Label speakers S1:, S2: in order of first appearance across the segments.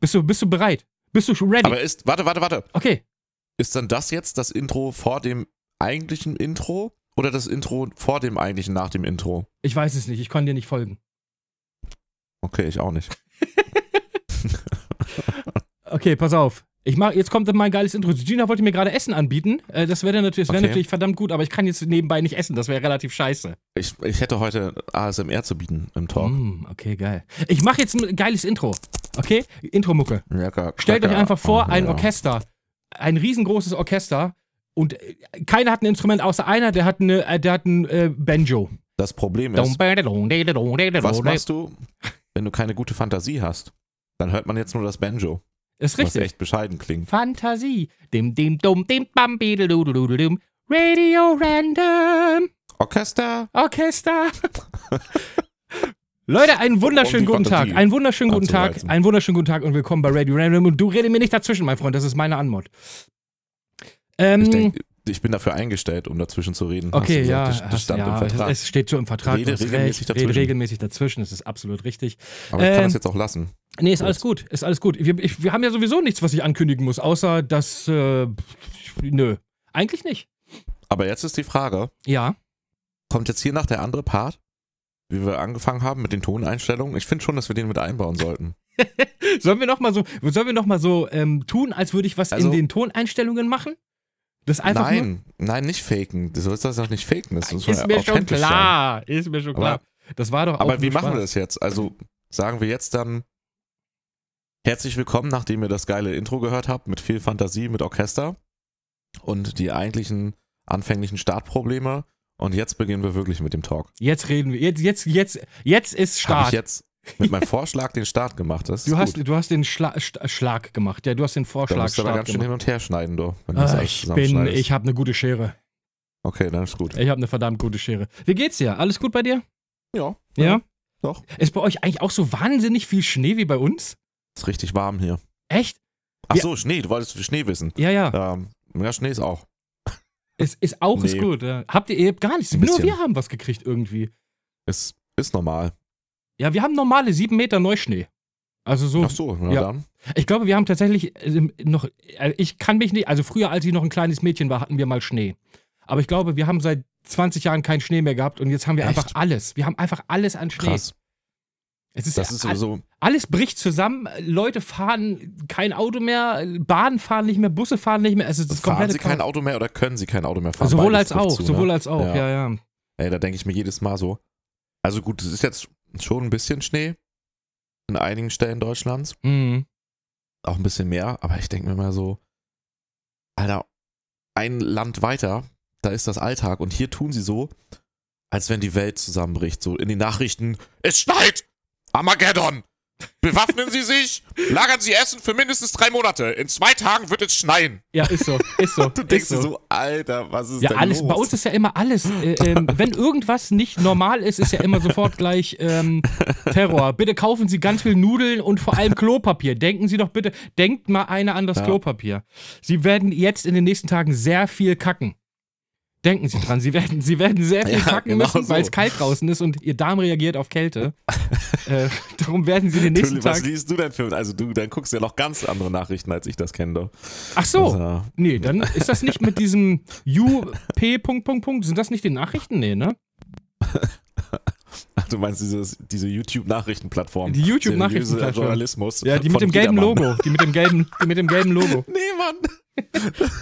S1: Bist du, bist du bereit? Bist du schon ready?
S2: Aber ist, warte, warte, warte.
S1: okay.
S2: Ist dann das jetzt das Intro vor dem eigentlichen Intro oder das Intro vor dem eigentlichen nach dem Intro?
S1: Ich weiß es nicht. Ich konnte dir nicht folgen.
S2: Okay, ich auch nicht.
S1: Okay, pass auf. Ich mach, jetzt kommt mein geiles Intro. Gina wollte mir gerade Essen anbieten. Äh, das wäre natürlich, das wär
S2: Okay.
S1: natürlich verdammt gut, aber ich kann jetzt nebenbei nicht essen. Das wäre relativ scheiße.
S2: Ich, ich hätte heute ASMR zu bieten im Talk.
S1: Mm, okay, geil. Ich mache jetzt ein geiles Intro. Okay? Intro-Mucke.
S2: Lecker,
S1: Stellt euch
S2: lecker. Oh,
S1: einfach vor, ein
S2: Ja.
S1: Orchester, ein riesengroßes Orchester und äh, keiner hat ein Instrument außer einer, der hat eine, äh, der hat ein äh, Banjo.
S2: Das Problem ist, was
S1: Was
S2: machst du, wenn du keine gute Fantasie hast? Dann hört man jetzt nur das Banjo,
S1: Ist
S2: was
S1: richtig.
S2: echt bescheiden klingt.
S1: Fantasie. Dim dim dum dim bam bidelududum. Radio Random
S2: Orchester,
S1: Orchester. Leute, einen wunderschönen
S2: Um die
S1: guten
S2: Fantasie
S1: Tag. Einen wunderschönen guten Tag.
S2: anzureizen.
S1: Einen wunderschönen guten Tag und willkommen bei Radio Random. Und du rede mir nicht dazwischen, mein Freund. Das ist meine Anmod. Ähm,
S2: ich, denk, ich bin dafür eingestellt, um dazwischen zu reden.
S1: Okay,
S2: Hast du
S1: ja,
S2: gesagt, Das, das stand
S1: ja
S2: im Vertrag.
S1: Es, es steht so im Vertrag.
S2: Rede
S1: du hast
S2: regelmäßig
S1: recht,
S2: dazwischen.
S1: Rede regelmäßig dazwischen, das ist absolut richtig.
S2: Aber ich kann
S1: ähm,
S2: das jetzt auch lassen.
S1: Nee, ist alles gut, ist alles gut. Wir, ich, wir haben ja sowieso nichts, was ich ankündigen muss, außer dass, äh, nö, eigentlich nicht.
S2: Aber jetzt ist die Frage,
S1: Ja,
S2: kommt jetzt hier nach der andere Part, wie wir angefangen haben mit den Toneinstellungen? Ich finde schon, dass wir den mit einbauen sollten.
S1: sollen wir nochmal so, sollen wir noch mal so ähm, tun, als würde ich was
S2: Also-
S1: in den Toneinstellungen machen? Das einfach nur?
S2: nein, nein, nicht faken. Du sollst das doch nicht faken. Das muss
S1: Ist mir schon
S2: authentisch
S1: klar, ist mir schon klar.
S2: Aber-
S1: das war doch auch
S2: Aber
S1: nur
S2: wie machen
S1: Spaß.
S2: wir das jetzt? Also sagen wir jetzt dann herzlich willkommen, nachdem ihr das geile Intro gehört habt, mit viel Fantasie, mit Orchester und die eigentlichen anfänglichen Startprobleme. Und jetzt beginnen wir wirklich mit dem Talk.
S1: Jetzt reden wir, jetzt, jetzt, jetzt, jetzt ist
S2: Habe
S1: Start.
S2: ich jetzt mit meinem Vorschlag den Start gemacht. Das ist
S1: Du hast,
S2: gut.
S1: du hast den Schla St- äh, Schlag gemacht, ja, du hast den
S2: Da
S1: Vorschlag
S2: musst du aber
S1: Start
S2: ganz schön
S1: gemacht.
S2: hin und her schneiden, du. Wenn du das
S1: Ah,
S2: alles
S1: ich bin,
S2: zusammenschneidest.
S1: ich habe eine gute Schere.
S2: Okay, dann ist gut.
S1: Ich habe eine verdammt gute Schere. Wie geht's dir? Alles gut bei dir?
S2: Ja.
S1: Ja?
S2: Doch.
S1: Ist bei euch eigentlich auch so wahnsinnig viel Schnee wie bei uns?
S2: Ist richtig warm hier.
S1: Echt?
S2: Ach
S1: Ja.
S2: so, Schnee. Du wolltest Schnee wissen.
S1: Ja, ja.
S2: Ähm, ja, Schnee ist auch.
S1: Ist, ist auch ist
S2: Nee.
S1: gut. Ja. Habt ihr, ihr habt gar nichts.
S2: Ein
S1: Nur
S2: bisschen.
S1: wir haben was gekriegt irgendwie.
S2: Ist, ist normal.
S1: Ja, wir haben normale sieben Meter Neuschnee. Also so,
S2: Ach so, na
S1: Ja.
S2: dann.
S1: ich glaube, wir haben tatsächlich ähm, noch, äh, ich kann mich nicht, also früher, als ich noch ein kleines Mädchen war, hatten wir mal Schnee. Aber ich glaube, wir haben seit 20 Jahren keinen Schnee mehr gehabt und jetzt haben wir
S2: Echt?
S1: einfach alles. Wir haben einfach alles an Schnee.
S2: Krass.
S1: Es ist,
S2: Das ist also
S1: all-
S2: sowieso
S1: alles bricht zusammen. Leute fahren kein Auto mehr, Bahnen fahren nicht mehr, Busse fahren nicht mehr. Es ist das
S2: fahren
S1: komplette
S2: sie kein
S1: Chaos.
S2: Auto mehr oder können sie kein Auto mehr fahren?
S1: Sowohl als
S2: Beides trifft
S1: auch,
S2: zu, ne?
S1: sowohl als auch,
S2: Ja.
S1: ja, ja.
S2: Ey, da denke ich mir jedes Mal so. Also gut, es ist jetzt schon ein bisschen Schnee in einigen Stellen Deutschlands,
S1: Mhm.
S2: auch ein bisschen mehr, aber ich denke mir mal so, Alter, ein Land weiter, da ist das Alltag und hier tun sie so, als wenn die Welt zusammenbricht, so in den Nachrichten, es schneit! Armageddon! Bewaffnen Sie sich, lagern Sie Essen für mindestens drei Monate. In zwei Tagen wird es schneien.
S1: Ja, ist so, ist so.
S2: Du denkst
S1: ist
S2: dir so, Alter, was ist
S1: ja,
S2: denn
S1: alles,
S2: los?
S1: bei uns ist ja immer alles. Äh, ähm, wenn irgendwas nicht normal ist, ist ja immer sofort gleich ähm, Terror. Bitte kaufen Sie ganz viel Nudeln und vor allem Klopapier. Denken Sie doch bitte, denkt mal einer an das
S2: Ja.
S1: Klopapier. Sie werden jetzt in den nächsten Tagen sehr viel kacken. Denken Sie dran, Sie werden, Sie werden sehr viel
S2: Ja,
S1: kacken
S2: genau
S1: müssen, weil es
S2: so.
S1: kalt draußen ist und Ihr Darm reagiert auf Kälte. äh, darum werden Sie den nächsten
S2: Entschuldigung,
S1: Tag.
S2: Was liest du denn für? Also du, dann guckst du ja noch ganz andere Nachrichten, als ich das kenne. doch.
S1: Ach so.
S2: Also,
S1: Nee, dann ist das nicht mit diesem UP. Punkt, Punkt, Punkt. Sind das nicht die Nachrichten? Nee, ne?
S2: ach, du meinst dieses, diese YouTube-Nachrichtenplattform.
S1: Die YouTube-Nachrichtenplattform.
S2: Seriöser Journalismus.
S1: Ja, die mit
S2: von
S1: dem gelben
S2: jedermann.
S1: Logo. Die mit dem gelben, die mit dem gelben Logo.
S2: Nee, Mann.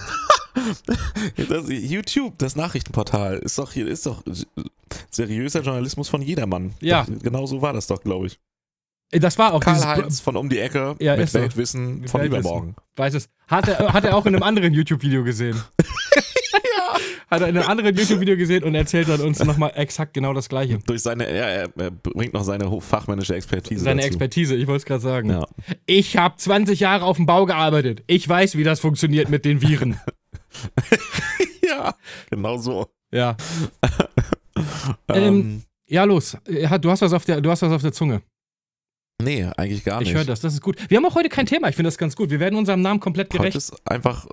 S2: das, YouTube, das Nachrichtenportal, ist doch hier, ist doch seriöser Journalismus von jedermann.
S1: Ja.
S2: Doch, genau so war das doch, glaube ich.
S1: Äh, Das war auch dieses
S2: Karl-Heinz von um die Ecke
S1: Ja, ist
S2: mit
S1: so.
S2: Weltwissen
S1: Mit
S2: von
S1: Weltwissen.
S2: übermorgen.
S1: weiß es. Hat er, hat er auch in einem anderen YouTube-Video gesehen. Hat er in einem anderen YouTube-Video gesehen und erzählt dann uns nochmal exakt genau das gleiche.
S2: Durch seine, ja, er, er bringt noch seine ho- fachmännische Expertise.
S1: Seine
S2: dazu.
S1: Expertise, ich wollte es gerade sagen.
S2: Ja.
S1: Ich habe 20 Jahre auf dem Bau gearbeitet. Ich weiß, wie das funktioniert mit den Viren.
S2: ja, genau so.
S1: Ja. Ähm, Ja, los. Äh, Du hast was auf der, du hast was auf der Zunge.
S2: Nee, eigentlich gar nicht.
S1: Ich höre das, das ist gut. Wir haben auch heute kein Thema, ich finde das ganz gut. Wir werden unserem Namen komplett gerecht.
S2: Heute ist einfach,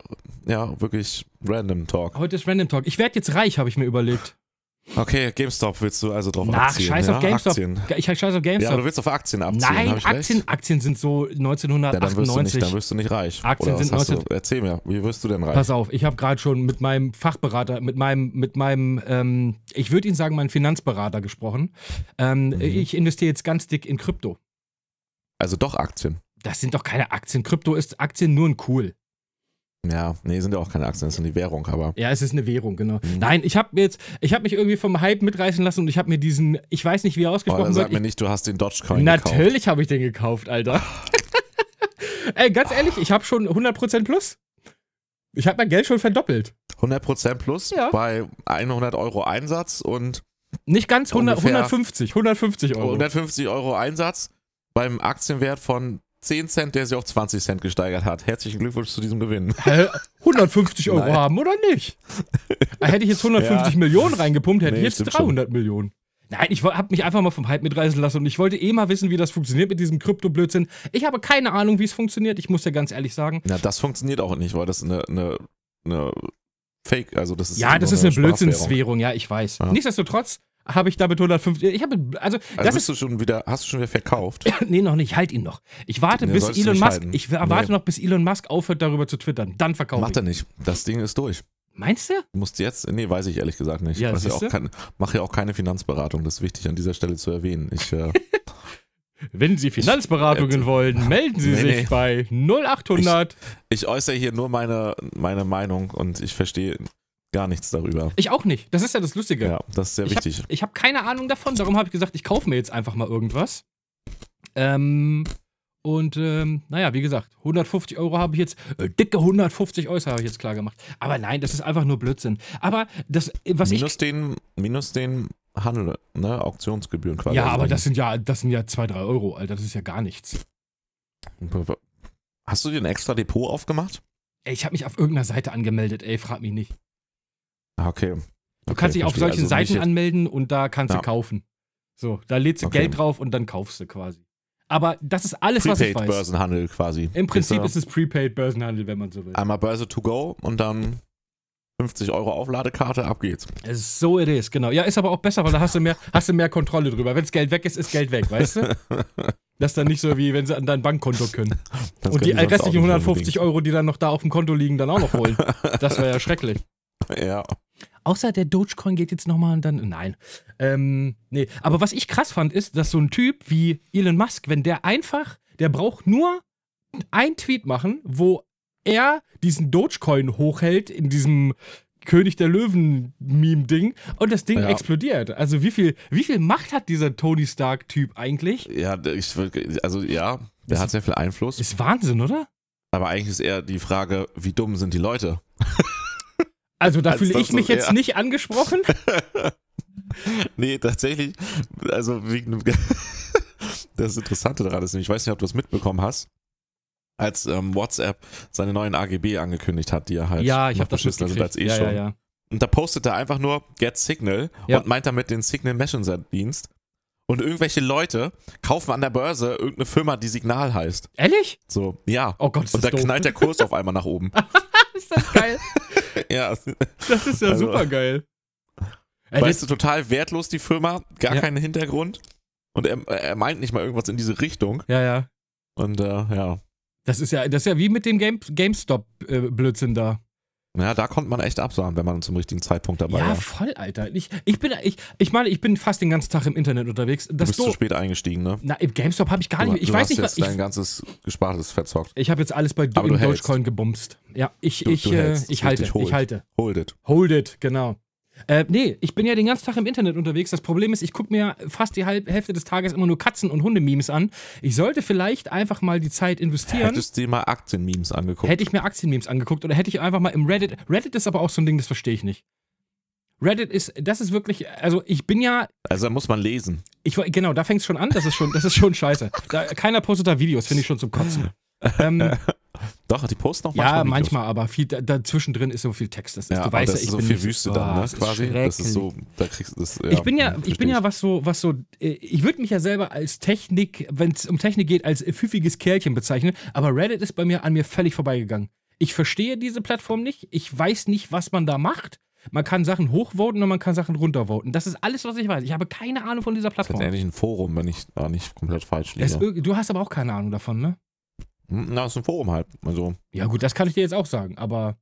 S2: ja, wirklich random Talk.
S1: Heute ist Random Talk. Ich werde jetzt reich, habe ich mir überlegt.
S2: Okay, GameStop willst du also drauf
S1: Na,
S2: abziehen.
S1: scheiß auf
S2: ja?
S1: GameStop.
S2: Aktien.
S1: Ich scheiß auf
S2: Ja, aber du
S1: GameStop.
S2: willst auf Aktien abziehen. hab
S1: Nein,
S2: ich recht?
S1: Aktien, Aktien sind so
S2: Ja, dann wirst, du nicht,
S1: 1998.
S2: dann wirst du nicht reich.
S1: Aktien
S2: Oder was
S1: sind
S2: hast
S1: 19
S2: du? Erzähl mir, wie wirst du denn reich?
S1: Pass auf, ich habe gerade schon mit meinem Fachberater, mit meinem, mit meinem, ähm, ich würde ihn sagen, meinem Finanzberater gesprochen. Ähm,
S2: Mhm.
S1: Ich investiere jetzt ganz dick in Krypto.
S2: Also doch Aktien.
S1: Das sind doch keine Aktien. Krypto ist Aktien nur ein Cool.
S2: Ja, nee, sind ja auch keine Aktien, das ist nur die Währung, aber.
S1: Ja, es ist eine Währung, genau.
S2: Mhm.
S1: Nein, ich habe jetzt, ich habe mich irgendwie vom Hype mitreißen lassen und ich habe mir diesen, ich weiß nicht, wie er
S2: Oh, dann
S1: ausgesprochen
S2: sag
S1: wird.
S2: mir nicht, du hast den Dogecoin gekauft.
S1: Natürlich habe ich den gekauft, Alter. Ey, ganz ehrlich, ich habe schon 100% plus. Ich habe mein Geld schon verdoppelt.
S2: 100% plus
S1: Ja.
S2: bei 100 Euro Einsatz und
S1: Nicht ganz 100,
S2: Ungefähr-
S1: 150, 150 Euro.
S2: 150 Euro Einsatz beim Aktienwert von 10 Cent, der sich auf 20 Cent gesteigert hat. Herzlichen Glückwunsch zu diesem Gewinn.
S1: Hä? 150 Euro
S2: Nein.
S1: haben oder nicht? Da hätte ich jetzt 150
S2: Ja.
S1: Millionen reingepumpt, hätte
S2: Nee,
S1: ich jetzt
S2: stimmt
S1: 300 Millionen. Nein, ich habe mich einfach mal vom Hype mitreißen lassen und ich wollte eh mal wissen, wie das funktioniert mit diesem Krypto-Blödsinn. Ich habe keine Ahnung, wie es funktioniert. Ich muss dir ganz ehrlich sagen.
S2: Na, das funktioniert auch nicht, weil das eine, eine, eine Fake, also das ist
S1: ja, das
S2: nur
S1: ist eine
S2: Spaßwährung.
S1: Blödsinnswährung, ja, ich weiß.
S2: Ja.
S1: Nichtsdestotrotz habe ich damit 150. Ich habe, also,
S2: Also
S1: das
S2: bist
S1: ist.
S2: du schon wieder, hast du schon wieder verkauft?
S1: Nee, noch nicht. Halt ihn noch. Ich warte,
S2: Nee,
S1: bis
S2: solltest du
S1: Elon
S2: nicht
S1: Musk.
S2: halten.
S1: Ich erwarte
S2: Nee.
S1: noch, bis Elon Musk aufhört, darüber zu twittern. Dann verkaufe
S2: Macht
S1: ich.
S2: er nicht. Das Ding ist durch.
S1: Meinst du?
S2: Du musst jetzt, nee, weiß ich ehrlich gesagt nicht.
S1: Ja,
S2: Ich weiß ja auch
S1: siehste.
S2: kein, mache ja auch keine Finanzberatung, das ist wichtig an dieser Stelle zu erwähnen. Ich, äh,
S1: Wenn Sie Finanzberatungen
S2: Äh,
S1: wollen, melden Sie
S2: nee,
S1: sich
S2: nee.
S1: bei 0800.
S2: ich äußere hier nur meine, meine Meinung und ich verstehe gar nichts darüber.
S1: Ich, auch nicht. Das ist ja das Lustige.
S2: Ja, das ist sehr
S1: ich habe
S2: wichtig.
S1: hab keine Ahnung davon. Darum habe ich gesagt, ich kaufe mir jetzt einfach mal irgendwas. Ähm, und ähm, naja, wie gesagt, 150 Euro habe ich jetzt, äh, dicke 150 Euro habe ich jetzt klar gemacht. Aber nein, das ist einfach nur Blödsinn. Aber das, äh, was
S2: minus den, minus den Handel, ne, Auktionsgebühren
S1: ich.
S2: quasi.
S1: Ja,
S2: Also
S1: aber
S2: die-
S1: das sind ja, das sind ja 2, 3 Euro, Alter. Das ist ja gar nichts.
S2: Hast du dir ein extra Depot aufgemacht?
S1: Ey, ich habe mich auf irgendeiner Seite angemeldet, ey, frag mich nicht.
S2: Ah, Okay. okay
S1: Du kannst dich auf
S2: verstehe.
S1: solchen
S2: Also nicht
S1: Seiten
S2: jetzt-
S1: anmelden und da kannst
S2: Ja.
S1: du kaufen. So, da lädst du
S2: Okay.
S1: Geld drauf und dann kaufst du quasi. Aber das ist alles, was ich weiß.
S2: Prepaid-Börsenhandel quasi.
S1: Im Prinzip
S2: Ist, äh,
S1: ist es Prepaid Börsenhandel, wenn man so will.
S2: Einmal Börse to go und dann 50 Euro Aufladekarte, ab geht's.
S1: Es ist So it is, genau. Ja, ist aber auch besser, weil da hast du mehr, hast du mehr Kontrolle drüber. Wenn das Geld weg ist, ist Geld weg, weißt du? Das ist dann nicht so, wie wenn sie an dein Bankkonto können.
S2: Das
S1: und die
S2: können sonst auch nicht
S1: restlichen 150 Euro, die dann noch da auf dem Konto liegen, dann auch noch holen. Das wäre ja schrecklich.
S2: unbedingt. Ja.
S1: Außer der Dogecoin geht jetzt nochmal und dann. Nein. Ähm, nee. Aber was ich krass fand, ist, dass so ein Typ wie Elon Musk, wenn der einfach, der braucht nur einen Tweet machen, wo er diesen Dogecoin hochhält in diesem König der Löwen-Meme-Ding und das Ding
S2: Ja.
S1: explodiert. Also wie viel, wie viel Macht hat dieser Tony Stark-Typ eigentlich?
S2: Ja, der- ich, würd- also ja, der
S1: Ist-
S2: hat sehr viel Einfluss.
S1: Ist Wahnsinn, oder?
S2: aber eigentlich ist eher die Frage, wie dumm sind die Leute?
S1: Also da
S2: Als
S1: fühle
S2: das
S1: ich mich
S2: so-
S1: jetzt
S2: ja.
S1: nicht angesprochen.
S2: Nee, tatsächlich. Also wegen dem Das Interessante daran ist, nämlich, ich weiß nicht, ob du es mitbekommen hast, als ähm, WhatsApp seine neuen AGB angekündigt hat, die er halt
S1: ja, ich
S2: noch
S1: habe das
S2: beschissener sind
S1: mitgekriegt.
S2: als eh
S1: ja,
S2: schon.
S1: ja, ja.
S2: Und da postet er einfach nur Get Signal
S1: Ja.
S2: und meint damit den Signal Messenger Dienst. Und irgendwelche Leute kaufen an der Börse irgendeine Firma, die Signal heißt.
S1: Ehrlich?
S2: So, ja.
S1: Oh Gott, ist
S2: und
S1: das
S2: da
S1: doof.
S2: knallt der Kurs auf einmal nach oben.
S1: Ist das geil?
S2: ja.
S1: Das ist ja Äh,
S2: Also-
S1: super geil.
S2: Weißt du, total wertlos die Firma, gar
S1: Ja.
S2: keinen Hintergrund. Und er, er meint nicht mal irgendwas in diese Richtung.
S1: ja, ja.
S2: Und äh, ja.
S1: Das ist ja, das ist ja wie mit dem Game, GameStop-Blödsinn da.
S2: Ja, da konnte man echt absahen, wenn man zum richtigen Zeitpunkt dabei
S1: ja,
S2: war.
S1: voll, Alter. Ich, ich bin, ich, ich meine, ich bin fast den ganzen Tag im Internet unterwegs.
S2: Du
S1: Das
S2: bist zu
S1: do
S2: spät eingestiegen, ne?
S1: Na, im GameStop habe ich gar
S2: du,
S1: nicht. Ich
S2: du
S1: weiß
S2: hast
S1: nicht, was.
S2: jetzt
S1: Ich,
S2: dein ganzes Gespartes verzockt.
S1: ich habe jetzt alles bei
S2: Aber
S1: im
S2: du hältst.
S1: Dogecoin gebumst. Ja, ich,
S2: Du-
S1: ich,
S2: du
S1: äh,
S2: hältst. Das
S1: ich
S2: ist
S1: halte,
S2: richtig, hold.
S1: ich halte.
S2: Hold it.
S1: Hold it, genau. Äh, nee, ich bin ja den ganzen Tag im Internet unterwegs. Das Problem ist, ich gucke mir fast die halbe Hälfte des Tages immer nur Katzen- und Hundememes an. Ich sollte vielleicht einfach mal die Zeit investieren.
S2: Hättest du dir mal Aktienmemes angeguckt?
S1: Hätte ich mir Aktienmemes angeguckt oder hätte ich einfach mal im Reddit. Reddit ist aber auch so ein Ding, das verstehe ich nicht. Reddit ist, das ist wirklich, also ich bin ja,
S2: Also da muss man lesen.
S1: ich war- genau, da fängt es schon an, das ist schon, das ist schon scheiße. Da, keiner postet da Videos, finde ich schon zum Kotzen. Ähm,
S2: Doch, die posten noch manchmal
S1: ja,
S2: Videos.
S1: manchmal, aber viel, da, dazwischen drin ist so viel Text. Das ist,
S2: Ja,
S1: du
S2: aber
S1: weißt ja,
S2: das ist
S1: ich
S2: so
S1: bin
S2: viel
S1: nicht-
S2: Wüste
S1: Boah,
S2: dann, ne?
S1: das ist
S2: Quasi. Das ist
S1: schrecklich.
S2: so, da kriegst du das. Ja,
S1: Ich bin ja, ich bin
S2: verstehe
S1: ja was so, was so, äh, ich würde mich ja selber als Technik, wenn es um Technik geht, als äh, pfiffiges Kerlchen bezeichnen, aber Reddit ist bei mir an mir völlig vorbeigegangen. Ich verstehe diese Plattform nicht, ich weiß nicht, was man da macht. Man kann Sachen hochvoten und man kann Sachen runtervoten. Das ist alles, was ich weiß. Ich habe keine Ahnung von dieser
S2: Das ist
S1: Plattform.
S2: letztendlich ein Forum, wenn ich da nicht komplett falsch
S1: Es,
S2: liege.
S1: du hast aber auch keine Ahnung davon, ne?
S2: Hm, Na, ist ein Forum halt. Also
S1: Ja, gut, das kann ich dir jetzt auch sagen, aber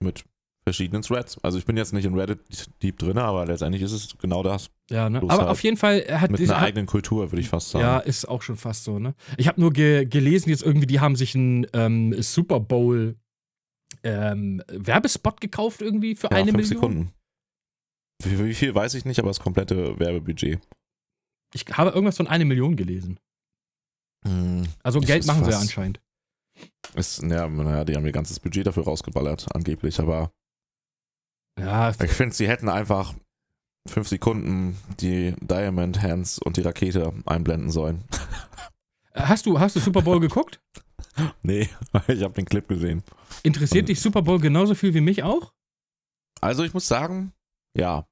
S2: mit verschiedenen Threads. Also ich bin jetzt nicht in Reddit deep drin, aber letztendlich ist es genau das.
S1: ja, ne?
S2: Bloß
S1: Aber
S2: halt
S1: auf jeden Fall hat
S2: Mit einer
S1: hat-
S2: eigenen Kultur, würde ich fast sagen.
S1: Ja, ist auch schon fast so, ne? Ich habe nur ge gelesen, jetzt irgendwie, die haben sich einen ähm, Super Bowl ähm, Werbespot gekauft irgendwie für eine Million.
S2: Sekunden. Wie, wie viel weiß ich nicht, aber das komplette Werbebudget.
S1: Ich habe irgendwas von eine Million gelesen. Also
S2: Ich
S1: Geld
S2: weiß
S1: machen sie ja
S2: was.
S1: anscheinend.
S2: Ist, ja, naja, die haben ihr ganzes Budget dafür rausgeballert, angeblich. Aber
S1: Ja,
S2: ich finde, sie hätten einfach fünf Sekunden die Diamond Hands und die Rakete einblenden sollen.
S1: hast du, hast du Super Bowl geguckt?
S2: Nee, ich habe den Clip gesehen.
S1: Interessiert
S2: Ähm.
S1: dich Super Bowl genauso viel wie mich auch?
S2: Also ich muss sagen, ja.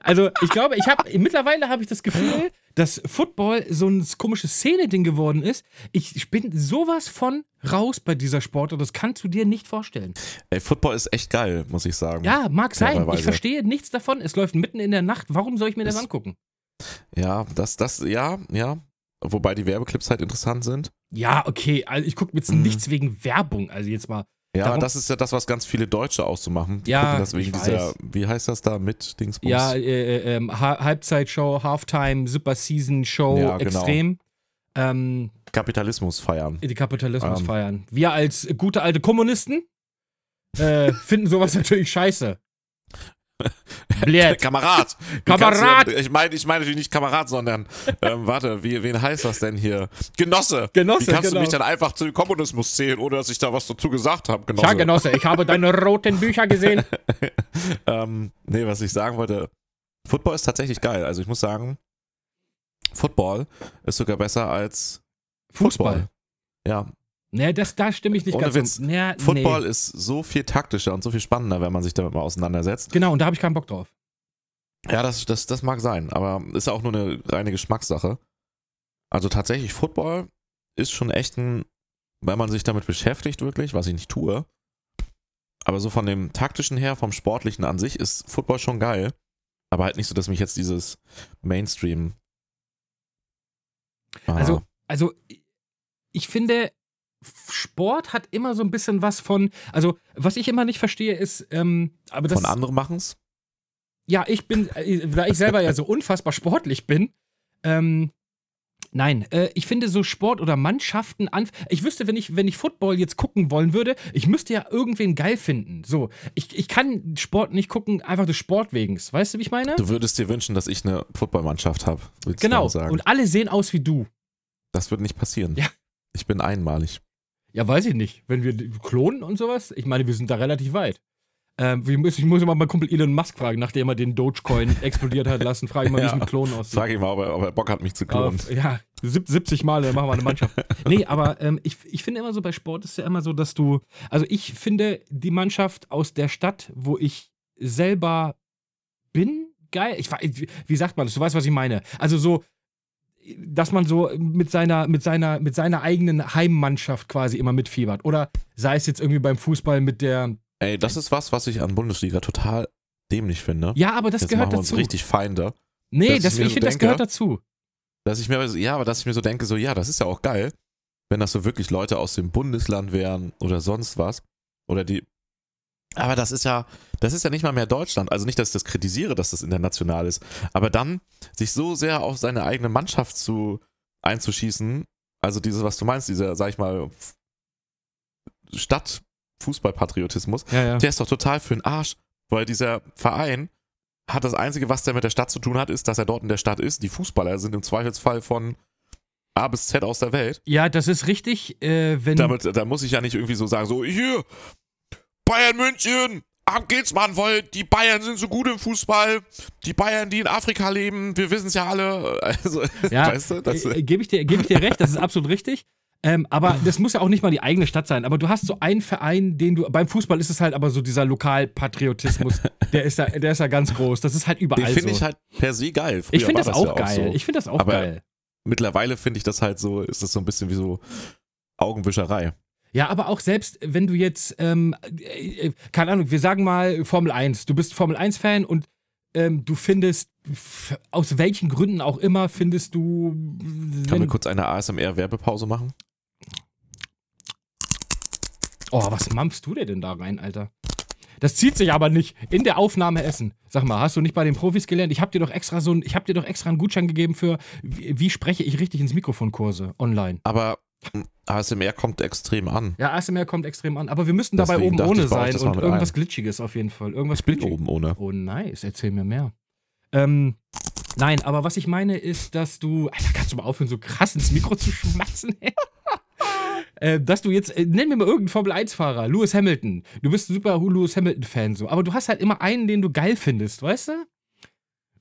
S1: Also, ich glaube, ich habe mittlerweile habe ich das Gefühl, dass Football so ein komisches Szene-Ding geworden ist. Ich bin sowas von raus bei dieser Sportart, das kannst du dir nicht vorstellen.
S2: Ey, Football ist echt geil, muss ich sagen.
S1: Ja, mag sein. Ich
S2: Teilweise.
S1: verstehe nichts davon. Es läuft mitten in der Nacht. Warum soll ich mir das
S2: Ist-
S1: angucken?
S2: Ja, das, das, ja, ja. Wobei die Werbeclips halt interessant sind.
S1: Ja, okay. Also ich gucke mir jetzt
S2: Mhm.
S1: nichts wegen Werbung. Also jetzt mal.
S2: Ja,
S1: Darum-
S2: das ist ja das, was ganz viele Deutsche auszumachen. Die
S1: Ja,
S2: gucken das wegen
S1: ich
S2: dieser,
S1: weiß.
S2: wie heißt das da, mit Dingsbums?
S1: Ja, äh, äh, ähm, ha Halbzeitshow, Halftime, Super Season Show,
S2: Ja, genau.
S1: extrem. Ähm,
S2: Kapitalismus feiern.
S1: die Kapitalismus
S2: Ähm.
S1: feiern. Wir als gute alte Kommunisten äh, finden sowas natürlich scheiße. Blät.
S2: Kamerad! Wie
S1: äh, Kamerad!
S2: kannst du denn- Ich meine ich meine natürlich nicht Kamerad, sondern, ähm, warte, wie, wen heißt das denn hier? Genosse!
S1: Genosse,
S2: Wie kannst
S1: genau.
S2: du mich dann einfach zu Kommunismus zählen, ohne dass ich da was dazu gesagt habe? Genosse.
S1: Tja, Genosse, ich habe deine roten Bücher gesehen.
S2: Ähm, nee, was ich sagen wollte, Football ist tatsächlich geil. Also ich muss sagen, Football ist sogar besser als
S1: Fußball.
S2: Football. Ja,
S1: Nee, das, da stimme ich nicht
S2: Ohne
S1: ganz
S2: Witz.
S1: Ja, nee.
S2: Football ist so viel taktischer und so viel spannender, wenn man sich damit mal auseinandersetzt.
S1: Genau, und da habe ich keinen Bock drauf.
S2: Ja, das, das, das mag sein, aber ist auch nur eine reine Geschmackssache. Also tatsächlich, Football ist schon echt ein, wenn man sich damit beschäftigt, wirklich, was ich nicht tue. Aber so von dem taktischen her, vom sportlichen an sich, ist Football schon geil. Aber halt nicht so, dass mich jetzt dieses Mainstream. Ah,
S1: Also- also ich finde, Sport hat immer so ein bisschen was von, also was ich immer nicht verstehe ist, ähm, aber das,
S2: von anderen machen's?
S1: ja, ich bin, äh, da ich selber ja so unfassbar sportlich bin, ähm, Nein, äh, ich finde so Sport oder Mannschaften an. Ich wüsste, wenn ich, wenn ich Football jetzt gucken wollen würde, ich müsste ja irgendwen geil finden. So, ich, ich kann Sport nicht gucken, einfach des Sportwegens. Weißt du, wie ich meine?
S2: Du würdest dir wünschen, dass ich eine Footballmannschaft habe.
S1: genau.
S2: Sagen.
S1: Und alle sehen aus wie du.
S2: Das wird nicht passieren.
S1: Ja.
S2: Ich bin einmalig.
S1: Ja, weiß ich nicht. Wenn wir klonen und sowas, ich meine, wir sind da relativ weit. Ähm, wir müssen, ich muss immer meinen Kumpel Elon Musk fragen, nachdem er den Dogecoin explodiert hat lassen, frage ich mal,
S2: Ja.
S1: wie es mit Klonen aussieht.
S2: Frag ihn mal, ob er, ob er Bock hat, mich zu
S1: Aber,
S2: klonen.
S1: ja, sieb- 70 Mal, dann machen wir eine Mannschaft. nee, aber ähm, ich, ich finde immer so, bei Sport ist ja immer so, dass du, also ich finde die Mannschaft aus der Stadt, wo ich selber bin, geil. Ich, wa- wie sagt man das? Du weißt, was ich meine. Also so, dass man so mit seiner, mit seiner, mit seiner eigenen Heimmannschaft quasi immer mitfiebert. Oder sei es jetzt irgendwie beim Fußball mit der.
S2: Ey, das ist was, was ich an Bundesliga total dämlich finde.
S1: Ja, aber das
S2: Jetzt machen
S1: gehört
S2: wir uns
S1: dazu.
S2: richtig Feinde. dass
S1: nee,
S2: ich
S1: das,
S2: mir
S1: ich
S2: so
S1: finde, das
S2: denke,
S1: gehört dazu.
S2: Dass ich mir, ja, aber dass ich mir so denke, so, ja, das ist ja auch geil, wenn das so wirklich Leute aus dem Bundesland wären oder sonst was. Oder die. Aber das ist ja, das ist ja nicht mal mehr Deutschland. Also nicht, dass ich das kritisiere, dass das international ist. Aber dann sich so sehr auf seine eigene Mannschaft zu einzuschießen, also dieses, was du meinst, dieser, sag ich mal, Stadtfußballpatriotismus,
S1: Ja, ja.
S2: Der ist doch total für den Arsch, weil dieser Verein hat das Einzige, was der mit der Stadt zu tun hat, ist, dass er dort in der Stadt ist. Die Fußballer sind im Zweifelsfall von A bis Z aus der Welt.
S1: Ja, das ist richtig, äh, wenn.
S2: Damit, da muss ich ja nicht irgendwie so sagen, so hier, Bayern München, ab geht's, Mann, weil die Bayern sind so gut im Fußball. Die Bayern, die in Afrika leben, wir wissen's ja alle. Also,
S1: Ja,
S2: weißt du, das,
S1: äh, gebe ich, dir- geb ich dir recht, das ist absolut richtig. Ähm, aber das muss ja auch nicht mal die eigene Stadt sein. Aber du hast so einen Verein, den du. Beim Fußball ist es halt aber so dieser Lokalpatriotismus, der ist da, der ist da ganz groß. Das ist halt überall
S2: den finde
S1: so.
S2: ich halt per se geil. Früher
S1: ich finde
S2: war
S1: das, auch
S2: ja
S1: geil.
S2: so.
S1: Ich finde das auch
S2: Aber-
S1: geil.
S2: Mittlerweile finde ich das halt so, ist das so ein bisschen wie so Augenwischerei.
S1: Ja, aber auch selbst, wenn du jetzt, ähm, äh, keine Ahnung, wir sagen mal Formel 1, du bist Formel 1-Fan und ähm, du findest, f- aus welchen Gründen auch immer, findest du.
S2: Können
S1: wenn-
S2: wir kurz eine ASMR-Werbepause machen?
S1: oh, was mampfst du dir denn da rein, Alter? Das zieht sich aber nicht. In der Aufnahme essen. Sag mal, hast du nicht bei den Profis gelernt? Ich hab dir doch extra so ein, ich hab dir doch extra einen Gutschein gegeben für, wie, wie spreche ich richtig ins Mikrofon Kurse online.
S2: Aber hm, mh, ASMR kommt extrem an.
S1: Ja, ASMR kommt extrem an, aber wir müssen dabei
S2: Deswegen
S1: oben
S2: dachte ich,
S1: ohne
S2: baue
S1: sein
S2: ich das mal
S1: und
S2: mit
S1: irgendwas Glitschiges auf jeden Fall. Irgendwas
S2: Bin
S1: Glitschig-
S2: oben ohne.
S1: Oh, nice. Erzähl mir mehr. Ähm, nein, aber was ich meine ist, dass du. Alter, kannst du mal aufhören, so krass ins Mikro zu schmatzen? ey? Äh, dass du jetzt, äh, nenn mir mal irgendeinen Formel-1-Fahrer, Lewis Hamilton. Du bist ein super Lewis Hamilton-Fan, so. Aber du hast halt immer einen, den du geil findest, weißt du?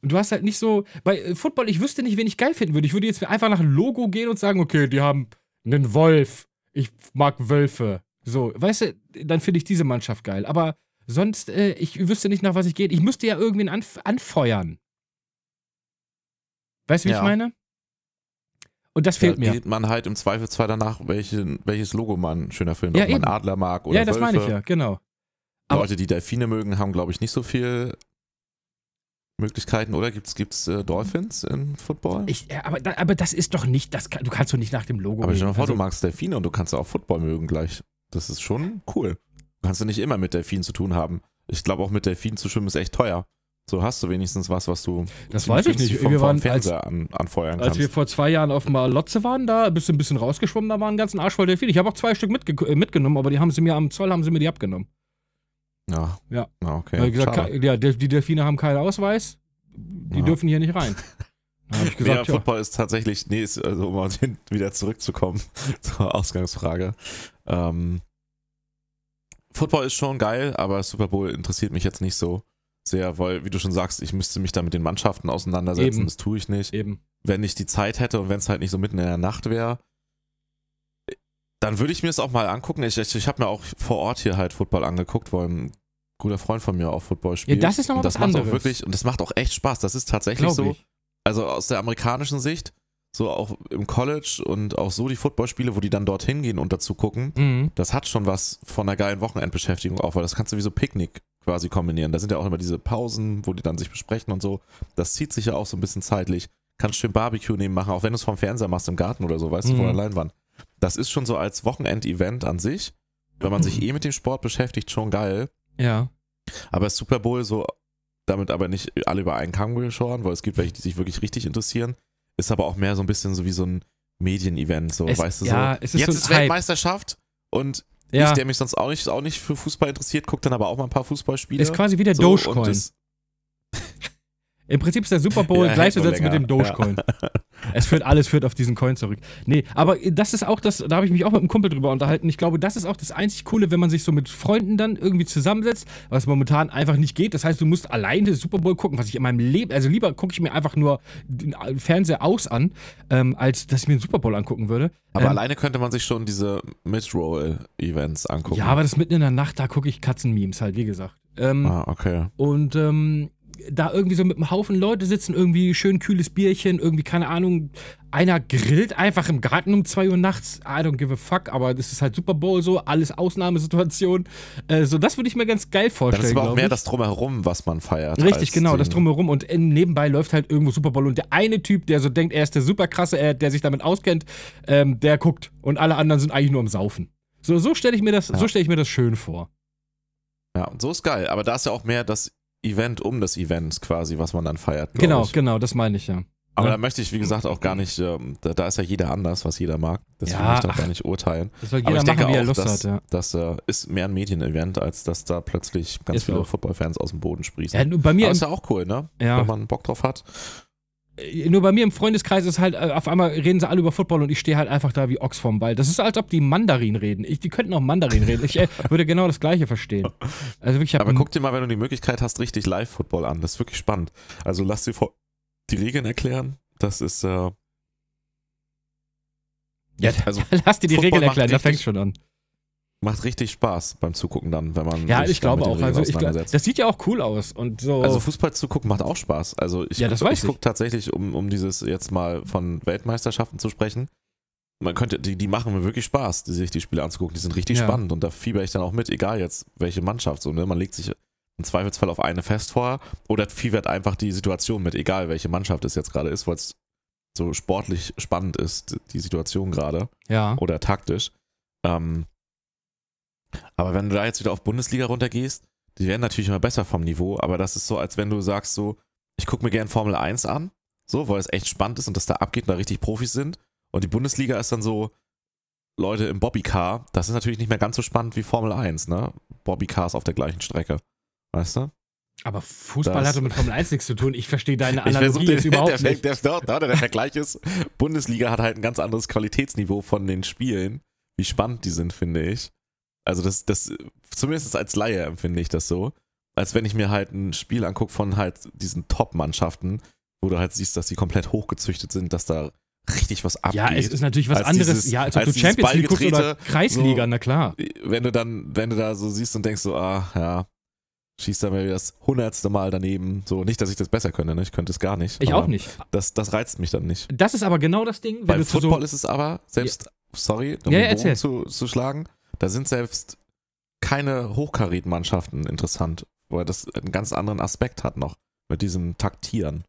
S1: Und du hast halt nicht so. Bei äh, Football, ich wüsste nicht, wen ich geil finden würde. Ich würde jetzt einfach nach Logo gehen und sagen, okay, die haben einen Wolf. Ich mag Wölfe. So, weißt du, dann finde ich diese Mannschaft geil. Aber Sonst, äh, ich wüsste nicht, nach was ich gehe. Ich müsste ja irgendwen anf anfeuern. Weißt du, wie
S2: Ja.
S1: ich meine? Und das fehlt mir.
S2: ja, Geht man halt im Zweifelsfall danach, welchen, welches Logo man schöner findet.
S1: Ja,
S2: ob man
S1: eben.
S2: Adler mag oder
S1: Ja, das
S2: Wölfe.
S1: meine ich ja, genau. Aber-
S2: Leute, die Delfine mögen, haben, glaube ich, nicht so viel Möglichkeiten. Oder gibt's gibt's äh, Dolphins im Football?
S1: Ich, ja, aber, da, aber das ist doch nicht, das, kann- du kannst doch nicht nach dem Logo
S2: Aber stell
S1: gehen.
S2: dir mal vor,
S1: Also-
S2: du magst Delfine und du kannst ja auch Football mögen gleich. Das ist schon cool. Du kannst ja nicht immer mit Delfinen zu tun haben. Ich glaube, auch mit Delfinen zu schwimmen ist echt teuer. So hast du wenigstens was, was du
S1: Das weiß ich
S2: günstig
S1: nicht.
S2: Vom,
S1: Wir
S2: vom
S1: waren, als,
S2: Fernseher an, anfeuern
S1: als
S2: kannst.
S1: wir vor zwei Jahren auf Malotze waren, da bist du ein bisschen rausgeschwommen, da waren einen ganzen Arsch voll Delfine. Ich habe auch zwei Stück mitge äh, mitgenommen, aber die haben sie mir am Zoll, haben sie mir die abgenommen.
S2: ja.
S1: Ja.
S2: Ah, okay.
S1: Ja, ich gesagt,
S2: Schade.
S1: ke- ja, Del- die Delfine haben keinen Ausweis, die
S2: Ja.
S1: dürfen hier nicht rein. Da habe ich
S2: Gesagt,
S1: gesagt, ja,
S2: Football ist tatsächlich, nee, ist, also um auf den- wieder zurückzukommen zur Ausgangsfrage. Ähm, Football ist schon geil, aber Super Bowl interessiert mich jetzt nicht so sehr, weil, wie du schon sagst, ich müsste mich da mit den Mannschaften auseinandersetzen,
S1: Eben.
S2: das tue ich nicht.
S1: eben.
S2: Wenn ich die Zeit hätte und wenn es halt nicht so mitten in der Nacht wäre, dann würde ich mir es auch mal angucken. Ich, ich, ich habe mir auch vor Ort hier halt Football angeguckt, weil ein guter Freund von mir auch Football
S1: Ja,
S2: spielt.
S1: das ist nochmal
S2: und
S1: was
S2: das macht
S1: anderes.
S2: auch wirklich, und das macht auch echt Spaß. Das ist tatsächlich
S1: Glaub
S2: so,
S1: ich.
S2: also aus der amerikanischen Sicht, so auch im College und auch so die Footballspiele, wo die dann dorthin gehen und dazu gucken,
S1: Mhm.
S2: das hat schon was von einer geilen Wochenendbeschäftigung auch, weil das kannst du wie so Picknick quasi kombinieren. Da sind ja auch immer diese Pausen, wo die dann sich besprechen und so. Das zieht sich ja auch so ein bisschen zeitlich. Kannst schön Barbecue neben machen, auch wenn du es vom Fernseher machst im Garten oder so, weißt du, vor
S1: Mhm.
S2: der Leinwand. Das ist schon so als Wochenendevent an sich, wenn man sich eh mit dem Sport beschäftigt, schon geil.
S1: Ja.
S2: Aber Super Bowl so, damit aber nicht alle über einen Kamm geschoren, weil es gibt welche, die sich wirklich richtig interessieren, ist aber auch mehr so ein bisschen so wie so ein Medienevent, so,
S1: Es-
S2: weißt du
S1: ja,
S2: so.
S1: es ist
S2: jetzt
S1: so ein
S2: ist
S1: Hype.
S2: Weltmeisterschaft und ich,
S1: Ja.
S2: der mich sonst auch nicht, auch nicht für Fußball interessiert, guckt dann aber auch mal ein paar Fußballspiele.
S1: Ist quasi wie der
S2: so, und
S1: Dogecoin.
S2: das-
S1: Im Prinzip ist der Super Bowl
S2: Ja,
S1: gleichzusetzen
S2: hält
S1: mit
S2: nur
S1: dem Dogecoin. Es führt alles führt auf diesen Coin zurück. Nee, aber das ist auch das, da habe ich mich auch mit einem Kumpel drüber unterhalten. Ich glaube, das ist auch das einzig Coole, wenn man sich so mit Freunden dann irgendwie zusammensetzt, was momentan einfach nicht geht. Das heißt, du musst alleine Super Bowl gucken, was ich in meinem Leben, also lieber gucke ich mir einfach nur den Fernseher aus an, ähm, als dass ich mir den Super Bowl angucken würde.
S2: aber
S1: ähm,
S2: alleine könnte man sich schon diese Mid-Roll-Events angucken.
S1: Ja, aber das mitten in der Nacht, da gucke ich Katzenmemes halt, wie gesagt. Ähm,
S2: Ah, okay.
S1: Und ähm, da irgendwie so mit einem Haufen Leute sitzen, irgendwie schön kühles Bierchen, irgendwie, keine Ahnung, einer grillt einfach im Garten um 2 Uhr nachts. I don't give a fuck, aber das ist halt Super Bowl so, alles Ausnahmesituation. Äh, so, das würde ich mir ganz geil
S2: Dann
S1: vorstellen.
S2: ist aber auch
S1: glaub
S2: mehr
S1: ich.
S2: das Drumherum, was man feiert. als
S1: Richtig, genau, das
S2: den-
S1: drumherum. Und in, nebenbei läuft halt irgendwo Super Bowl. Und der eine Typ, der so denkt, er ist der super krasse, äh, der sich damit auskennt, ähm, der guckt. Und alle anderen sind eigentlich nur am Saufen. So, so stelle ich, mir das- so stell ich mir das schön vor.
S2: Ja, und so ist geil. Aber da ist ja auch mehr das Event um das Event quasi, was man dann feiert. glaub
S1: Genau,
S2: ich.
S1: genau, das meine ich ja.
S2: Aber
S1: Ja.
S2: da möchte ich, wie gesagt, auch gar nicht, ähm, da, da ist ja jeder anders, was jeder mag. Deswegen
S1: Ja,
S2: möchte ich auch
S1: ach.
S2: gar nicht urteilen.
S1: Das soll
S2: Aber
S1: jeder
S2: ich
S1: machen,
S2: denke
S1: wie er
S2: auch,
S1: Lust
S2: das,
S1: hat, ja.
S2: das äh, ist mehr ein Medienevent, als dass da plötzlich ganz
S1: Ist
S2: viele
S1: auch.
S2: Footballfans aus dem Boden sprießen.
S1: Ja, nur bei mir
S2: Aber
S1: im,
S2: ist ja auch cool, ne?
S1: ja,
S2: Wenn man Bock drauf hat.
S1: äh, nur bei mir im Freundeskreis ist halt äh, auf einmal reden sie alle über Football und ich stehe halt einfach da wie Ochs vom Ball. Das ist als ob die Mandarin reden. Ich, die könnten auch Mandarin reden. Ich äh, würde genau das gleiche verstehen. Also wirklich, ich
S2: Aber
S1: habe
S2: guck dir mal, wenn du die Möglichkeit hast, richtig Live-Football an. Das ist wirklich spannend. Also lass dir vor die Regeln erklären. Das ist, äh,
S1: ja,
S2: also
S1: lass dir die
S2: Football
S1: Regeln
S2: macht
S1: erklären, da
S2: richtig-
S1: fängt schon an.
S2: macht richtig Spaß beim Zugucken dann, wenn man
S1: Ja,
S2: sich
S1: ich
S2: dann
S1: glaube
S2: mit den
S1: auch.
S2: Regeln
S1: Also ich glaube,
S2: auseinandersetzt.
S1: das sieht ja auch cool aus und so.
S2: Also Fußball zu gucken macht auch Spaß. Also ich,
S1: Ja, das
S2: guck-
S1: weiß
S2: ich gucke tatsächlich, um, um dieses jetzt mal von Weltmeisterschaften zu sprechen, man könnte, die, die machen mir wirklich Spaß, die, sich die Spiele anzugucken. Die sind richtig
S1: Ja.
S2: spannend und da fieber ich dann auch mit, egal jetzt welche Mannschaft. So, ne? Man legt sich im Zweifelsfall auf eine fest vorher oder fiebert einfach die Situation mit, egal welche Mannschaft es jetzt gerade ist, weil es so sportlich spannend ist, die- die Situation gerade
S1: Ja.
S2: oder taktisch. Ähm, aber wenn du da jetzt wieder auf Bundesliga runtergehst, die werden natürlich immer besser vom Niveau, aber das ist so, als wenn du sagst so, ich gucke mir gerne Formel 1 an, so, weil es echt spannend ist und das da abgeht und da richtig Profis sind. Und die Bundesliga ist dann so, Leute im Bobbycar, das ist natürlich nicht mehr ganz so spannend wie Formel 1, ne? Bobbycars auf der gleichen Strecke. Weißt du?
S1: Aber Fußball
S2: Das-
S1: hatte mit Formel 1 nichts zu tun. Ich verstehe deine
S2: Ich versuch
S1: Analogie
S2: den-
S1: jetzt überhaupt
S2: der,
S1: nicht.
S2: Der, der, der, der Vergleich ist, Bundesliga hat halt ein ganz anderes Qualitätsniveau von den Spielen, wie spannend die sind, finde ich. Also das, das, zumindest als Laie empfinde ich das so. Als wenn ich mir halt ein Spiel angucke von halt diesen Top-Mannschaften, wo du halt siehst, dass die komplett hochgezüchtet sind, dass da richtig was abgeht.
S1: Ja, es ist natürlich was
S2: Als
S1: anderes.
S2: dieses-
S1: ja, als ob
S2: als
S1: du
S2: dieses
S1: Champions League guckst oder
S2: Ballgetrete,
S1: Kreisliga,
S2: so-
S1: na klar.
S2: wenn du dann, wenn du da so siehst und denkst so, ah, ja, schießt da mal wieder das hundertste Mal daneben. So, nicht, dass ich das besser könnte, ne? Ich könnte es gar nicht.
S1: Ich
S2: aber
S1: auch nicht.
S2: Das, das reizt mich dann nicht.
S1: Das ist aber genau das Ding, wenn
S2: Bei
S1: du zu
S2: Football
S1: so.
S2: ist es aber, selbst, sorry, um
S1: Ja, ja,
S2: den Bogen
S1: erzähl.
S2: zu, zu schlagen, da sind selbst keine Hochkarätmannschaften interessant, weil das einen ganz anderen Aspekt hat noch. Mit diesem Taktieren.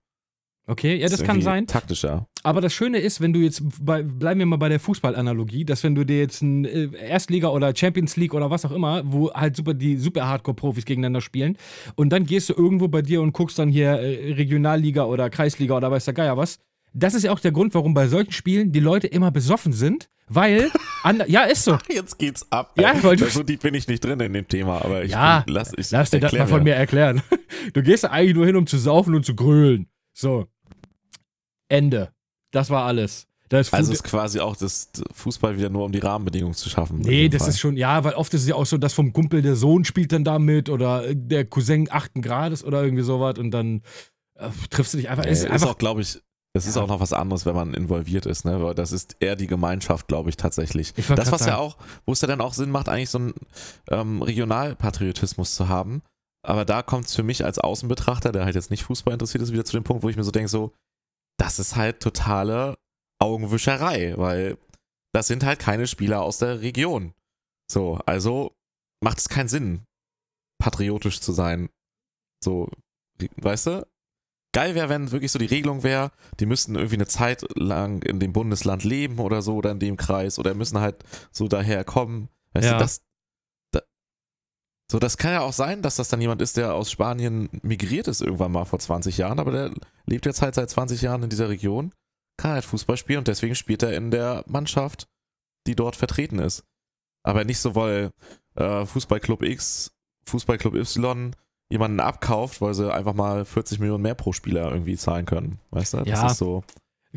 S1: Okay, ja,
S2: Ist
S1: das kann
S2: irgendwie
S1: sein.
S2: Taktischer.
S1: Aber das Schöne ist, wenn du jetzt, bei, bleiben wir mal bei der Fußballanalogie, dass wenn du dir jetzt ein äh, Erstliga oder Champions League oder was auch immer, wo halt super die super Hardcore-Profis gegeneinander spielen, und dann gehst du irgendwo bei dir und guckst dann hier äh, Regionalliga oder Kreisliga oder weiß der Geier was. Das ist ja auch der Grund, warum bei solchen Spielen die Leute immer besoffen sind, weil. ander- ja, ist so.
S2: Jetzt geht's ab.
S1: Ja,
S2: ey.
S1: weil du-
S2: Da so deep bin ich nicht drin in dem Thema, aber ich
S1: Ja,
S2: bin- lass, ich
S1: Lass dir das
S2: erklär
S1: mal von mir erklären. Du gehst da eigentlich nur hin, um zu saufen und zu grölen. So. Ende. Das war alles. Da ist
S2: Also
S1: Food-
S2: ist quasi auch das Fußball wieder nur um die Rahmenbedingungen zu schaffen. in
S1: Nee,
S2: dem
S1: das
S2: Fall.
S1: ist schon, ja, weil oft ist es ja auch so, dass vom Kumpel der Sohn spielt dann da mit oder äh, der Cousin achten Grades oder irgendwie sowas und dann äh, triffst du dich einfach.
S2: Nee,
S1: es ist
S2: ist
S1: einfach
S2: auch, glaube ich, das ist
S1: Ja.
S2: auch noch was anderes, wenn man involviert ist, ne? Weil das ist eher die Gemeinschaft, glaube ich, tatsächlich.
S1: Ich wollt
S2: das,
S1: grad
S2: was ja
S1: sagen.
S2: auch, wo es ja dann auch Sinn macht, eigentlich so einen ähm, Regionalpatriotismus zu haben. Aber da kommt es für mich als Außenbetrachter, der halt jetzt nicht Fußball interessiert ist, wieder zu dem Punkt, wo ich mir so denke, so, das ist halt totale Augenwischerei, weil das sind halt keine Spieler aus der Region. So, also macht es keinen Sinn, patriotisch zu sein. So, weißt du? Geil wäre, wenn wirklich so die Regelung wäre, die müssten irgendwie eine Zeit lang in dem Bundesland leben oder so oder in dem Kreis oder müssen halt so daher kommen. Weißt
S1: Ja.
S2: du, das, da, so, das kann ja auch sein, dass das dann jemand ist, der aus Spanien migriert ist irgendwann mal vor 20 Jahren, aber der lebt jetzt halt seit 20 Jahren in dieser Region, kann halt Fußball spielen und deswegen spielt er in der Mannschaft, die dort vertreten ist. Aber nicht so, weil äh, Fußballclub X, Fußballclub Y jemanden abkauft, weil sie einfach mal 40 Millionen mehr pro Spieler irgendwie zahlen können. Weißt du?
S1: Ja.
S2: Das ist so.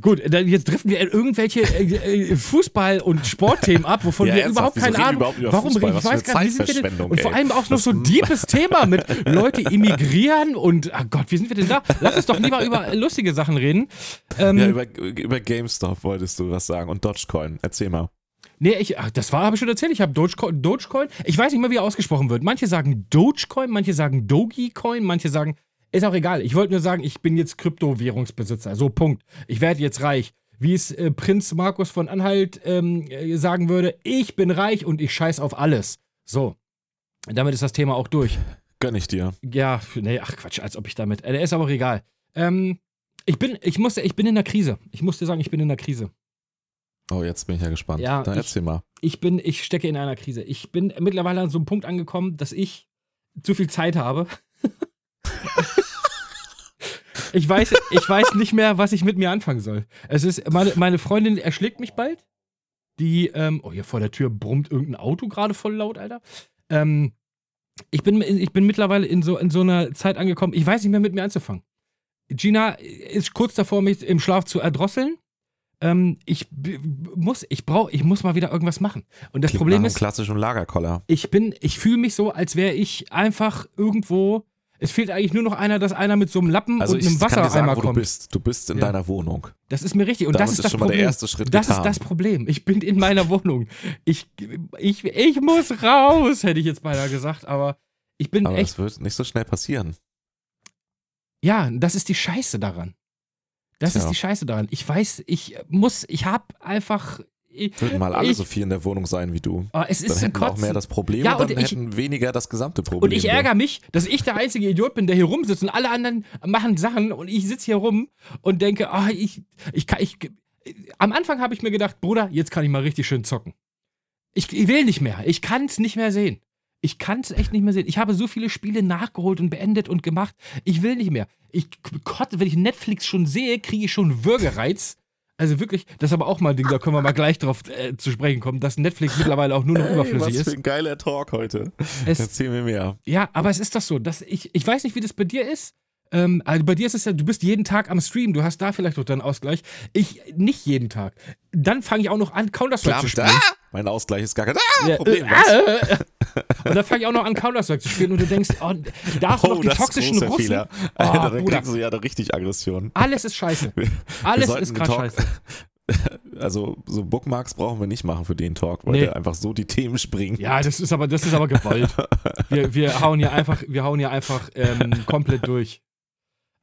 S1: gut, dann jetzt driften wir in irgendwelche äh, äh, Fußball- und Sportthemen ab, wovon
S2: Ja,
S1: wir
S2: ernsthaft,
S1: überhaupt
S2: wieso
S1: keine
S2: reden wir
S1: Ahnung
S2: überhaupt um über
S1: warum
S2: Fußball?
S1: reden. Ich
S2: Was
S1: weiß
S2: für eine
S1: gar nicht, wie sind wir denn?
S2: Zeitverschwendung,
S1: Und vor
S2: ey.
S1: allem auch noch
S2: Das-
S1: so ein deepes Thema mit Leute emigrieren und, ah Gott, wie sind wir denn da? Lass uns doch lieber über lustige Sachen reden. Ähm,
S2: Ja, über, über GameStop wolltest du was sagen und Dogecoin. Erzähl mal.
S1: Nee, ich, ach, das war, habe ich schon erzählt. Ich habe Dogecoin, Dogecoin. Ich weiß nicht mehr, wie er ausgesprochen wird. Manche sagen Dogecoin, manche sagen Dogecoin, manche sagen. Ist auch egal. Ich wollte nur sagen, ich bin jetzt Kryptowährungsbesitzer. So, Punkt. Ich werde jetzt reich. Wie es äh, Prinz Markus von Anhalt ähm, äh, sagen würde, ich bin reich und ich scheiß auf alles. So. Damit ist das Thema auch durch.
S2: Gönn ich dir.
S1: Ja, nee, ach Quatsch, als ob ich damit. Äh, ist aber auch egal. Ähm, ich bin, ich musste, ich bin in der Krise. Ich musste sagen, ich bin in der Krise.
S2: Oh, jetzt bin ich ja gespannt.
S1: Ja,
S2: Dann
S1: ich-
S2: erzähl mal.
S1: ich bin, ich stecke in einer Krise. Ich bin mittlerweile an so einem Punkt angekommen, dass ich zu viel Zeit habe. ich, weiß, ich weiß nicht mehr, was ich mit mir anfangen soll. Es ist, meine, meine Freundin erschlägt mich bald. Die, ähm, oh, hier vor der Tür brummt irgendein Auto gerade voll laut, Alter. Ähm, ich, bin, ich bin mittlerweile in so, in so einer Zeit angekommen, ich weiß nicht mehr, mit mir anzufangen. Gina ist kurz davor, mich im Schlaf zu erdrosseln. Ähm, ich b- muss, ich brauche, ich muss mal wieder irgendwas machen. Und das
S2: Klingt
S1: Problem
S2: nach einem
S1: ist,
S2: klassischen Lagerkoller.
S1: ich bin, ich fühle mich so, als wäre ich einfach irgendwo. Es fehlt eigentlich nur noch einer, dass einer mit so einem Lappen
S2: Also
S1: und
S2: ich
S1: einem
S2: kann dir sagen,
S1: Wassereimer
S2: wo du
S1: kommt.
S2: bist. Du bist in
S1: Ja.
S2: deiner Wohnung.
S1: Das ist mir richtig. Und
S2: Damit
S1: das ist,
S2: ist
S1: das
S2: schon mal der
S1: Problem.
S2: erste Schritt
S1: das
S2: getan.
S1: ist das Problem. Ich bin in meiner Wohnung. Ich, ich, ich muss raus, hätte ich jetzt beinahe gesagt. Aber ich bin
S2: Aber
S1: echt.
S2: das wird nicht so schnell passieren.
S1: Ja, das ist die Scheiße daran. Das
S2: Tja.
S1: ist die Scheiße daran. Ich weiß, ich muss, ich habe einfach, Ich,
S2: Würden mal alle
S1: ich,
S2: so viel in der Wohnung sein wie du.
S1: oh, es
S2: Dann
S1: ist ein
S2: hätten wir auch
S1: Kotzen.
S2: mehr das Problem
S1: Ja, und
S2: und dann
S1: ich-
S2: hätten weniger das gesamte Problem.
S1: und ich ärgere mich, dass ich der einzige Idiot bin, der hier rumsitzt und alle anderen machen Sachen und ich sitze hier rum und denke, ah, ich, ich kann, ich, am Anfang habe ich mir gedacht, Bruder, jetzt kann ich mal richtig schön zocken. Ich, ich will nicht mehr. Ich kann es nicht mehr sehen. Ich kann es echt nicht mehr sehen. Ich habe so viele Spiele nachgeholt und beendet und gemacht. Ich will nicht mehr. Ich kotze, wenn ich Netflix schon sehe, kriege ich schon Würgereiz. Also wirklich, das ist aber auch mal ein Ding, da können wir mal gleich drauf äh, zu sprechen kommen, dass Netflix mittlerweile auch nur noch
S2: Hey, was
S1: überflüssig
S2: für
S1: ist.
S2: ein geiler Talk heute.
S1: Es,
S2: Erzähl mir mehr.
S1: ja, aber es ist doch so, dass ich, ich weiß nicht, wie das bei dir ist. Ähm, also bei dir ist es ja, du bist jeden Tag am Stream, du hast da vielleicht noch deinen Ausgleich. Ich nicht jeden Tag. Dann fange ich auch noch an, Counter-Strike
S2: Klar,
S1: zu spielen.
S2: ah, mein Ausgleich ist gar kein ah,
S1: Ja,
S2: Problem.
S1: äh,
S2: was?
S1: äh, äh. und dann fange ich auch noch an, Counter-Strike zu spielen und du denkst, oh, da ist noch die
S2: das ist
S1: toxischen
S2: großer
S1: Russen.
S2: Fehler.
S1: Oh,
S2: Alter, dann
S1: Bruder.
S2: kriegst du ja da richtig Aggression.
S1: Alles ist scheiße.
S2: Wir-
S1: Alles
S2: sollten
S1: ist gerade
S2: getalkt-
S1: scheiße.
S2: Also, so Bookmarks brauchen wir nicht machen für den Talk, weil
S1: Nee.
S2: der einfach so die Themen springt.
S1: Ja, das ist aber, das ist aber gewollt. Wir, wir hauen hier einfach, wir hauen hier einfach ähm, komplett durch.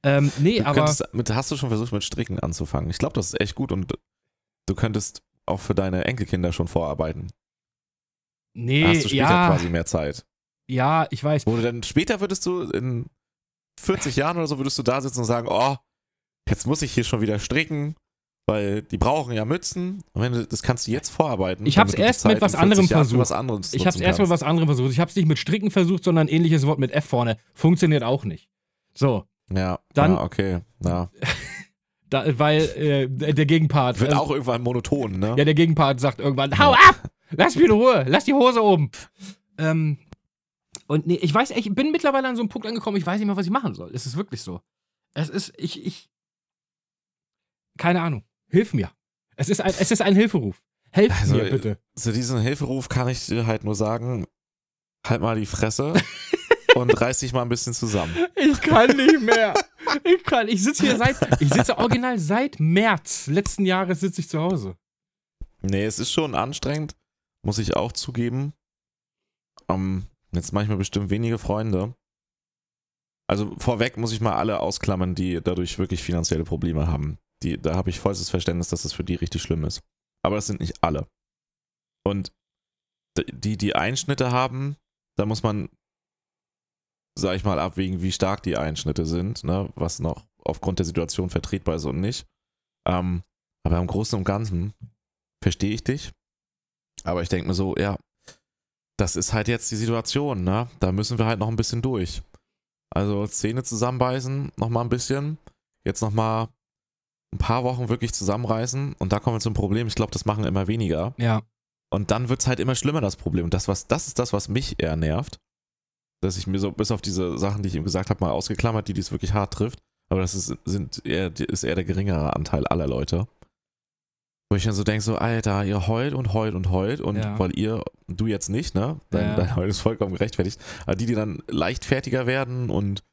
S1: Ähm, nee,
S2: Du
S1: aber.
S2: könntest, mit, hast du schon versucht, mit Stricken anzufangen? Ich glaube, das ist echt gut und du könntest auch für deine Enkelkinder schon vorarbeiten.
S1: Nee,
S2: Da hast du später
S1: Äh, ja,
S2: quasi mehr Zeit.
S1: ja, ich weiß.
S2: Wo du dann später würdest du in 40 Jahren oder so würdest du da sitzen und sagen, oh, jetzt muss ich hier schon wieder stricken, weil die brauchen ja Mützen. Und wenn du, das kannst du jetzt vorarbeiten.
S1: Ich hab's
S2: damit du die
S1: erst
S2: Zeit
S1: mit was
S2: in 40
S1: anderem
S2: Jahren für
S1: versucht.
S2: Was anderes
S1: Ich hab's
S2: nutzen
S1: erstmal
S2: kannst.
S1: was anderem versucht. Ich hab's nicht mit Stricken versucht, sondern ein ähnliches Wort mit F vorne. Funktioniert auch nicht. So,
S2: Ja,
S1: Dann-
S2: ja okay. Ja.
S1: da, weil äh, der Gegenpart.
S2: Wird
S1: äh,
S2: auch irgendwann monoton, ne?
S1: ja, der Gegenpart sagt irgendwann, hau ab! Lass mich in Ruhe, lass die Hose oben. Ähm, und nee, ich weiß, ich bin mittlerweile an so einem Punkt angekommen, ich weiß nicht mehr, was ich machen soll. Es ist wirklich so. Es ist, ich, ich. Keine Ahnung. Hilf mir. Es ist ein, es ist ein Hilferuf. Helft
S2: Also,
S1: mir bitte.
S2: Zu diesem Hilferuf kann ich dir halt nur sagen, halt mal die Fresse und reiß dich mal ein bisschen zusammen.
S1: Ich kann nicht mehr. Ich kann, ich sitze hier seit, ich sitze original seit März letzten Jahres sitze ich zu Hause.
S2: Nee, es ist schon anstrengend, muss ich auch zugeben. Ähm, jetzt manchmal bestimmt wenige Freunde. Also vorweg muss ich mal alle ausklammern, die dadurch wirklich finanzielle Probleme haben. Die, da habe ich vollstes Verständnis, dass das für die richtig schlimm ist. Aber das sind nicht alle. Und d- die, die Einschnitte haben, da muss man, sag ich mal, abwägen, wie stark die Einschnitte sind, ne? was noch aufgrund der Situation vertretbar ist und nicht. Ähm, aber im Großen und Ganzen verstehe ich dich. Aber ich denke mir so, ja, das ist halt jetzt die Situation, ne? Da müssen wir halt noch ein bisschen durch. Also Zähne zusammenbeißen, nochmal ein bisschen. Jetzt nochmal ein paar Wochen wirklich zusammenreißen. Und da kommen wir zum Problem. Ich glaube, das machen immer weniger.
S1: Ja.
S2: Und dann wird es halt immer schlimmer, das Problem. Und das, was, das ist das, was mich eher nervt. Dass ich mir so bis auf diese Sachen, die ich ihm gesagt habe, mal ausgeklammert, die dies wirklich hart trifft. Aber das ist, sind eher, ist eher der geringere Anteil aller Leute. Wo ich dann so denke, so, Alter, ihr heult und heult und heult. Und
S1: Ja.
S2: weil ihr, du jetzt nicht, ne? Dein,
S1: Ja.
S2: dein Heul ist vollkommen gerechtfertigt. Aber die, die dann leichtfertiger werden und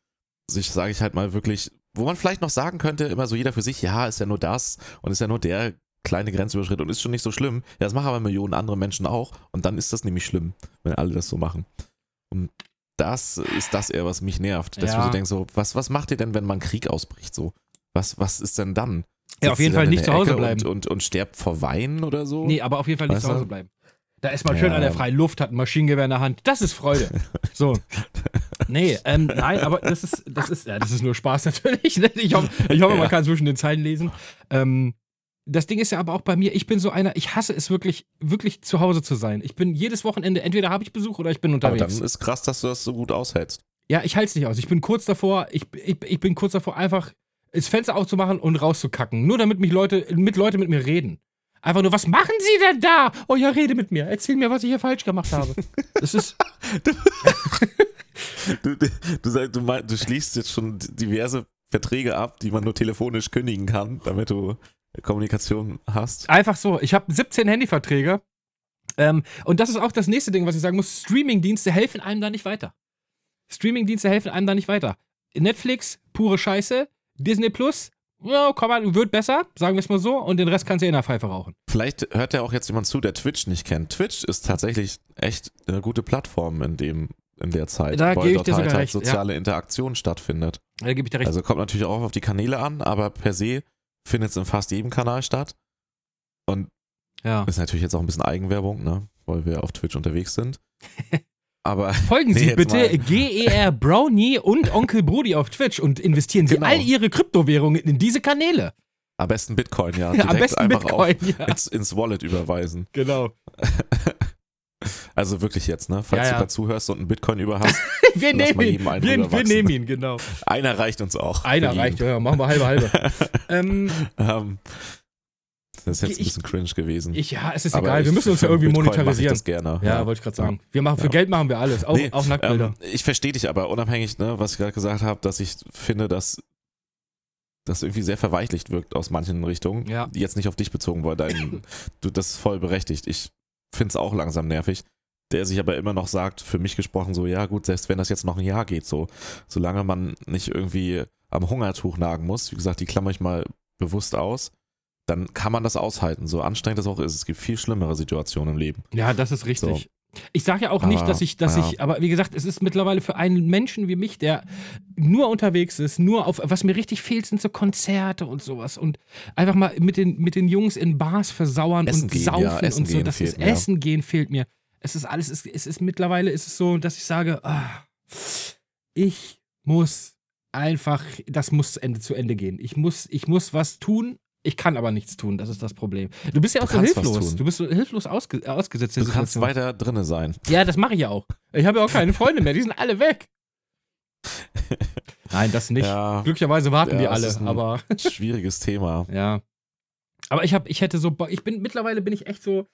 S2: sich, sage ich halt mal, wirklich, wo man vielleicht noch sagen könnte, immer so jeder für sich, ja, ist ja nur das und ist ja nur der kleine Grenzüberschritt und ist schon nicht so schlimm. Ja, das machen aber Millionen andere Menschen auch und dann ist das nämlich schlimm, wenn alle das so machen. Und das ist das eher, was mich nervt.
S1: Ja.
S2: Dass ich mir so denke, so, was, was macht ihr denn, wenn man Krieg ausbricht? So, was, was ist denn dann?
S1: Ja, auf
S2: Sitzt ihr
S1: jeden
S2: dann
S1: Fall
S2: in
S1: nicht zu
S2: der
S1: Hause
S2: Ecke
S1: bleiben.
S2: Und, und, und sterbt vor Weinen oder so?
S1: Nee, aber auf jeden Fall nicht
S2: Weißt
S1: zu
S2: du?
S1: Hause bleiben. Da ist man schön
S2: Ja.
S1: an der freien Luft, hat ein Maschinengewehr in der Hand. Das ist Freude. So. Nee, ähm, nein, aber das ist, das ist, ja, das ist nur Spaß natürlich. ne? Ich hoffe, ich hoffe
S2: Ja.
S1: man kann zwischen den Zeilen lesen. Ähm, das Ding ist ja aber auch bei mir, ich bin so einer, ich hasse es wirklich, wirklich zu Hause zu sein. Ich bin jedes Wochenende, entweder habe ich Besuch oder ich bin
S2: aber
S1: unterwegs.
S2: dann ist krass, dass du das so gut aushältst.
S1: Ja, ich halte es nicht aus. Ich bin kurz davor, ich, ich, ich bin kurz davor, einfach das Fenster aufzumachen und rauszukacken. Nur damit mich Leute, mit Leute mit mir reden. Einfach nur, was machen Sie denn da? Oh ja, rede mit mir. Erzähl mir, was ich hier falsch gemacht habe. Das ist.
S2: Du, du, sagst, du, mein, du schließt jetzt schon diverse Verträge ab, die man nur telefonisch kündigen kann, damit du Kommunikation hast.
S1: Einfach so. Ich habe 17 Handyverträge. Ähm, und das ist auch das nächste Ding, was ich sagen muss. Streamingdienste helfen einem da nicht weiter. Streamingdienste helfen einem da nicht weiter. Netflix, pure Scheiße. Disney Plus, ja, komm mal, wird besser, sagen wir es mal so. Und den Rest kannst du eh in der Pfeife rauchen.
S2: Vielleicht hört ja auch jetzt jemand zu, der Twitch nicht kennt. Twitch ist tatsächlich echt eine gute Plattform in dem in der Zeit,
S1: Da
S2: weil
S1: gebe ich
S2: dort
S1: dir
S2: halt,
S1: sogar
S2: halt
S1: recht, ja.
S2: soziale Interaktion stattfindet.
S1: Da gebe ich dir recht.
S2: Also kommt natürlich auch auf die Kanäle an, aber per se findet es in fast jedem Kanal statt. Und
S1: Ja.
S2: Ist natürlich jetzt auch ein bisschen Eigenwerbung, ne? Weil wir auf Twitch unterwegs sind. Aber
S1: Folgen
S2: Nee,
S1: Sie
S2: jetzt
S1: bitte
S2: mal.
S1: GER Brownie und Onkel Brody auf Twitch und investieren Sie
S2: Genau.
S1: all Ihre Kryptowährungen in diese Kanäle.
S2: am besten Bitcoin, ja.
S1: Am
S2: Direkt
S1: besten
S2: einfach
S1: Bitcoin.
S2: Auf,
S1: Ja,
S2: ins, ins Wallet überweisen.
S1: genau.
S2: Also wirklich jetzt, ne? Falls
S1: Ja,
S2: du
S1: ja.
S2: gerade zuhörst und einen Bitcoin über hast,
S1: Wir
S2: Lass
S1: nehmen
S2: mal
S1: ihn.
S2: jedem einen
S1: Wir, wir
S2: rüberwachsen.
S1: nehmen ihn, genau.
S2: einer reicht uns auch.
S1: Einer
S2: Für
S1: reicht,
S2: jeden.
S1: ja, ja, machen wir halbe, halbe. ähm,
S2: Ähm, das ist jetzt
S1: Ich-
S2: ein bisschen cringe gewesen.
S1: ich, ja, es ist
S2: Aber
S1: egal, wir
S2: ich-
S1: müssen uns
S2: für
S1: ja irgendwie
S2: Bitcoin Mach ich
S1: monetarisieren.
S2: das gerne.
S1: Ja, wollte ich gerade sagen. Wir machen, für
S2: Ja.
S1: Geld machen wir alles, auch,
S2: Nee,
S1: auch Nacktbilder.
S2: Ähm, ich verstehe dich aber, unabhängig, ne, was ich gerade gesagt habe, dass ich finde, dass das irgendwie sehr verweichlicht wirkt aus manchen Richtungen.
S1: Ja.
S2: Die Jetzt nicht auf dich bezogen, weil dein, du, das ist voll berechtigt. Ich finde es auch langsam nervig. Der sich aber immer noch sagt, für mich gesprochen, so, ja gut, selbst wenn das jetzt noch ein Jahr geht, so, solange man nicht irgendwie am Hungertuch nagen muss, wie gesagt, die klammer ich mal bewusst aus, dann kann man das aushalten, so anstrengend das auch ist. Es gibt viel schlimmere Situationen im Leben.
S1: Ja, das ist richtig. Ich sage ja auch nicht,
S2: Aber,
S1: dass ich, dass
S2: Ah, ja.
S1: ich, aber wie gesagt, es ist mittlerweile für einen Menschen wie mich, der nur unterwegs ist, nur auf, was mir richtig fehlt, sind so Konzerte und sowas und einfach mal mit den, mit den Jungs in Bars versauern
S2: Essen
S1: und
S2: gehen, ja,
S1: saufen
S2: Essen
S1: und so.
S2: gehen
S1: Das
S2: fehlt
S1: ist,
S2: mir, ja.
S1: Essen gehen fehlt mir. Es ist alles, es, es ist mittlerweile ist es so, dass ich sage, ah, ich muss einfach, das muss Ende zu Ende gehen. Ich muss, ich muss was tun. Ich kann aber nichts tun, das ist das Problem. Du bist ja
S2: Du
S1: auch so
S2: kannst was
S1: hilflos.
S2: tun.
S1: Du bist so hilflos ausge äh, ausgesetzt. der
S2: Du kannst
S1: Situation.
S2: weiter drinne sein.
S1: Ja, das mache ich ja auch. Ich habe ja auch keine Freunde mehr, die sind alle weg. Nein, das nicht.
S2: Ja,
S1: Glücklicherweise warten
S2: Ja,
S1: wir
S2: es
S1: alle,
S2: ist ein-
S1: aber
S2: schwieriges Thema.
S1: ja. Aber ich habe, ich hätte so, Bock- ich bin, mittlerweile bin ich echt so,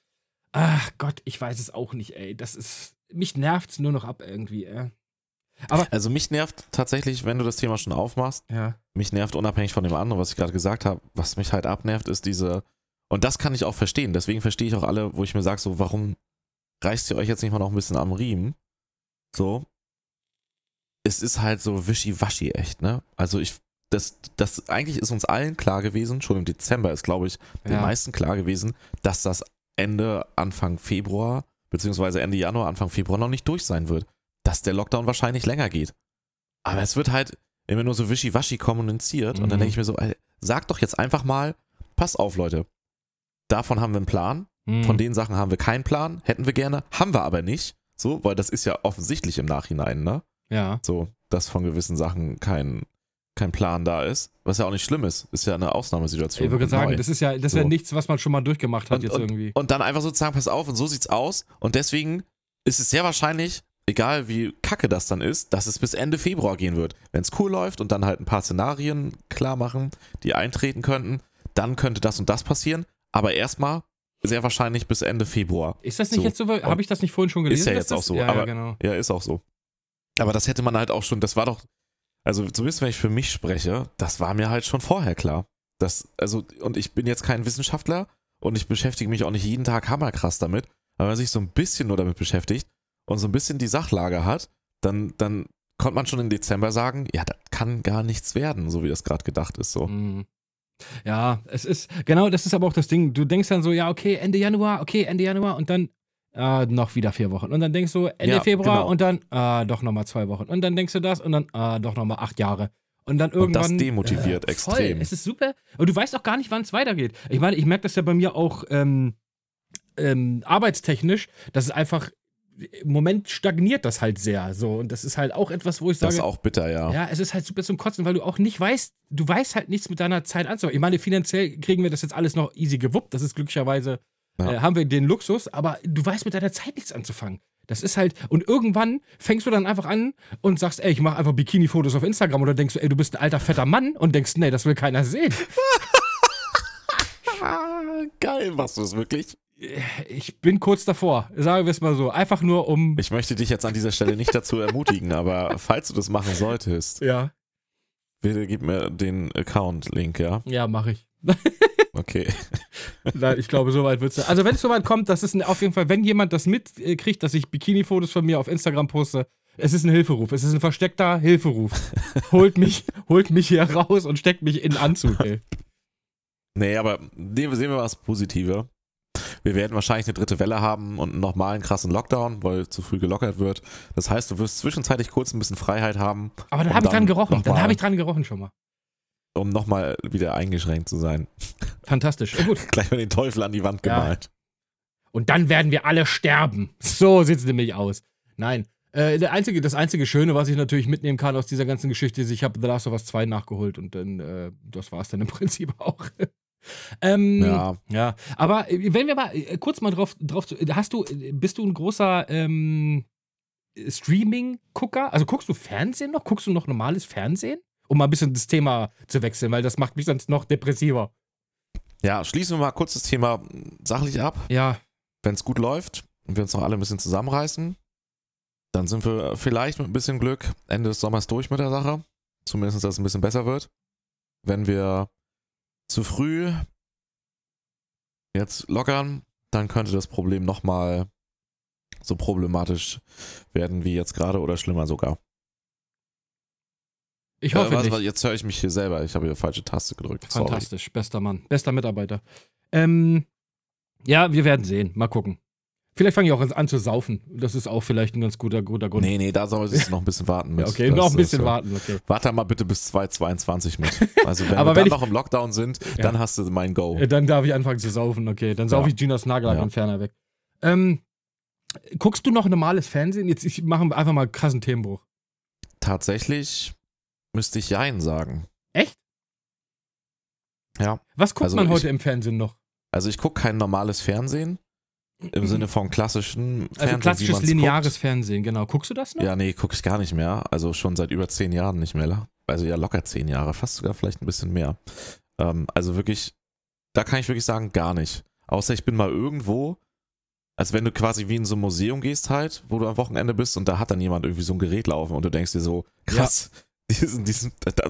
S1: ach Gott, ich weiß es auch nicht, ey. Das ist, mich nervt's nur noch ab irgendwie, ey.
S2: Also mich nervt tatsächlich, wenn du das Thema schon aufmachst,
S1: Ja.
S2: mich nervt unabhängig von dem anderen, was ich gerade gesagt habe, was mich halt abnervt, ist diese, und das kann ich auch verstehen, deswegen verstehe ich auch alle, wo ich mir sage, so, warum reißt ihr euch jetzt nicht mal noch ein bisschen am Riemen? So. Es ist halt so wischiwaschi echt, ne? Also ich, das, das, eigentlich ist uns allen klar gewesen, schon im Dezember ist, glaube ich, den
S1: ja.
S2: meisten klar gewesen, dass das Ende, Anfang Februar, beziehungsweise Ende Januar, Anfang Februar noch nicht durch sein wird. Dass der Lockdown wahrscheinlich länger geht. Aber es wird halt immer nur so wischiwaschi kommuniziert und
S1: Mhm.
S2: dann denke ich mir so, ey, sag doch jetzt einfach mal, passt auf, Leute. Davon haben wir einen Plan,
S1: Hm.
S2: von den Sachen haben wir keinen Plan, hätten wir gerne, haben wir aber nicht. So, weil das ist ja offensichtlich im Nachhinein, ne?
S1: Ja.
S2: So, dass von gewissen Sachen kein, kein Plan da ist. Was ja auch nicht schlimm ist, ist ja eine Ausnahmesituation.
S1: Ich würde
S2: und
S1: sagen,
S2: neu.
S1: das ist ja, das ist ja
S2: So.
S1: nichts, was man schon mal durchgemacht hat
S2: Und-
S1: jetzt irgendwie.
S2: und dann einfach sozusagen, pass auf, und so sieht's aus. Und deswegen ist es sehr wahrscheinlich, egal wie kacke das dann ist, dass es bis Ende Februar gehen wird. Wenn's cool läuft und dann halt ein paar Szenarien klar machen, die eintreten könnten, dann könnte das und das passieren. Aber erstmal sehr wahrscheinlich bis Ende Februar.
S1: Ist das nicht
S2: So.
S1: jetzt so, habe ich das nicht vorhin schon gelesen?
S2: ja
S1: dass
S2: jetzt
S1: das,
S2: auch so,
S1: Ja, ja,
S2: aber-
S1: genau.
S2: Ja, ist auch so. Aber das hätte man halt auch schon, das war doch, also zumindest wenn ich für mich spreche, das war mir halt schon vorher klar. Das, also, und ich bin jetzt kein Wissenschaftler und ich beschäftige mich auch nicht jeden Tag hammerkrass damit, aber wenn man sich so ein bisschen nur damit beschäftigt und so ein bisschen die Sachlage hat, dann, dann konnte man schon im Dezember sagen, ja, das kann gar nichts werden, so wie das gerade gedacht ist. So.
S1: Mhm. Ja, es ist, genau, das ist aber auch das Ding. Du denkst dann so, ja, okay, Ende Januar, okay, Ende Januar und dann ah, noch wieder vier Wochen. Und dann denkst du, Ende
S2: Ja,
S1: Februar
S2: genau.
S1: und dann ah, doch nochmal zwei Wochen. Und dann denkst du das und dann ah, doch nochmal acht Jahre. Und dann irgendwann. äh,
S2: das demotiviert
S1: Voll.
S2: extrem.
S1: Es ist super. Und du weißt auch gar nicht, wann es weitergeht. Ich meine, ich merke das ja bei mir auch ähm, ähm, arbeitstechnisch, dass es einfach. Im Moment stagniert das halt sehr so. Und das ist halt auch etwas, wo ich sage.
S2: Das ist auch bitter, ja.
S1: Ja, es ist halt super zum Kotzen, weil du auch nicht weißt, du weißt halt nichts mit deiner Zeit anzufangen. Ich meine, finanziell kriegen wir das jetzt alles noch easy gewuppt. Das ist glücklicherweise,
S2: Ja.
S1: äh, haben wir den Luxus, aber du weißt mit deiner Zeit nichts anzufangen. Das ist halt, und irgendwann fängst du dann einfach an und sagst, ey, ich mache einfach Bikini-Fotos auf Instagram oder denkst du, ey, du bist ein alter, fetter Mann und denkst, nee, das will keiner sehen.
S2: Ah, geil, machst du es wirklich?
S1: Ich bin kurz davor, sagen wir es mal so. Einfach nur um.
S2: Ich möchte dich jetzt an dieser Stelle nicht dazu ermutigen, aber falls du das machen solltest,
S1: Ja.
S2: Bitte gib mir den Account-Link, ja?
S1: Ja, mache ich.
S2: Okay.
S1: Nein, ich glaube, so weit wird's. nicht. Also, wenn es so weit kommt, das ist ein, auf jeden Fall, wenn jemand das mitkriegt, dass ich Bikini-Fotos von mir auf Instagram poste, es ist ein Hilferuf. Es ist ein versteckter Hilferuf. Holt mich, holt mich hier raus und steckt mich in einen Anzug, ey.
S2: Nee, aber ne- sehen wir mal das Positive. Wir werden wahrscheinlich eine dritte Welle haben und einen normalen krassen Lockdown, weil zu früh gelockert wird. Das heißt, du wirst zwischenzeitlich kurz ein bisschen Freiheit haben,
S1: Aber dann
S2: Und
S1: habe ich dran
S2: dann
S1: gerochen.
S2: noch
S1: Dann
S2: mal.
S1: habe ich dran gerochen schon mal.
S2: um nochmal wieder eingeschränkt zu sein.
S1: Fantastisch. Ja, gut.
S2: Gleich mal den Teufel an die Wand
S1: Ja.
S2: gemalt.
S1: und dann werden wir alle sterben. So sieht es nämlich aus. Nein. Äh, der einzige, das einzige Schöne, was ich natürlich mitnehmen kann aus dieser ganzen Geschichte, ist, ich habe The Last of Us 2 nachgeholt und dann, äh, das war es dann im Prinzip auch. ähm,
S2: Ja.
S1: ja, aber äh, wenn wir mal äh, kurz mal drauf, drauf zu, hast du, äh, bist du ein großer ähm, Streaming-Gucker? Also guckst du Fernsehen noch? Guckst du noch normales Fernsehen? Um mal ein bisschen das Thema zu wechseln, weil das macht mich sonst noch depressiver.
S2: Ja, schließen wir mal kurz das Thema sachlich ab.
S1: Ja,
S2: Wenn es gut läuft und wir uns noch alle ein bisschen zusammenreißen, dann sind wir vielleicht mit ein bisschen Glück Ende des Sommers durch mit der Sache. Zumindest, dass es ein bisschen besser wird. Wenn wir zu früh jetzt lockern, dann könnte das Problem nochmal so problematisch werden wie jetzt gerade oder schlimmer sogar.
S1: ich hoffe
S2: Äh, was-
S1: nicht.
S2: was- Jetzt höre ich mich hier selber. Ich habe hier falsche Taste gedrückt. Sorry.
S1: Fantastisch, bester Mann, bester Mitarbeiter. Ähm, ja, wir werden sehen. Mal gucken. Vielleicht fange ich auch an zu saufen. Das ist auch vielleicht ein ganz guter, guter Grund.
S2: Nee, nee, da solltest du noch ein bisschen warten.
S1: ja,
S2: mit.
S1: okay,
S2: Das
S1: noch ein
S2: ist
S1: bisschen
S2: so.
S1: warten. Okay.
S2: Warte mal bitte bis 2022 mit. Also wenn
S1: Aber wenn
S2: wir dann
S1: ich-
S2: noch im Lockdown sind,
S1: Ja.
S2: dann hast du mein Go.
S1: Äh, Dann darf ich anfangen zu saufen. Okay, dann saufe
S2: Oh. Ja.
S1: ich Ginas
S2: Ja.
S1: Nagellackentferner weg. Ähm, guckst du noch normales Fernsehen? Jetzt ich, machen wir einfach mal einen krassen Themenbruch.
S2: Tatsächlich müsste ich Jein sagen.
S1: Echt?
S2: Ja.
S1: Was guckt
S2: Also
S1: man
S2: ich-
S1: heute im Fernsehen noch?
S2: Also ich gucke kein normales Fernsehen im Sinne von klassischen Fernsehen.
S1: Mhm. Also
S2: wie
S1: klassisches
S2: man's
S1: lineares Fernsehen, genau. Guckst du das noch?
S2: Guckt. Ja, nee, gucke ich gar nicht mehr. Also schon seit über zehn Jahren nicht mehr. la- Also ja, locker zehn Jahre, fast sogar vielleicht ein bisschen mehr. Ähm, also wirklich, da kann ich wirklich sagen, gar nicht. Außer ich bin mal irgendwo, als wenn du quasi wie in so ein Museum gehst halt, wo du am Wochenende bist und da hat dann jemand irgendwie so ein Gerät laufen und du denkst dir so, krass, diesen, diesen, da, da,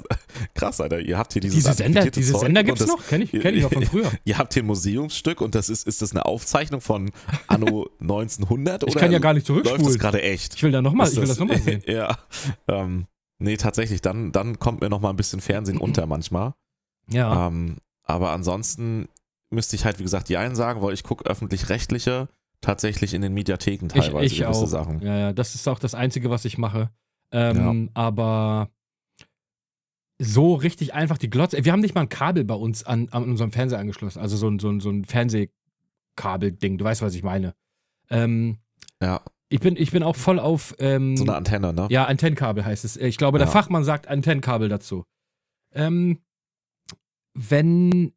S2: krass, Alter, ihr habt hier dieses
S1: diese Sender,
S2: antiquierte
S1: diese
S2: Zeug
S1: Sender
S2: und
S1: gibt's
S2: das-
S1: noch? Kenn ich, kenn ich noch von früher.
S2: Ihr habt hier ein Museumsstück und das ist, ist das eine Aufzeichnung von Anno 1900
S1: Ich
S2: oder
S1: kann ja gar nicht
S2: läuft das
S1: zurückspulen.
S2: gerade echt?
S1: Ich will da nochmal,
S2: Ist
S1: ich will das nochmal sehen.
S2: ja. Ähm, nee, tatsächlich, dann, dann kommt mir nochmal ein bisschen Fernsehen
S1: Mhm.
S2: unter manchmal.
S1: Ja.
S2: Ähm, aber ansonsten müsste ich halt, wie gesagt, die einen sagen, weil ich gucke öffentlich-rechtliche tatsächlich in den Mediatheken
S1: Ich-
S2: teilweise
S1: ich
S2: gewisse
S1: auch.
S2: Sachen.
S1: Ja, ja, das ist auch das Einzige, was ich mache. Ähm, Aber so richtig einfach die Glotze. Wir haben nicht mal ein Kabel bei uns an, an unserem Fernseher angeschlossen. Also so ein, so ein, so ein Fernsehkabelding. Du weißt, was ich meine. Ähm,
S2: Ja,
S1: ich, bin, ich bin auch voll auf. Ähm,
S2: so eine Antenne, ne?
S1: ja, Antennenkabel heißt es. Ich glaube, der
S2: Ja.
S1: Fachmann sagt Antennenkabel dazu. Ähm, wenn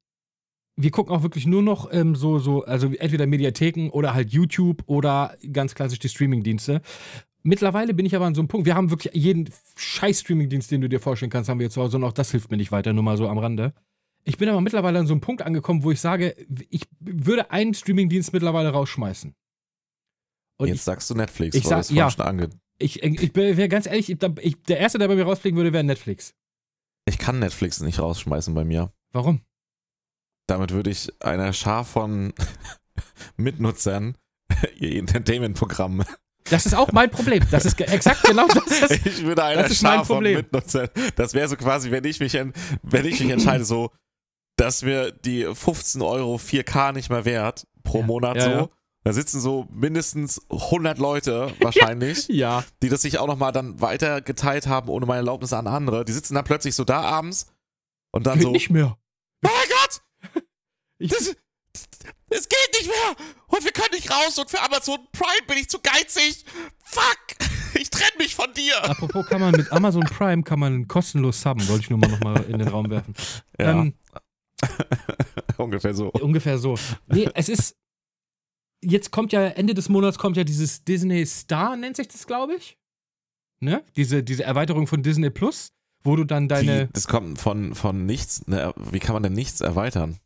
S1: wir gucken auch wirklich nur noch ähm, so, so, also entweder Mediatheken oder halt YouTube oder ganz klassisch die Streamingdienste. Mittlerweile bin ich aber an so einem Punkt, wir haben wirklich jeden scheiß Streamingdienst, den du dir vorstellen kannst, haben wir jetzt zu Hause und auch das hilft mir nicht weiter, nur mal so am Rande. Ich bin aber mittlerweile an so einem Punkt angekommen, wo ich sage, ich würde einen Streamingdienst mittlerweile rausschmeißen. Und ich-
S2: Jetzt sagst du Netflix,
S1: ich
S2: weil
S1: sag-
S2: du es vorhin
S1: ja.
S2: schon ange
S1: ich, ich wäre ganz ehrlich, ich, ich, der Erste, der bei mir rausfliegen würde, wäre Netflix.
S2: Ich kann Netflix nicht rausschmeißen bei mir.
S1: Warum?
S2: Damit würde ich einer Schar von Mitnutzern ihr Entertainment-Programm
S1: Das ist auch mein Problem. Das ist ge- exakt genau das. Was
S2: Ich würde einer
S1: Das ist mein
S2: Schar von
S1: Problem.
S2: Mitnutzern. Das wäre so quasi, wenn ich mich, en wenn ich mich entscheide, so, dass mir die 15 Euro 4K nicht mehr wert pro
S1: Ja.
S2: Monat
S1: Ja,
S2: so.
S1: ja.
S2: Da sitzen so mindestens 100 Leute wahrscheinlich,
S1: ja.
S2: die das sich auch nochmal dann weiter geteilt haben, ohne meine Erlaubnis an andere. Die sitzen dann plötzlich so da abends und dann
S1: Geht
S2: so,
S1: nicht mehr.
S2: oh mein Gott,
S1: Ich,
S2: das, das geht nicht mehr und wir können nicht raus und für Amazon Prime bin ich zu geizig. Fuck, ich trenne mich von dir.
S1: apropos kann man mit Amazon Prime kann man kostenlos subben, wollte ich nur mal nochmal in den Raum werfen. Ähm,
S2: ungefähr so.
S1: ungefähr so. Nee, es ist. Jetzt kommt ja, Ende des Monats kommt ja dieses Disney Star, nennt sich das, glaube ich. Ne? Diese, diese Erweiterung von Disney Plus, wo du dann deine.
S2: Wie, das kommt von, von nichts. Ne, wie kann man denn nichts erweitern?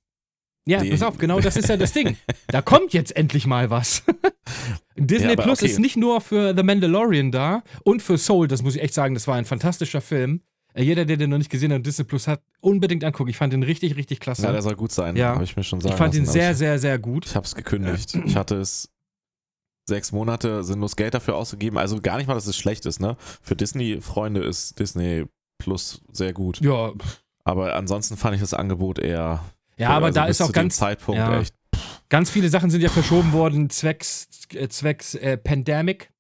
S1: Ja,
S2: Die-
S1: pass auf, genau das ist ja das Ding. Da kommt jetzt endlich mal was. Disney
S2: Ja, aber
S1: Plus
S2: okay.
S1: ist nicht nur für The Mandalorian da und für Soul, das muss ich echt sagen, das war ein fantastischer Film. Äh, Jeder, der den noch nicht gesehen hat und Disney Plus hat, unbedingt angucken. Ich fand den richtig, richtig klasse.
S2: Ja, der soll gut sein,
S1: Ja.
S2: habe ich mir schon
S1: ich
S2: sagen
S1: fand ihn
S2: lassen.
S1: sehr,
S2: aber
S1: sehr, sehr gut.
S2: Ich, ich habe es gekündigt. Ich hatte es sechs Monate sinnlos Geld dafür ausgegeben. Also gar nicht mal, dass es schlecht ist. Ne? Für Disney-Freunde ist Disney Plus sehr gut.
S1: Ja,
S2: Aber ansonsten fand ich das Angebot eher.
S1: ja aber
S2: also
S1: da
S2: bis
S1: ist auch
S2: zu dem
S1: ganz,
S2: Zeitpunkt
S1: ja.
S2: echt.
S1: ganz viele Sachen sind ja verschoben worden, zwecks, äh, zwecks äh, Pandemic.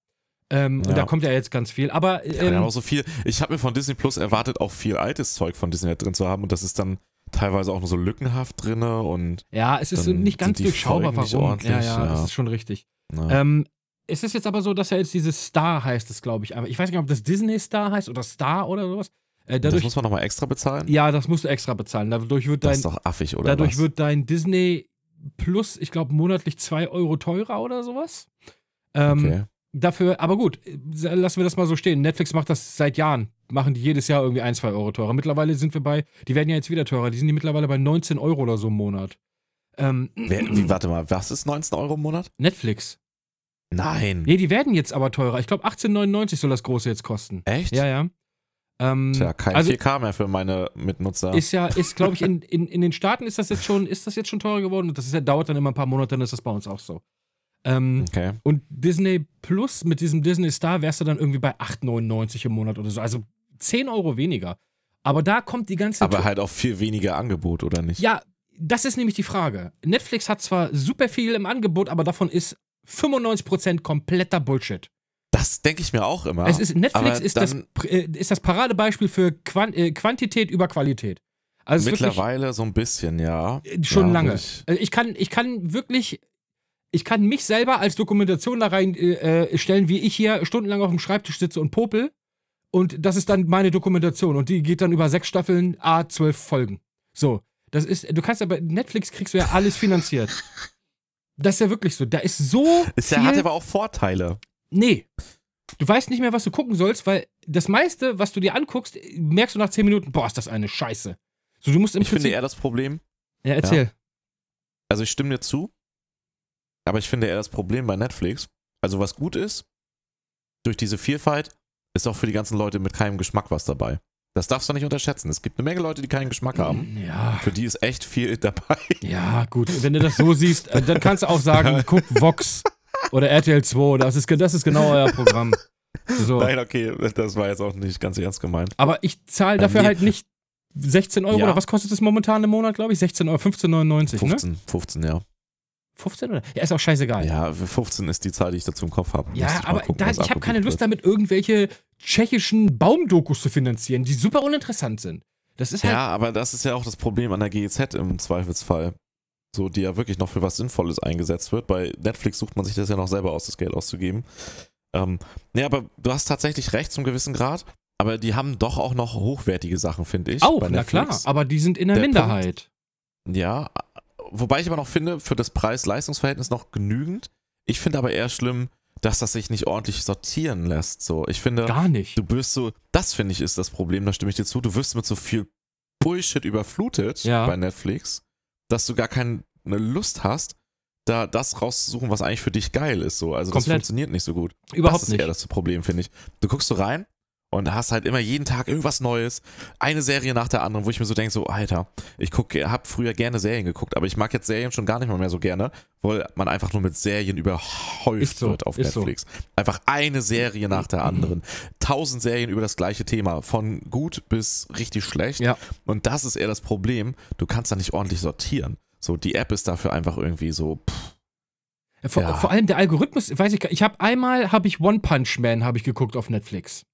S1: Ähm,
S2: Ja.
S1: Und da kommt ja jetzt ganz viel. Aber
S2: Ja,
S1: ähm,
S2: dann auch so viel. Ich habe mir von Disney Plus erwartet, auch viel altes Zeug von Disney da drin zu haben. Und das ist dann teilweise auch nur so lückenhaft drinne und
S1: Ja, es ist
S2: Dann
S1: nicht ganz
S2: sind die
S1: durchschaubar,
S2: Folgen nicht
S1: warum.
S2: ordentlich,
S1: Ja, ja, das
S2: ja.
S1: ist schon richtig.
S2: na,
S1: Ähm, es ist jetzt aber so, dass er jetzt dieses Star heißt, es glaube ich. Aber ich weiß nicht, ob das Disney Star heißt oder Star oder sowas. Äh,
S2: das
S1: dadurch,
S2: muss man nochmal extra bezahlen.
S1: ja, das musst du extra bezahlen. Dadurch wird
S2: das
S1: dein,
S2: ist doch affig, oder?
S1: dadurch
S2: was?
S1: wird dein Disney Plus, ich glaube, monatlich 2 Euro teurer oder sowas. Ähm,
S2: okay.
S1: Dafür, aber gut, äh, lassen wir das mal so stehen. Netflix macht das seit Jahren. Machen die jedes Jahr irgendwie ein, zwei Euro teurer. Mittlerweile sind wir bei, die werden ja jetzt wieder teurer. Die sind die mittlerweile bei 19 Euro oder so im Monat. Ähm,
S2: Wer, wie, warte mal, was ist 19 Euro im Monat?
S1: Netflix.
S2: Nein.
S1: Nee, die werden jetzt aber teurer. Ich glaube, 18,99 soll das große jetzt kosten.
S2: Echt?
S1: Ja, ja. Ähm,
S2: Tja, kein
S1: also
S2: 4K mehr für meine Mitnutzer.
S1: ist ja, ist, glaube ich, in, in, in den Staaten ist das jetzt schon, ist das jetzt schon teurer geworden. Und das ist ja, dauert dann immer ein paar Monate, dann ist das bei uns auch so. Ähm,
S2: okay.
S1: Und Disney Plus mit diesem Disney Star wärst du dann irgendwie bei 8,99 im Monat oder so. Also 10 Euro weniger. Aber da kommt die ganze.
S2: Aber halt auch viel weniger Angebot, oder nicht?
S1: ja, das ist nämlich die Frage. Netflix hat zwar super viel im Angebot, aber davon ist 95% kompletter Bullshit.
S2: Das denke ich mir auch immer.
S1: es ist, Netflix
S2: aber
S1: ist das,
S2: dann-
S1: äh, ist das Paradebeispiel für Quan äh, Quantität über Qualität. Also es ist wirklich-
S2: Mittlerweile so ein bisschen, ja.
S1: Äh, schon
S2: ja,
S1: lange.
S2: Ich,
S1: Also ich kann, ich kann wirklich, ich kann mich selber als Dokumentation da rein äh, äh, stellen, wie ich hier stundenlang auf dem Schreibtisch sitze und popel. Und das ist dann meine Dokumentation. Und die geht dann über sechs Staffeln, A, zwölf Folgen. So. Das ist, du kannst aber, Netflix kriegst du ja alles finanziert. Das ist ja wirklich so. Da ist so.
S2: es
S1: viel,
S2: hat aber auch Vorteile.
S1: Nee. Du weißt nicht mehr, was du gucken sollst, weil das meiste, was du dir anguckst, merkst du nach zehn Minuten, boah, ist das eine Scheiße. So, du musst im
S2: Ich finde eher das Problem,
S1: ja, erzähl.
S2: also ich stimme dir zu, aber ich finde eher das Problem bei Netflix, also was gut ist, durch diese Vielfalt ist auch für die ganzen Leute mit keinem Geschmack was dabei. Das darfst du nicht unterschätzen. Es gibt eine Menge Leute, die keinen
S1: Mhm.
S2: Geschmack haben.
S1: Ja.
S2: Für die ist echt viel dabei.
S1: Ja, gut, wenn du das so siehst, äh, dann kannst du auch sagen, guck Vox oder RTL 2, das ist, ge- das ist genau euer Programm. So.
S2: Nein, okay, das war jetzt auch nicht ganz ernst gemeint.
S1: Aber ich zahle dafür
S2: Äh, Nee.
S1: halt nicht 16 Euro
S2: Ja.
S1: oder was kostet das momentan im Monat, glaube ich? 16 Euro, 15,99, ne?
S2: 15, 15, ja.
S1: 15 oder? Ja, ist auch scheißegal.
S2: Ja, 15 ist die Zahl, die ich dazu im Kopf habe.
S1: Ja,
S2: Müsste ich mal
S1: aber
S2: gucken,
S1: da,
S2: was
S1: ich habe keine
S2: abgebucht
S1: Lust
S2: wird.
S1: damit, irgendwelche tschechischen Baumdokus zu finanzieren, die super uninteressant sind. Das ist halt.
S2: Ja, aber das ist ja auch das Problem an der GEZ im Zweifelsfall. So, die ja wirklich noch für was Sinnvolles eingesetzt wird. Bei Netflix sucht man sich das ja noch selber aus, das Geld auszugeben. Ähm, nee, aber du hast tatsächlich recht zum gewissen Grad. Aber die haben doch auch noch hochwertige Sachen, finde ich.
S1: auch,
S2: bei
S1: na
S2: Netflix.
S1: klar, aber die sind in der,
S2: Der
S1: Minderheit.
S2: Ja, wobei ich aber noch finde, für das Preis-Leistungs-Verhältnis noch genügend. Ich finde aber eher schlimm, dass das sich nicht ordentlich sortieren lässt. So, ich finde,
S1: Gar nicht.
S2: du wirst so, das finde ich ist das Problem, da stimme ich dir zu, du wirst mit so viel Bullshit überflutet
S1: Ja.
S2: bei Netflix, dass du gar keine Lust hast, da das rauszusuchen, was eigentlich für dich geil ist. So, also das
S1: Komplett.
S2: funktioniert nicht so gut.
S1: Überhaupt
S2: das ist
S1: nicht.
S2: eher das Problem, finde ich. Du guckst so rein und hast halt immer jeden Tag irgendwas Neues, eine Serie nach der anderen, wo ich mir so denke, so Alter, ich guck, hab früher gerne Serien geguckt, aber ich mag jetzt Serien schon gar nicht mal mehr so gerne, weil man einfach nur mit Serien überhäuft
S1: Ist so,
S2: wird auf
S1: ist so.
S2: Netflix. Einfach eine Serie nach der anderen, tausend Serien über das gleiche Thema, von gut bis richtig schlecht.
S1: Ja.
S2: Und das ist eher das Problem, du kannst da nicht ordentlich sortieren. So, die App ist dafür einfach irgendwie so, pff,
S1: Äh, Vor,
S2: Ja.
S1: vor allem der Algorithmus, weiß ich, gar- ich habe einmal habe ich One Punch Man habe ich geguckt auf Netflix.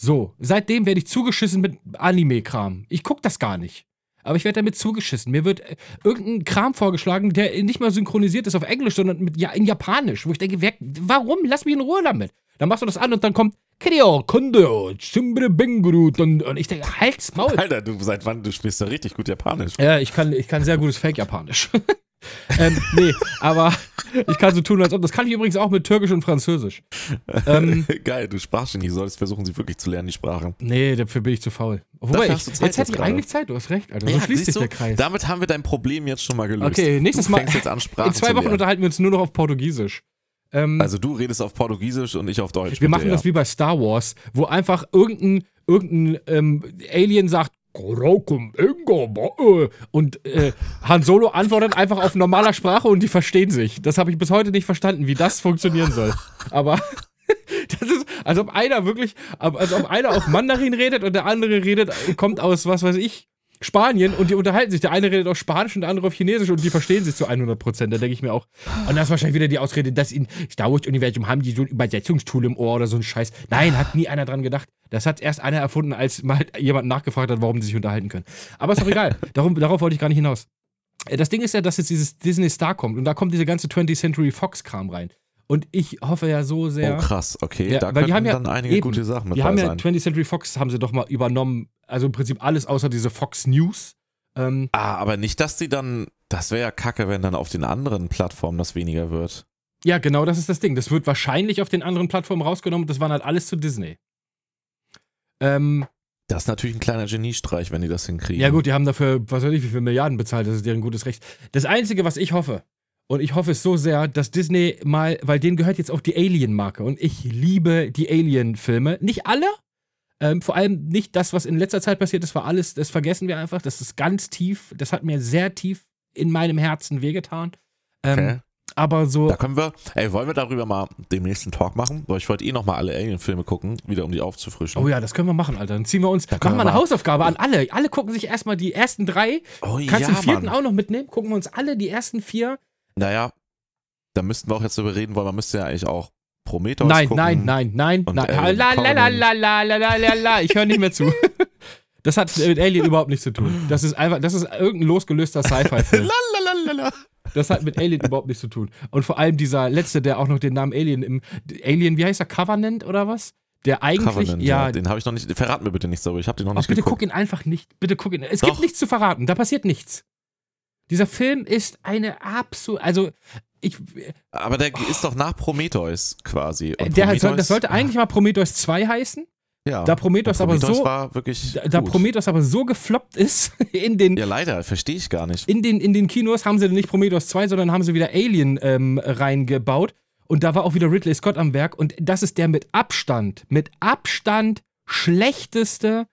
S1: So, seitdem werde ich zugeschissen mit Anime-Kram. Ich gucke das gar nicht. Aber ich werde damit zugeschissen. Mir wird äh, irgendein Kram vorgeschlagen, der nicht mal synchronisiert ist auf Englisch, sondern mit, ja, in Japanisch. Wo ich denke, wer, warum? Lass mich in Ruhe damit. Dann machst du das an und dann kommt Kiryo, Kondo, Chimbre Benguru. Und und ich denke, halt's Maul.
S2: Alter, du seit wann, du sprichst ja richtig gut Japanisch.
S1: Ja, ich kann, ich kann sehr gutes Fake-Japanisch. ähm, nee, aber ich kann so tun, als ob. Das kann ich übrigens auch mit Türkisch und Französisch. Ähm,
S2: Geil, du Sprachgenie, solltest versuchen, sie wirklich zu lernen, die Sprachen.
S1: nee, dafür bin ich zu faul. Wobei,
S2: Dafür
S1: ich,
S2: hast du
S1: jetzt
S2: Zeit
S1: hätte
S2: jetzt
S1: ich
S2: gerade.
S1: eigentlich Zeit, du hast recht, Alter. So schließt sich
S2: siehst
S1: der
S2: du,
S1: Kreis.
S2: Damit haben wir dein Problem jetzt schon mal gelöst.
S1: Okay, nächstes
S2: du
S1: Mal-
S2: fängst jetzt an, Sprachen
S1: In zwei
S2: zu
S1: Wochen
S2: lernen.
S1: unterhalten wir uns nur noch auf Portugiesisch. Ähm,
S2: Also du redest auf Portugiesisch und ich auf Deutsch.
S1: wir machen das wie bei Star Wars, wo einfach irgendein, irgendein ähm, Alien sagt, "Korokum Ingo Bo-" und äh, Han Solo antwortet einfach auf normaler Sprache und die verstehen sich. Das habe ich bis heute nicht verstanden, wie das funktionieren soll. Aber das ist, als ob einer wirklich, als ob einer auf Mandarin redet und der andere redet, kommt aus, was weiß ich, Spanien und die unterhalten sich. Der eine redet auf Spanisch und der andere auf Chinesisch und die verstehen sich zu 100 Prozent. Da denke ich mir auch. Und das ist wahrscheinlich wieder die Ausrede, dass in Star Wars Universum haben die so ein Übersetzungstool im Ohr oder so ein Scheiß. Nein, hat nie einer dran gedacht. Das hat erst einer erfunden, als mal jemand nachgefragt hat, warum sie sich unterhalten können. Aber ist doch egal. Darum, darauf wollte ich gar nicht hinaus. Äh, Das Ding ist ja, dass jetzt dieses Disney Star kommt und da kommt diese ganze 20th Century Fox Kram rein. Und ich hoffe ja so sehr.
S2: Oh, krass, okay.
S1: Ja,
S2: da
S1: weil die
S2: könnten
S1: haben ja
S2: dann einige
S1: eben-
S2: gute Sachen mit
S1: Die
S2: dabei
S1: haben ja
S2: sein.
S1: 20th Century Fox haben sie doch mal übernommen. Also im Prinzip alles außer diese Fox News. Ähm,
S2: ah, aber nicht, dass die dann. Das wäre ja kacke, wenn dann auf den anderen Plattformen das weniger wird.
S1: ja, genau, das ist das Ding. Das wird wahrscheinlich auf den anderen Plattformen rausgenommen. Das waren halt alles zu Disney. Ähm,
S2: Das ist natürlich ein kleiner Geniestreich, wenn die das hinkriegen.
S1: ja gut, die haben dafür, was weiß ich, wie viele Milliarden bezahlt. Das ist deren gutes Recht. Das Einzige, was ich hoffe, und ich hoffe es so sehr, dass Disney mal, weil denen gehört jetzt auch die Alien-Marke. Und ich liebe die Alien-Filme. Nicht alle, Ähm, vor allem nicht das, was in letzter Zeit passiert ist, war alles, das vergessen wir einfach. Das ist ganz tief, das hat mir sehr tief in meinem Herzen wehgetan. Ähm,
S2: Okay.
S1: Aber so,
S2: Da können wir, ey, wollen wir darüber mal den nächsten Talk machen? Weil ich wollte eh nochmal alle Alien-Filme gucken, wieder um die aufzufrischen.
S1: oh ja, das können wir machen, Alter. Dann ziehen wir uns,
S2: können
S1: machen wir eine
S2: wir mal-
S1: Hausaufgabe an alle. Alle gucken sich erstmal die ersten drei.
S2: Oh
S1: Kannst den vierten
S2: Mann.
S1: auch noch mitnehmen? Gucken wir uns alle die ersten vier.
S2: Naja, da müssten wir auch jetzt drüber reden, weil man müsste ja eigentlich auch Prometheus
S1: nein,
S2: gucken.
S1: nein, nein, nein,
S2: Und äh,
S1: nein, Ah,
S2: Alien
S1: La, la, la, la, la, la, la, la, la. Ich höre nicht mehr zu. Das hat mit Alien überhaupt nichts zu tun. Das ist einfach, das ist irgendein losgelöster Sci-Fi-Film.
S2: Lalalala.
S1: Das hat mit Alien überhaupt nichts zu tun. Und vor allem dieser letzte, der auch noch den Namen Alien im Alien, wie heißt er, Covenant oder was? Der eigentlich,
S2: Covenant, ja,
S1: ja.
S2: den habe ich noch nicht. Verrat mir bitte nicht, sorry, ich habe den noch
S1: Ach,
S2: nicht
S1: bitte guck
S2: geguckt.
S1: ihn einfach nicht. Bitte guck ihn. Es
S2: Doch.
S1: gibt nichts zu verraten. Da passiert nichts. Dieser Film ist eine absolut, also ich, äh,
S2: Aber der ist doch nach Prometheus quasi. Und
S1: Oh. der halt,
S2: Prometheus, Ah.
S1: soll- das sollte eigentlich mal Prometheus 2 heißen.
S2: ja.
S1: Da Prometheus,
S2: Und
S1: aber so,
S2: war wirklich.
S1: da, da
S2: gut.
S1: Prometheus aber so gefloppt ist in den
S2: Ja, leider, verstehe ich gar nicht.
S1: in den, in den Kinos haben sie dann nicht Prometheus 2, sondern haben sie wieder Alien ähm, reingebaut. Und da war auch wieder Ridley Scott am Werk. Und das ist der mit Abstand, mit Abstand schlechteste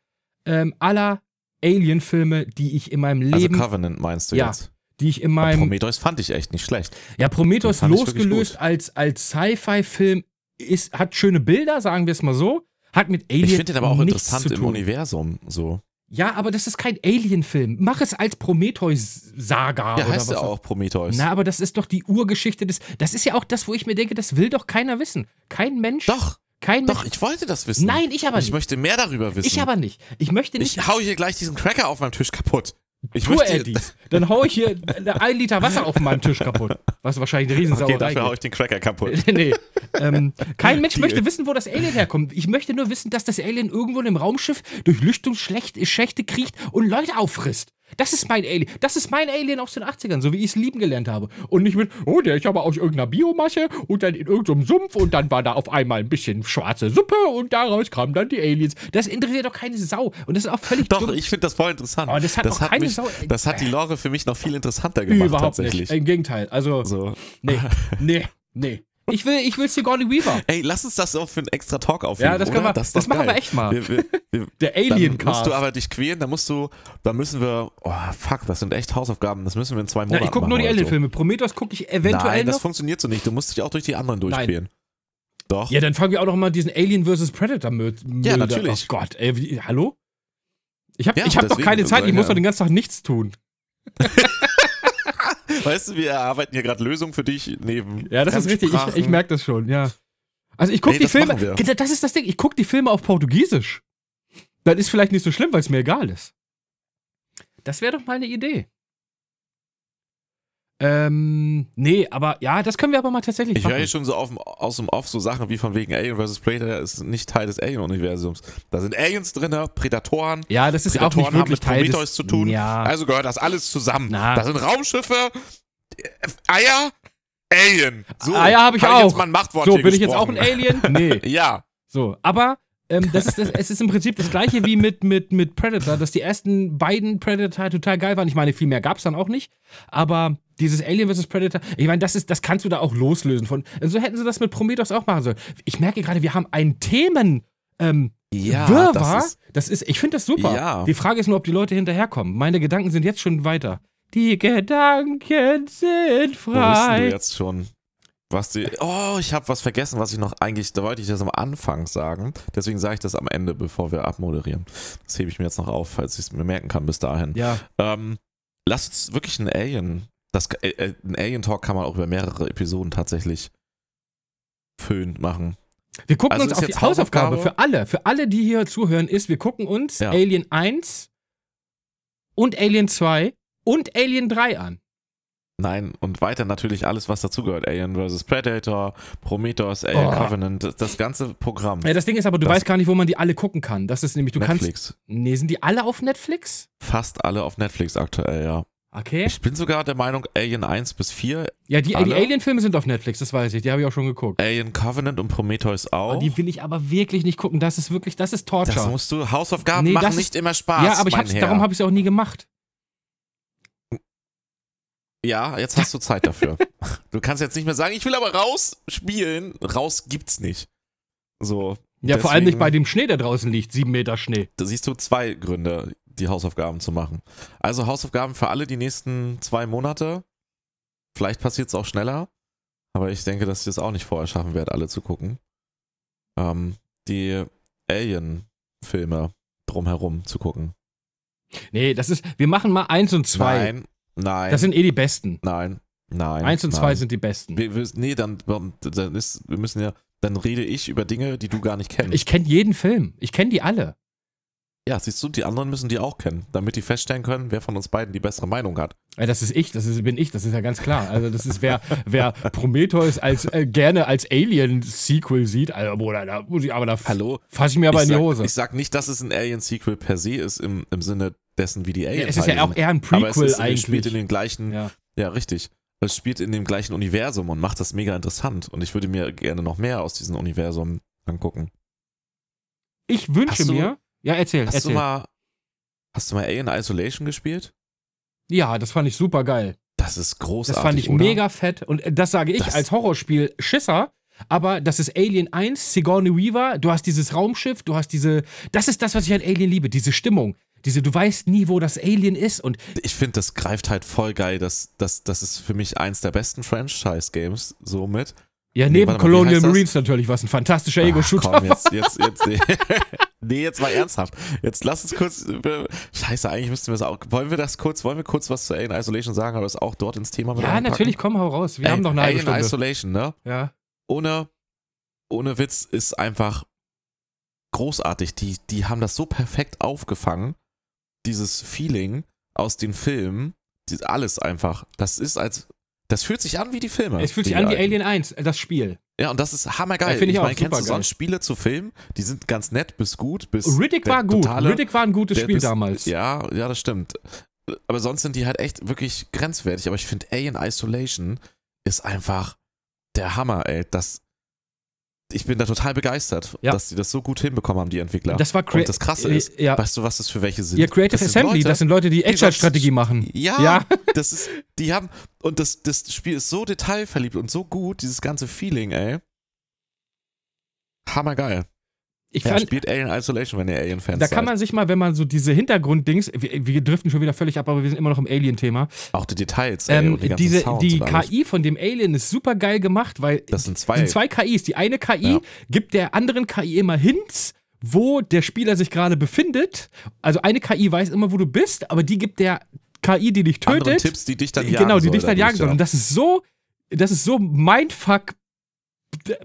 S1: ähm, aller Alien-Filme, die ich in meinem
S2: Also
S1: Leben,
S2: Covenant meinst du
S1: Ja.
S2: jetzt?
S1: die ich in
S2: Aber
S1: meinem,
S2: Prometheus fand ich echt nicht schlecht.
S1: ja, Prometheus
S2: Den fand ich wirklich
S1: losgelöst als, als Sci-Fi-Film ist, hat schöne Bilder, sagen wir es mal so. Hat mit Alien
S2: Ich finde den aber auch
S1: nichts
S2: interessant
S1: zu
S2: im
S1: tun.
S2: Universum. So.
S1: Ja, aber das ist kein Alien-Film. Mach es als Prometheus-Saga.
S2: Ja,
S1: oder
S2: heißt
S1: was
S2: ja
S1: auch
S2: auch Prometheus.
S1: Na, aber das ist doch die Urgeschichte des. Das ist ja auch das, wo ich mir denke, das will doch keiner wissen. Kein Mensch.
S2: doch,
S1: kein
S2: doch,
S1: Mensch.
S2: ich wollte das wissen.
S1: Nein, ich aber
S2: ich
S1: nicht.
S2: möchte mehr darüber wissen.
S1: Ich aber nicht. Ich möchte nicht.
S2: Ich hau hier gleich diesen Cracker auf meinem Tisch kaputt. Ich
S1: tue
S2: möchte,
S1: er dies. Dann hau ich hier ein Liter Wasser auf meinen Tisch kaputt. Was wahrscheinlich eine Riesensauerei
S2: okay, dafür hau
S1: gibt.
S2: ich den Cracker kaputt.
S1: nee. ähm, kein Mensch
S2: Deal.
S1: möchte wissen, wo das Alien herkommt. Ich möchte nur wissen, dass das Alien irgendwo in einem Raumschiff durch Lüftungsschächte kriecht und Leute auffrisst. Das ist mein Alien. Das ist mein Alien aus den 80ern, so wie ich es lieben gelernt habe. Und nicht mit, oh, der ist aber aus irgendeiner Biomasse und dann in irgendeinem Sumpf und dann war da auf einmal ein bisschen schwarze Suppe und daraus kamen dann die Aliens. Das interessiert doch keine Sau. Und das ist auch völlig
S2: Doch,
S1: dumm.
S2: ich finde das voll interessant.
S1: Aber das hat noch keine
S2: mich,
S1: Sau-
S2: Das hat die Lore für mich noch viel interessanter gemacht,
S1: überhaupt
S2: tatsächlich.
S1: nicht. Im Gegenteil. Also,
S2: So.
S1: nee, nee, nee. Ich will, ich will Sigourney Weaver.
S2: Ey, lass uns das auch für einen extra Talk aufnehmen.
S1: Ja, das,
S2: oder?
S1: können wir,
S2: Das,
S1: das,
S2: ist doch
S1: machen wir
S2: geil.
S1: echt mal.
S2: Wir, wir, wir,
S1: Der
S2: dann
S1: Alien-Cast.
S2: musst du aber dich quälen, dann musst du, dann müssen wir, oh fuck, das sind echt Hausaufgaben, das müssen wir in zwei
S1: Na,
S2: Monaten
S1: ich gucke
S2: machen
S1: nur die
S2: oder so.
S1: Alien-Filme. Prometheus gucke ich eventuell
S2: Nein, das
S1: noch.
S2: funktioniert so nicht, du musst dich auch durch die anderen durchquälen. Doch.
S1: Ja, dann fangen wir auch noch mal diesen Alien vs. Predator mit.
S2: Ja, natürlich.
S1: Oh Gott, ey, wie, hallo? Ich habe
S2: Ja,
S1: ich hab doch
S2: deswegen,
S1: keine Zeit, ich
S2: ja.
S1: muss doch den ganzen Tag nichts tun.
S2: Weißt du, wir erarbeiten hier gerade Lösungen für dich neben.
S1: Ja, das ist richtig, ich,
S2: Fremdsprachen.
S1: ich merke das schon, ja. Also ich gucke
S2: Nee,
S1: die
S2: das
S1: Filme,
S2: machen wir.
S1: das ist das Ding, ich gucke die Filme auf Portugiesisch. Dann ist vielleicht nicht so schlimm, weil es mir egal ist. Das wäre doch mal eine Idee. Ähm, nee, aber ja, das können wir aber mal tatsächlich
S2: Ich höre
S1: machen.
S2: hier schon so auf, dem- aus dem Off so Sachen wie von wegen Alien vs. Predator ist nicht Teil des Alien-Universums. Da sind Aliens drin, Predatoren.
S1: ja, das ist auch nicht
S2: Predatoren haben
S1: wirklich
S2: mit
S1: Teil
S2: Prometheus
S1: des,
S2: zu tun.
S1: Ja.
S2: Also gehört das alles zusammen.
S1: Na.
S2: Da sind Raumschiffe, äh, Eier, Alien. So,
S1: Eier hab ich
S2: hab
S1: auch.
S2: jetzt mal ein Machtwort
S1: So,
S2: hier
S1: bin ich jetzt auch
S2: gesprochen.
S1: ein Alien? Nee.
S2: Ja,
S1: So, aber ähm, das ist das, es ist im Prinzip das gleiche wie mit, mit, mit Predator, dass die ersten beiden Predator total geil waren. Ich meine, viel mehr gab es dann auch nicht. Aber dieses Alien vs. Predator, ich meine, das ist, das kannst du da auch loslösen von. So hätten sie das mit Prometheus auch machen sollen. Ich merke gerade, wir haben einen Themen. Ähm,
S2: ja.
S1: Wirrwarr,
S2: das ist-
S1: das ist, ich finde das super.
S2: Ja.
S1: Die Frage ist nur, ob die Leute hinterherkommen. Meine Gedanken sind jetzt schon weiter. Die Gedanken sind
S2: Wo bist denn du
S1: frei.
S2: jetzt schon? Was die, oh, ich habe was vergessen, was ich noch eigentlich, da wollte ich das am Anfang sagen. Deswegen sage ich das am Ende, bevor wir abmoderieren. Das hebe ich mir jetzt noch auf, falls ich es mir merken kann bis dahin.
S1: Ja.
S2: Ähm, lass uns wirklich einen Alien. Das, äh, äh, ein Alien-Talk kann man auch über mehrere Episoden tatsächlich föhn machen.
S1: Wir gucken
S2: Also
S1: uns
S2: ist
S1: auf die
S2: jetzt
S1: Hausaufgabe
S2: Hausaufgabe?
S1: für alle, für alle, die hier zuhören, ist, wir gucken uns
S2: Ja.
S1: Alien 1 und Alien 2 und Alien 3 an.
S2: Nein, und weiter natürlich alles, was dazugehört. Alien vs. Predator, Prometheus, Alien
S1: Oh.
S2: Covenant, das, das ganze Programm.
S1: Ja, das Ding ist aber, du
S2: Das-
S1: weißt gar nicht, wo man die alle gucken kann. Das ist nämlich, du kannst.
S2: Netflix.
S1: Nee, sind die alle auf Netflix?
S2: Fast alle auf Netflix aktuell, ja.
S1: Okay.
S2: Ich bin sogar der Meinung, Alien 1 bis 4,
S1: Ja, die, die
S2: Alle?
S1: Alien-Filme sind auf Netflix, das weiß ich. Die habe ich auch schon geguckt.
S2: Alien Covenant und Prometheus auch.
S1: Aber die will ich aber wirklich nicht gucken. Das ist wirklich, das ist Torture.
S2: Oh. das musst du, Hausaufgaben
S1: Nee, das
S2: machen
S1: ist-
S2: nicht immer Spaß,
S1: ja, aber ich
S2: mein
S1: hab's,
S2: Herr.
S1: darum habe ich es auch nie gemacht.
S2: Ja, jetzt hast du Zeit dafür. du kannst jetzt nicht mehr sagen, ich will aber raus spielen. Raus gibt's nicht. So,
S1: Ja, vor allem nicht
S2: Deswegen-
S1: bei dem Schnee, der draußen liegt. Sieben Meter Schnee.
S2: da siehst du zwei Gründe, die Hausaufgaben zu machen. Also Hausaufgaben für alle die nächsten zwei Monate. Vielleicht passiert's auch schneller, aber ich denke, dass ich das auch nicht vorher schaffen werde, alle zu gucken. Ähm, die Alien-Filme drumherum zu gucken.
S1: Nee, das ist, wir machen mal eins und zwei.
S2: Nein, nein,
S1: Das sind eh die besten.
S2: nein, nein.
S1: Eins und
S2: nein.
S1: zwei sind die besten.
S2: Wir, wir, nee, dann, dann ist, wir müssen ja, dann rede ich über Dinge, die du gar nicht kennst.
S1: Ich kenne jeden Film. Ich kenne die alle.
S2: ja, siehst du, die anderen müssen die auch kennen, damit die feststellen können, wer von uns beiden die bessere Meinung hat.
S1: Ja, Äh, Das ist ich, das ist, bin ich, das ist ja ganz klar. Also das ist, wer, wer Prometheus als, äh, gerne als Alien-Sequel sieht, also Bruder, da muss ich aber da
S2: Hallo?
S1: fasse ich mir aber
S2: ich,
S1: in die
S2: sag,
S1: Hose.
S2: ich sag nicht, dass es ein Alien-Sequel per se ist, im, im Sinne dessen, wie die
S1: Ja,
S2: Aliens
S1: es ist ja auch
S2: sind.
S1: eher ein
S2: Aber es
S1: Prequel
S2: ist, es spielt in
S1: eigentlich.
S2: den gleichen, ja.
S1: Ja.
S2: richtig. Es spielt in dem gleichen Universum und macht das mega interessant. Und ich würde mir gerne noch mehr aus diesem Universum angucken.
S1: Ich wünsche
S2: Hast du-
S1: mir. Ja, erzähl,
S2: Hast
S1: erzähl.
S2: du mal, hast du mal Alien Isolation gespielt?
S1: ja, das fand ich super geil.
S2: Das ist großartig.
S1: Das fand ich
S2: oder?
S1: mega fett. Und äh, das sage ich
S2: Das-
S1: als Horrorspiel Schisser. Aber das ist Alien 1, Sigourney Weaver, du hast dieses Raumschiff, du hast diese. Das ist das, was ich an Alien liebe, diese Stimmung. Diese, du weißt nie, wo das Alien ist. Und
S2: ich finde, das greift halt voll geil. Das, das, das ist für mich eins der besten Franchise-Games, somit.
S1: ja,
S2: Nee,
S1: neben
S2: warte mal, wie
S1: Colonial
S2: heißt das?
S1: Marines natürlich, was ein fantastischer
S2: Ach,
S1: Ego-Shooter.
S2: Ah, komm, jetzt, jetzt, jetzt, nee. nee, jetzt mal ernsthaft. Jetzt lass uns kurz. über- Scheiße, eigentlich müssten wir es auch. Wollen wir das kurz, wollen wir kurz was zu Alien Isolation sagen, aber das auch dort ins Thema mit
S1: Ja,
S2: reinpacken?
S1: natürlich, komm, hau raus. Wir haben noch eine halbe
S2: Alien
S1: Stunde.
S2: Isolation, ne?
S1: Ja.
S2: ohne, ohne Witz ist einfach großartig. Die, die haben das so perfekt aufgefangen. Dieses Feeling aus den Filmen, die, alles einfach. Das ist als. Das fühlt sich an wie die Filme.
S1: Es fühlt sich
S2: die
S1: an wie
S2: alten.
S1: Alien 1, äh, das Spiel.
S2: Ja, und das ist hammergeil.
S1: Ja, find ich auch
S2: meine, kennst du
S1: supergeil.
S2: sonst Spiele zu Filmen? Die sind ganz nett bis gut, bis.
S1: Riddick
S2: der
S1: war gut.
S2: totale-
S1: Riddick war ein gutes
S2: der
S1: Spiel
S2: bis-
S1: damals.
S2: Ja, ja, das stimmt. Aber sonst sind die halt echt wirklich grenzwertig. Aber ich finde Alien Isolation ist einfach der Hammer, ey. Das, ich bin da total begeistert,
S1: Ja.
S2: dass die das so gut hinbekommen haben, die Entwickler.
S1: Das war Äh,
S2: Und das Krasse ist,
S1: Ja,
S2: weißt du, was das für welche sind?
S1: ja Creative
S2: das sind
S1: Assembly,
S2: Leute-
S1: das sind Leute, die Echtzeitstrategie machen.
S2: ja,
S1: Ja.
S2: das ist, die haben, und das, das Spiel ist so detailverliebt und so gut, dieses ganze Feeling, ey. Hammergeil.
S1: Ich
S2: Ja,
S1: fand,
S2: spielt Alien Isolation, wenn ihr Alien-Fans
S1: Da
S2: seid.
S1: kann man sich mal, wenn man so diese Hintergrunddings, wir, wir driften schon wieder völlig ab, aber wir sind immer noch im Alien-Thema.
S2: Auch die Details, ey,
S1: Ähm,
S2: und die ganzen
S1: diese,
S2: Sounds
S1: die
S2: und alles.
S1: KI von dem Alien ist super geil gemacht, weil
S2: Das sind zwei.
S1: sind zwei KIs. Die eine KI
S2: Ja.
S1: gibt der anderen KI immer Hints, wo der Spieler sich gerade befindet. Also eine KI weiß immer, wo du bist, aber die gibt der KI, die dich
S2: anderen
S1: tötet,
S2: Tipps, die dich dann
S1: die-
S2: jagen
S1: genau, die
S2: soll,
S1: dich dann
S2: dadurch,
S1: jagen soll.
S2: ja.
S1: Und das ist so, das ist so mindfuck.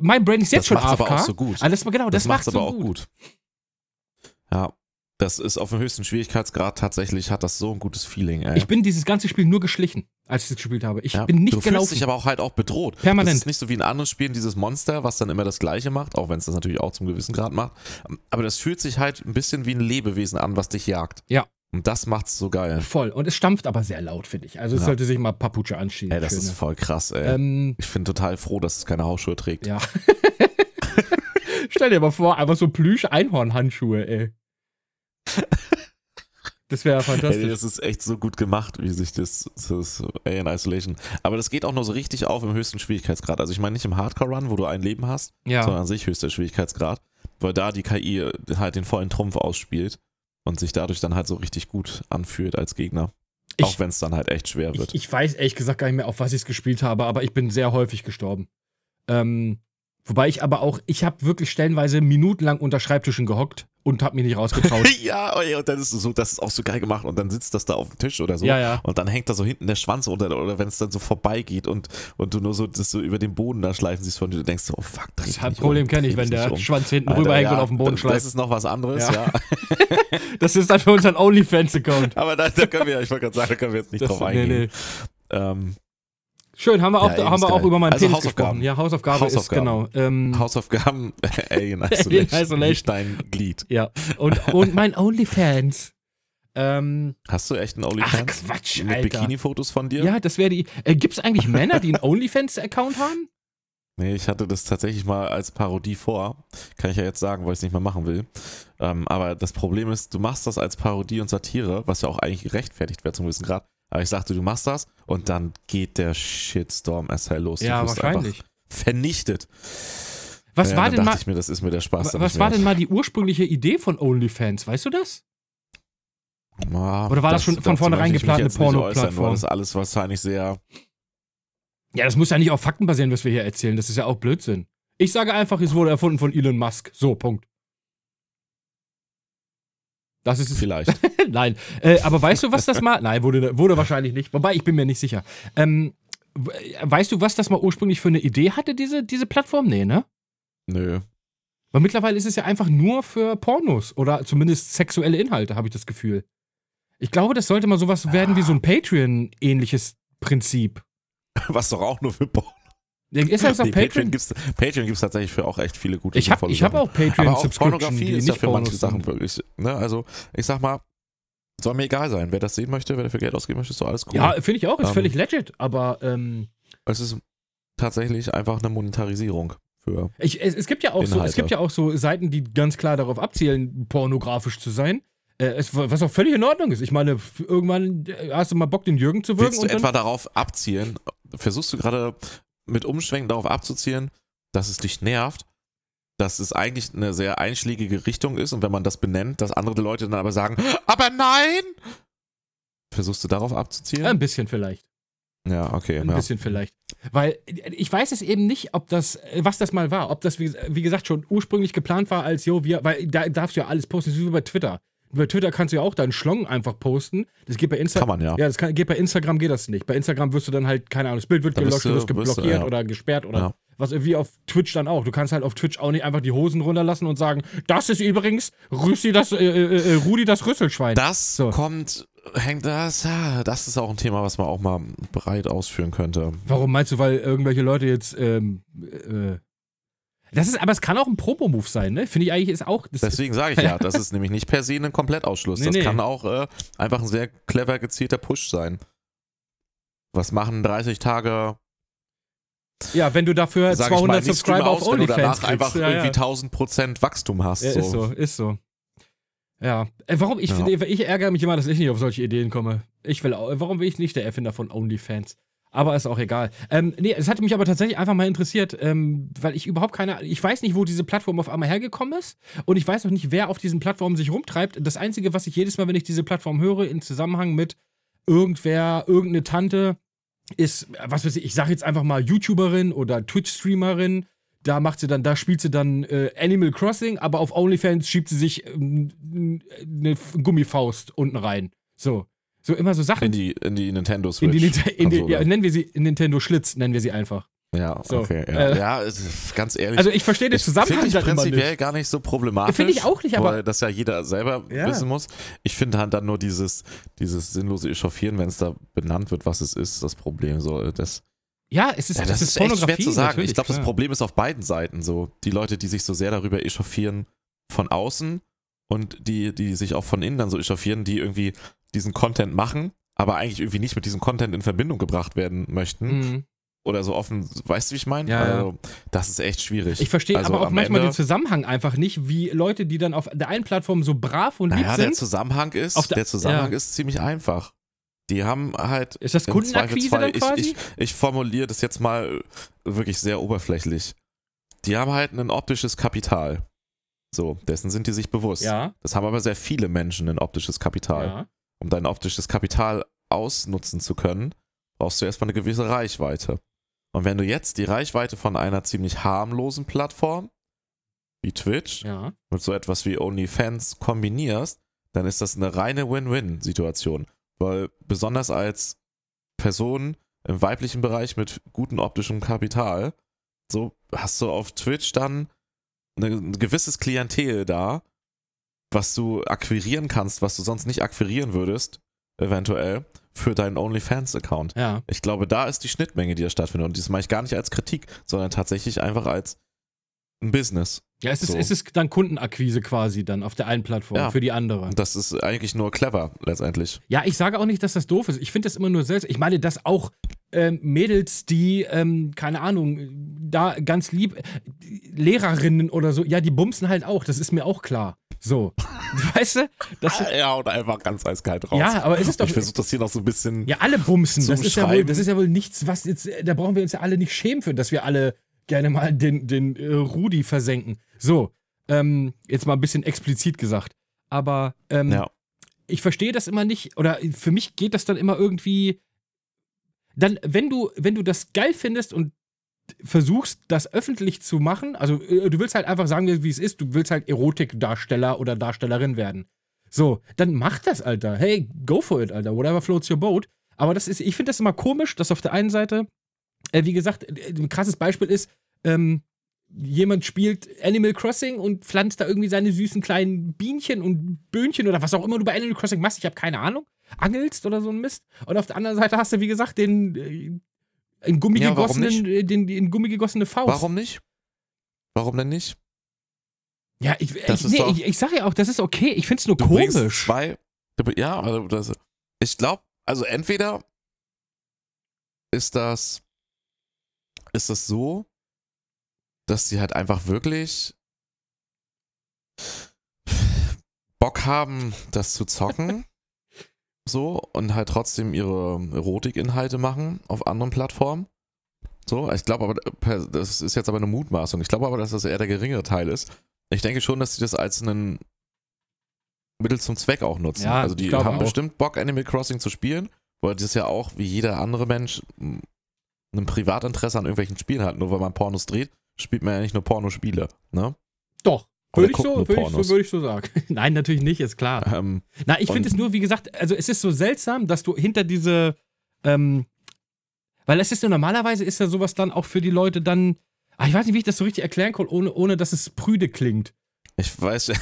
S1: Mein Brain ist jetzt
S2: das
S1: schon
S2: macht's
S1: AFK.
S2: aber auch so gut.
S1: Ah, das, genau, das,
S2: das macht's
S1: macht so
S2: aber auch
S1: gut.
S2: gut. Ja, das ist auf dem höchsten Schwierigkeitsgrad tatsächlich, hat das so ein gutes Feeling, ey.
S1: Ich bin dieses ganze Spiel nur geschlichen, als ich es gespielt habe. Ich
S2: ja,
S1: bin
S2: du
S1: nicht
S2: fühlst
S1: gelaufen.
S2: dich aber auch halt auch bedroht.
S1: Permanent.
S2: Das ist nicht so wie in anderen Spielen dieses Monster, was dann immer das Gleiche macht, auch wenn es das natürlich auch zum gewissen Grad macht. Aber das fühlt sich halt ein bisschen wie ein Lebewesen an, was dich jagt.
S1: Ja.
S2: Und das macht's so geil.
S1: Voll. Und es stampft aber sehr laut, finde ich. Also es
S2: Ja.
S1: sollte sich mal Papuche anschließen.
S2: Ey, das ist voll krass, ey.
S1: ähm,
S2: ich bin total froh, dass es keine Hausschuhe trägt.
S1: ja. Stell dir mal vor, einfach so Plüsch-Einhorn-Handschuhe, ey. Das wäre ja
S2: Ey,
S1: fantastisch.
S2: das ist echt so gut gemacht, wie sich das, das Alien Isolation. Aber das geht auch nur so richtig auf im höchsten Schwierigkeitsgrad. Also ich meine nicht im Hardcore-Run, wo du ein Leben hast, sondern
S1: ja.
S2: an sich höchster Schwierigkeitsgrad, weil da die KI halt den vollen Trumpf ausspielt und sich dadurch dann halt so richtig gut anfühlt als Gegner.
S1: Ich-
S2: auch wenn es dann halt echt schwer wird.
S1: Ich, ich weiß ehrlich gesagt gar nicht mehr, auf was ich es gespielt habe, aber ich bin sehr häufig gestorben. Ähm, wobei ich aber auch, ich habe wirklich stellenweise minutenlang unter Schreibtischen gehockt und habe mich nicht rausgetraut.
S2: ja, oh ja, und dann ist es so, das ist auch so geil gemacht und dann sitzt das da auf dem Tisch oder so. Oh,
S1: ja, ja.
S2: Und dann hängt da so hinten der Schwanz unter, oder wenn es dann so vorbeigeht und, und du nur so, das so über den Boden da schleifen siehst von dir, du denkst so, oh fuck, das
S1: Das Problem kenne ich, wenn der Schwanz hinten rüberhängt und auf den Boden
S2: schleift. um. Das
S1: schleift.
S2: ist noch was anderes, ja.
S1: Ja. Das ist dann für unseren OnlyFans-Account.
S2: Aber da, da können wir, ich wollte gerade sagen, da können wir jetzt nicht
S1: Das-
S2: drauf
S1: nee,
S2: eingehen.
S1: nee.
S2: Ähm,
S1: Schön, haben wir auch,
S2: Ja,
S1: haben wir
S2: übelst
S1: auch
S2: geil.
S1: über meinen
S2: Also
S1: Penis
S2: Hausaufgaben.
S1: gesprochen. Ja, Hausaufgabe,
S2: Hausaufgaben.
S1: ist, genau. Ähm,
S2: Hausaufgaben, Alien Isolation,
S1: Alien Isolation.
S2: Nicht dein Glied.
S1: ja. Und, und mein OnlyFans. Ähm,
S2: Hast du echt einen
S1: ach
S2: OnlyFans?
S1: Quatsch,
S2: Mit
S1: Alter.
S2: Bikini-Fotos von dir?
S1: Ja, das wäre die. Äh, Gibt es eigentlich Männer, die einen OnlyFans-Account haben?
S2: Nee, ich hatte das tatsächlich mal als Parodie vor. Kann ich ja jetzt sagen, weil ich es nicht mehr machen will. Ähm, aber das Problem ist, du machst das als Parodie und Satire, was ja auch eigentlich gerechtfertigt wäre zum gewissen Grad. Aber ich sagte, du machst das und dann geht der Shitstorm erst hell los. Du
S1: ja,
S2: wirst einfach
S1: wahrscheinlich.
S2: Vernichtet.
S1: Was
S2: ja,
S1: war
S2: dann
S1: denn mal.
S2: dachte ich mir, das ist mir der Spaß
S1: Was,
S2: dann nicht
S1: war
S2: wert.
S1: denn mal die ursprüngliche Idee von OnlyFans? Weißt du das?
S2: Ah,
S1: Oder war das schon von
S2: dazu
S1: vornherein
S2: möchte ich mich
S1: geplant, eine
S2: jetzt nicht äußern,
S1: Porno-Plattform?
S2: weil Das ist alles wahrscheinlich sehr.
S1: Ja, das muss ja nicht auf Fakten basieren, was wir hier erzählen. Das ist ja auch Blödsinn. Ich sage einfach, es wurde erfunden von Elon Musk. So, Punkt. Das ist es.
S2: Vielleicht.
S1: Nein. Äh, aber weißt du, was das mal. Nein, wurde, wurde wahrscheinlich nicht. Wobei, ich bin mir nicht sicher. Ähm, we- weißt du, was das mal ursprünglich für eine Idee hatte, diese, diese Plattform? Nee, ne?
S2: Nö.
S1: Weil mittlerweile ist es ja einfach nur für Pornos oder zumindest sexuelle Inhalte, habe ich das Gefühl. Ich glaube, das sollte mal sowas werden wie so ein Patreon-ähnliches Prinzip.
S2: Was doch auch nur für Porno.
S1: Ist das auf
S2: Nee,
S1: Patreon?
S2: Patreon gibt es Patreon gibt's tatsächlich für auch echt viele gute
S1: ich habe
S2: sinnvolle
S1: ich hab
S2: Sachen.
S1: auch patreon
S2: Aber auch
S1: subscription
S2: Pornografie
S1: die
S2: ist ja
S1: nicht
S2: für manche
S1: Pornos
S2: Sachen
S1: sind.
S2: wirklich. Ne? Also, ich sag mal, soll mir egal sein. Wer das sehen möchte, wer dafür Geld ausgeben möchte, ist doch alles cool.
S1: Ja, finde ich auch, ist
S2: Ähm,
S1: völlig legit, aber ähm,
S2: Es ist tatsächlich einfach eine Monetarisierung für.
S1: ich, es, es gibt ja auch so, es
S2: Inhalte.
S1: gibt ja auch so Seiten, die ganz klar darauf abzielen, pornografisch zu sein. Äh, es, was auch völlig in Ordnung ist. Ich meine, f- irgendwann äh, hast du mal Bock, den Jürgen zu würgen
S2: Willst du
S1: und dann,
S2: etwa darauf abzielen? Versuchst du gerade mit Umschwenken darauf abzuzielen, dass es dich nervt, dass es eigentlich eine sehr einschlägige Richtung ist und wenn man das benennt, dass andere Leute dann aber sagen, aber nein! Versuchst du darauf
S1: Ja, ein
S2: abzuzielen?
S1: bisschen vielleicht.
S2: ja, okay.
S1: Ein
S2: ja.
S1: bisschen vielleicht. Weil äh, ich weiß es eben nicht, ob das, äh, was das mal war. Ob das, wie, wie gesagt, schon ursprünglich geplant war, als, jo, wir, weil da darfst du ja alles posten, das ist wie bei Twitter. Bei Twitter kannst du ja auch deinen Schlong einfach posten. Das geht bei
S2: Kann
S1: Instagram.
S2: man ja.
S1: Ja, das kann, geht bei Instagram geht das nicht. Bei Instagram wirst du dann halt, keine Ahnung, das Bild wird
S2: Dann
S1: gelöscht,
S2: bist
S1: du wirst
S2: du- bist du,
S1: geblockiert
S2: ja.
S1: oder gesperrt oder
S2: Ja.
S1: was wie auf Twitch dann auch. Du kannst halt auf Twitch auch nicht einfach die Hosen runterlassen und sagen, das ist übrigens Rüssi das, äh, äh, äh, Rudi das Rüsselschwein.
S2: Das
S1: So.
S2: kommt, hängt das, ah, das ist auch ein Thema, was man auch mal breit ausführen könnte.
S1: Warum meinst du, weil irgendwelche Leute jetzt ähm, äh, das ist, aber es kann auch ein Promo-Move sein, ne? Finde ich eigentlich ist auch. Das,
S2: Deswegen sage ich ja, das ist nämlich nicht per se ein Komplettausschluss.
S1: Nee,
S2: das
S1: nee.
S2: kann auch äh, einfach ein sehr clever gezielter Push sein. Was machen 30 Tage,
S1: ja, wenn du dafür
S2: sag ich mal,
S1: 200
S2: nicht Streamer
S1: Subscriber auf
S2: aus, wenn du
S1: OnlyFans
S2: danach
S1: kriegst.
S2: einfach
S1: ja, ja.
S2: irgendwie 1000% Wachstum hast.
S1: ja,
S2: so.
S1: ist so, ist so. Ja, äh, warum ich
S2: Ja.
S1: finde, ich ärgere mich immer, dass ich nicht auf solche Ideen komme. Ich will, au- warum bin ich nicht der Erfinder von OnlyFans? Aber ist auch egal. Ähm, nee, es hatte mich aber tatsächlich einfach mal interessiert, ähm, weil ich überhaupt keine, ich weiß nicht, wo diese Plattform auf einmal hergekommen ist und ich weiß auch nicht, wer auf diesen Plattformen sich rumtreibt. Das Einzige, was ich jedes Mal, wenn ich diese Plattform höre, in Zusammenhang mit irgendwer, irgendeine Tante ist, was weiß ich, ich sage jetzt einfach mal YouTuberin oder Twitch-Streamerin. Da macht sie dann, da spielt sie dann äh, Animal Crossing, aber auf OnlyFans schiebt sie sich ähm, eine F- Gummifaust unten rein. So. So immer so Sachen.
S2: In, die, in die Nintendo
S1: in
S2: Switch.
S1: die, in die, ja,
S2: Konsole.
S1: nennen wir sie Nintendo Schlitz, nennen wir sie einfach.
S2: ja,
S1: so,
S2: okay. Ja,
S1: äh,
S2: ja es ist- ganz ehrlich.
S1: Also ich verstehe den
S2: Ich Finde
S1: Zusammenhang
S2: ich
S1: dann immer
S2: prinzipiell
S1: nicht.
S2: gar nicht so problematisch.
S1: Finde ich auch nicht, aber-
S2: Weil das ja jeder selber
S1: Ja.
S2: wissen muss. Ich finde halt dann nur dieses, dieses sinnlose Echauffieren, wenn es da benannt wird, was es ist, das Problem. So, äh, das,
S1: Ja, es ist,
S2: ja,
S1: es
S2: das
S1: ist
S2: ist echt
S1: Pornografie.
S2: schwer zu sagen.
S1: natürlich,
S2: Ich glaube, das
S1: klar.
S2: Problem ist auf beiden Seiten so. Die Leute, die sich so sehr darüber echauffieren von außen und die, die sich auch von innen dann so echauffieren, die irgendwie diesen Content machen, aber eigentlich irgendwie nicht mit diesem Content in Verbindung gebracht werden möchten
S1: Mhm.
S2: oder so offen, weißt du, wie ich meine?
S1: Ja, ja.
S2: also, das ist echt schwierig.
S1: Ich verstehe
S2: Also
S1: aber auch
S2: am
S1: manchmal
S2: Ende-
S1: den Zusammenhang einfach nicht, wie Leute, die dann auf der einen Plattform so brav und lieb
S2: Naja, der
S1: sind.
S2: Zusammenhang ist,
S1: Auf der-
S2: der, Zusammenhang
S1: ja.
S2: ist ziemlich einfach. Die haben halt
S1: Ist das
S2: im
S1: Kundenakquise dann
S2: Zweifelsfall-
S1: quasi?
S2: Ich, ich, ich formuliere das jetzt mal äh, wirklich sehr oberflächlich. Die haben halt ein optisches Kapital. So, dessen sind die sich bewusst.
S1: ja,
S2: Das haben aber sehr viele Menschen ein optisches Kapital.
S1: ja.
S2: Um dein optisches Kapital ausnutzen zu können, brauchst du erstmal eine gewisse Reichweite. Und wenn du jetzt die Reichweite von einer ziemlich harmlosen Plattform wie Twitch
S1: Ja.
S2: mit so etwas wie OnlyFans kombinierst, dann ist das eine reine Win-Win-Situation. Weil besonders als Person im weiblichen Bereich mit gutem optischem Kapital, so hast du auf Twitch dann eine- ein gewisses Klientel da, was du akquirieren kannst, was du sonst nicht akquirieren würdest, eventuell, für deinen OnlyFans-Account.
S1: Ja.
S2: Ich glaube, da ist die Schnittmenge, die da stattfindet. Und das mache ich gar nicht als Kritik, sondern tatsächlich einfach als ein Business.
S1: Ja, es ist,
S2: So.
S1: es ist dann Kundenakquise quasi dann auf der einen Plattform
S2: Ja.
S1: für die andere.
S2: Und das ist eigentlich nur clever letztendlich.
S1: Ja, ich sage auch nicht, dass das doof ist. Ich finde das immer nur seltsam. Ich meine, dass auch ähm, Mädels, die, ähm, keine Ahnung, da ganz lieb, äh, Lehrerinnen oder so, ja, die bumsen halt auch. Das ist mir auch klar. So. weißt du? Das,
S2: Ja, und einfach ganz eiskalt raus.
S1: ja, aber es ist doch.
S2: ich versuche das hier noch so ein bisschen.
S1: Ja, alle bumsen.
S2: Zum
S1: Das ist, ja wohl,
S2: Schreiben.
S1: das ist ja wohl nichts, was jetzt. äh, Da brauchen wir uns ja alle nicht schämen für, dass wir alle gerne mal den, den äh, Rudi versenken. So, ähm, jetzt mal ein bisschen explizit gesagt. Aber ähm,
S2: Ja.
S1: ich verstehe das immer nicht. Oder für mich geht das dann immer irgendwie. Dann, wenn du, wenn du das geil findest und versuchst, das öffentlich zu machen, also äh, du willst halt einfach sagen, wie es ist, du willst halt Erotikdarsteller oder Darstellerin werden. So, dann mach das, Alter. Hey, go for it, Alter. Whatever floats your boat. Aber das ist, ich finde das immer komisch, dass auf der einen Seite, äh, wie gesagt, äh, ein krasses Beispiel ist, ähm, jemand spielt Animal Crossing und pflanzt da irgendwie seine süßen kleinen Bienchen und Böhnchen oder was auch immer du bei Animal Crossing machst, ich habe keine Ahnung, angelst oder so ein Mist. Und auf der anderen Seite hast du, wie gesagt, den äh, in Gummi
S2: Ja, warum
S1: gegossenen, äh, den, den in Gummi gegossene Faust.
S2: Warum nicht? Warum denn nicht?
S1: Ja, ich, ich,
S2: Das ist
S1: nee,
S2: doch-
S1: ich, ich sag ja auch, das ist okay. Ich find's nur
S2: bringst
S1: komisch.
S2: Zwei, du, bring- ja, also das, ich glaube, also entweder ist das, ist das so, dass sie halt einfach wirklich Bock haben, das zu zocken. so und halt trotzdem ihre Erotikinhalte machen auf anderen Plattformen. So, ich glaube aber, per- das ist jetzt aber eine Mutmaßung. Ich glaube aber, dass das eher der geringere Teil ist. Ich denke schon, dass sie das als einen Mittel zum Zweck auch nutzen.
S1: Ja,
S2: also
S1: ich
S2: die
S1: glaube
S2: haben
S1: auch.
S2: bestimmt Bock, Animal Crossing zu spielen, weil das ja auch, wie jeder andere Mensch, m, ein Privatinteresse an irgendwelchen Spielen hat. Nur weil man Pornos dreht, spielt man ja nicht nur Pornospiele. Ne?
S1: Doch.
S2: Oder
S1: Würde ich,
S2: guckt
S1: so,
S2: nur
S1: würde, ich so,
S2: Pornos.
S1: würde ich so sagen. Nein, natürlich nicht, ist klar.
S2: Ähm,
S1: Na, ich finde
S2: Und-
S1: es nur, wie gesagt, also es ist so seltsam, dass du hinter diese, ähm, weil es ist ja normalerweise ist ja sowas dann auch für die Leute dann, ah, ich weiß nicht, wie ich das so richtig erklären kann, ohne, ohne dass es prüde klingt.
S2: Ich weiß.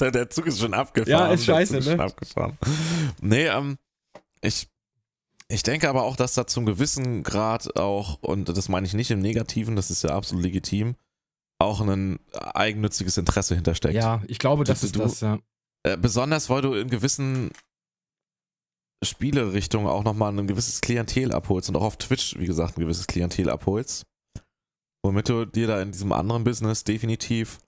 S2: der, der Zug ist schon abgefahren.
S1: Ja, ist scheiße,
S2: der Zug ist
S1: ne?
S2: Schon abgefahren. Nee, ähm, ich, ich denke aber auch, dass da zum gewissen Grad auch, und das meine ich nicht im Negativen, das ist ja absolut legitim, auch ein eigennütziges Interesse hintersteckt.
S1: Ja, ich glaube, das
S2: Du-
S1: ist
S2: du-
S1: das. Ja.
S2: Äh, besonders, weil du in gewissen Spielerichtungen auch nochmal ein gewisses Klientel abholst und auch auf Twitch, wie gesagt, ein gewisses Klientel abholst. Womit du dir da in diesem anderen Business definitiv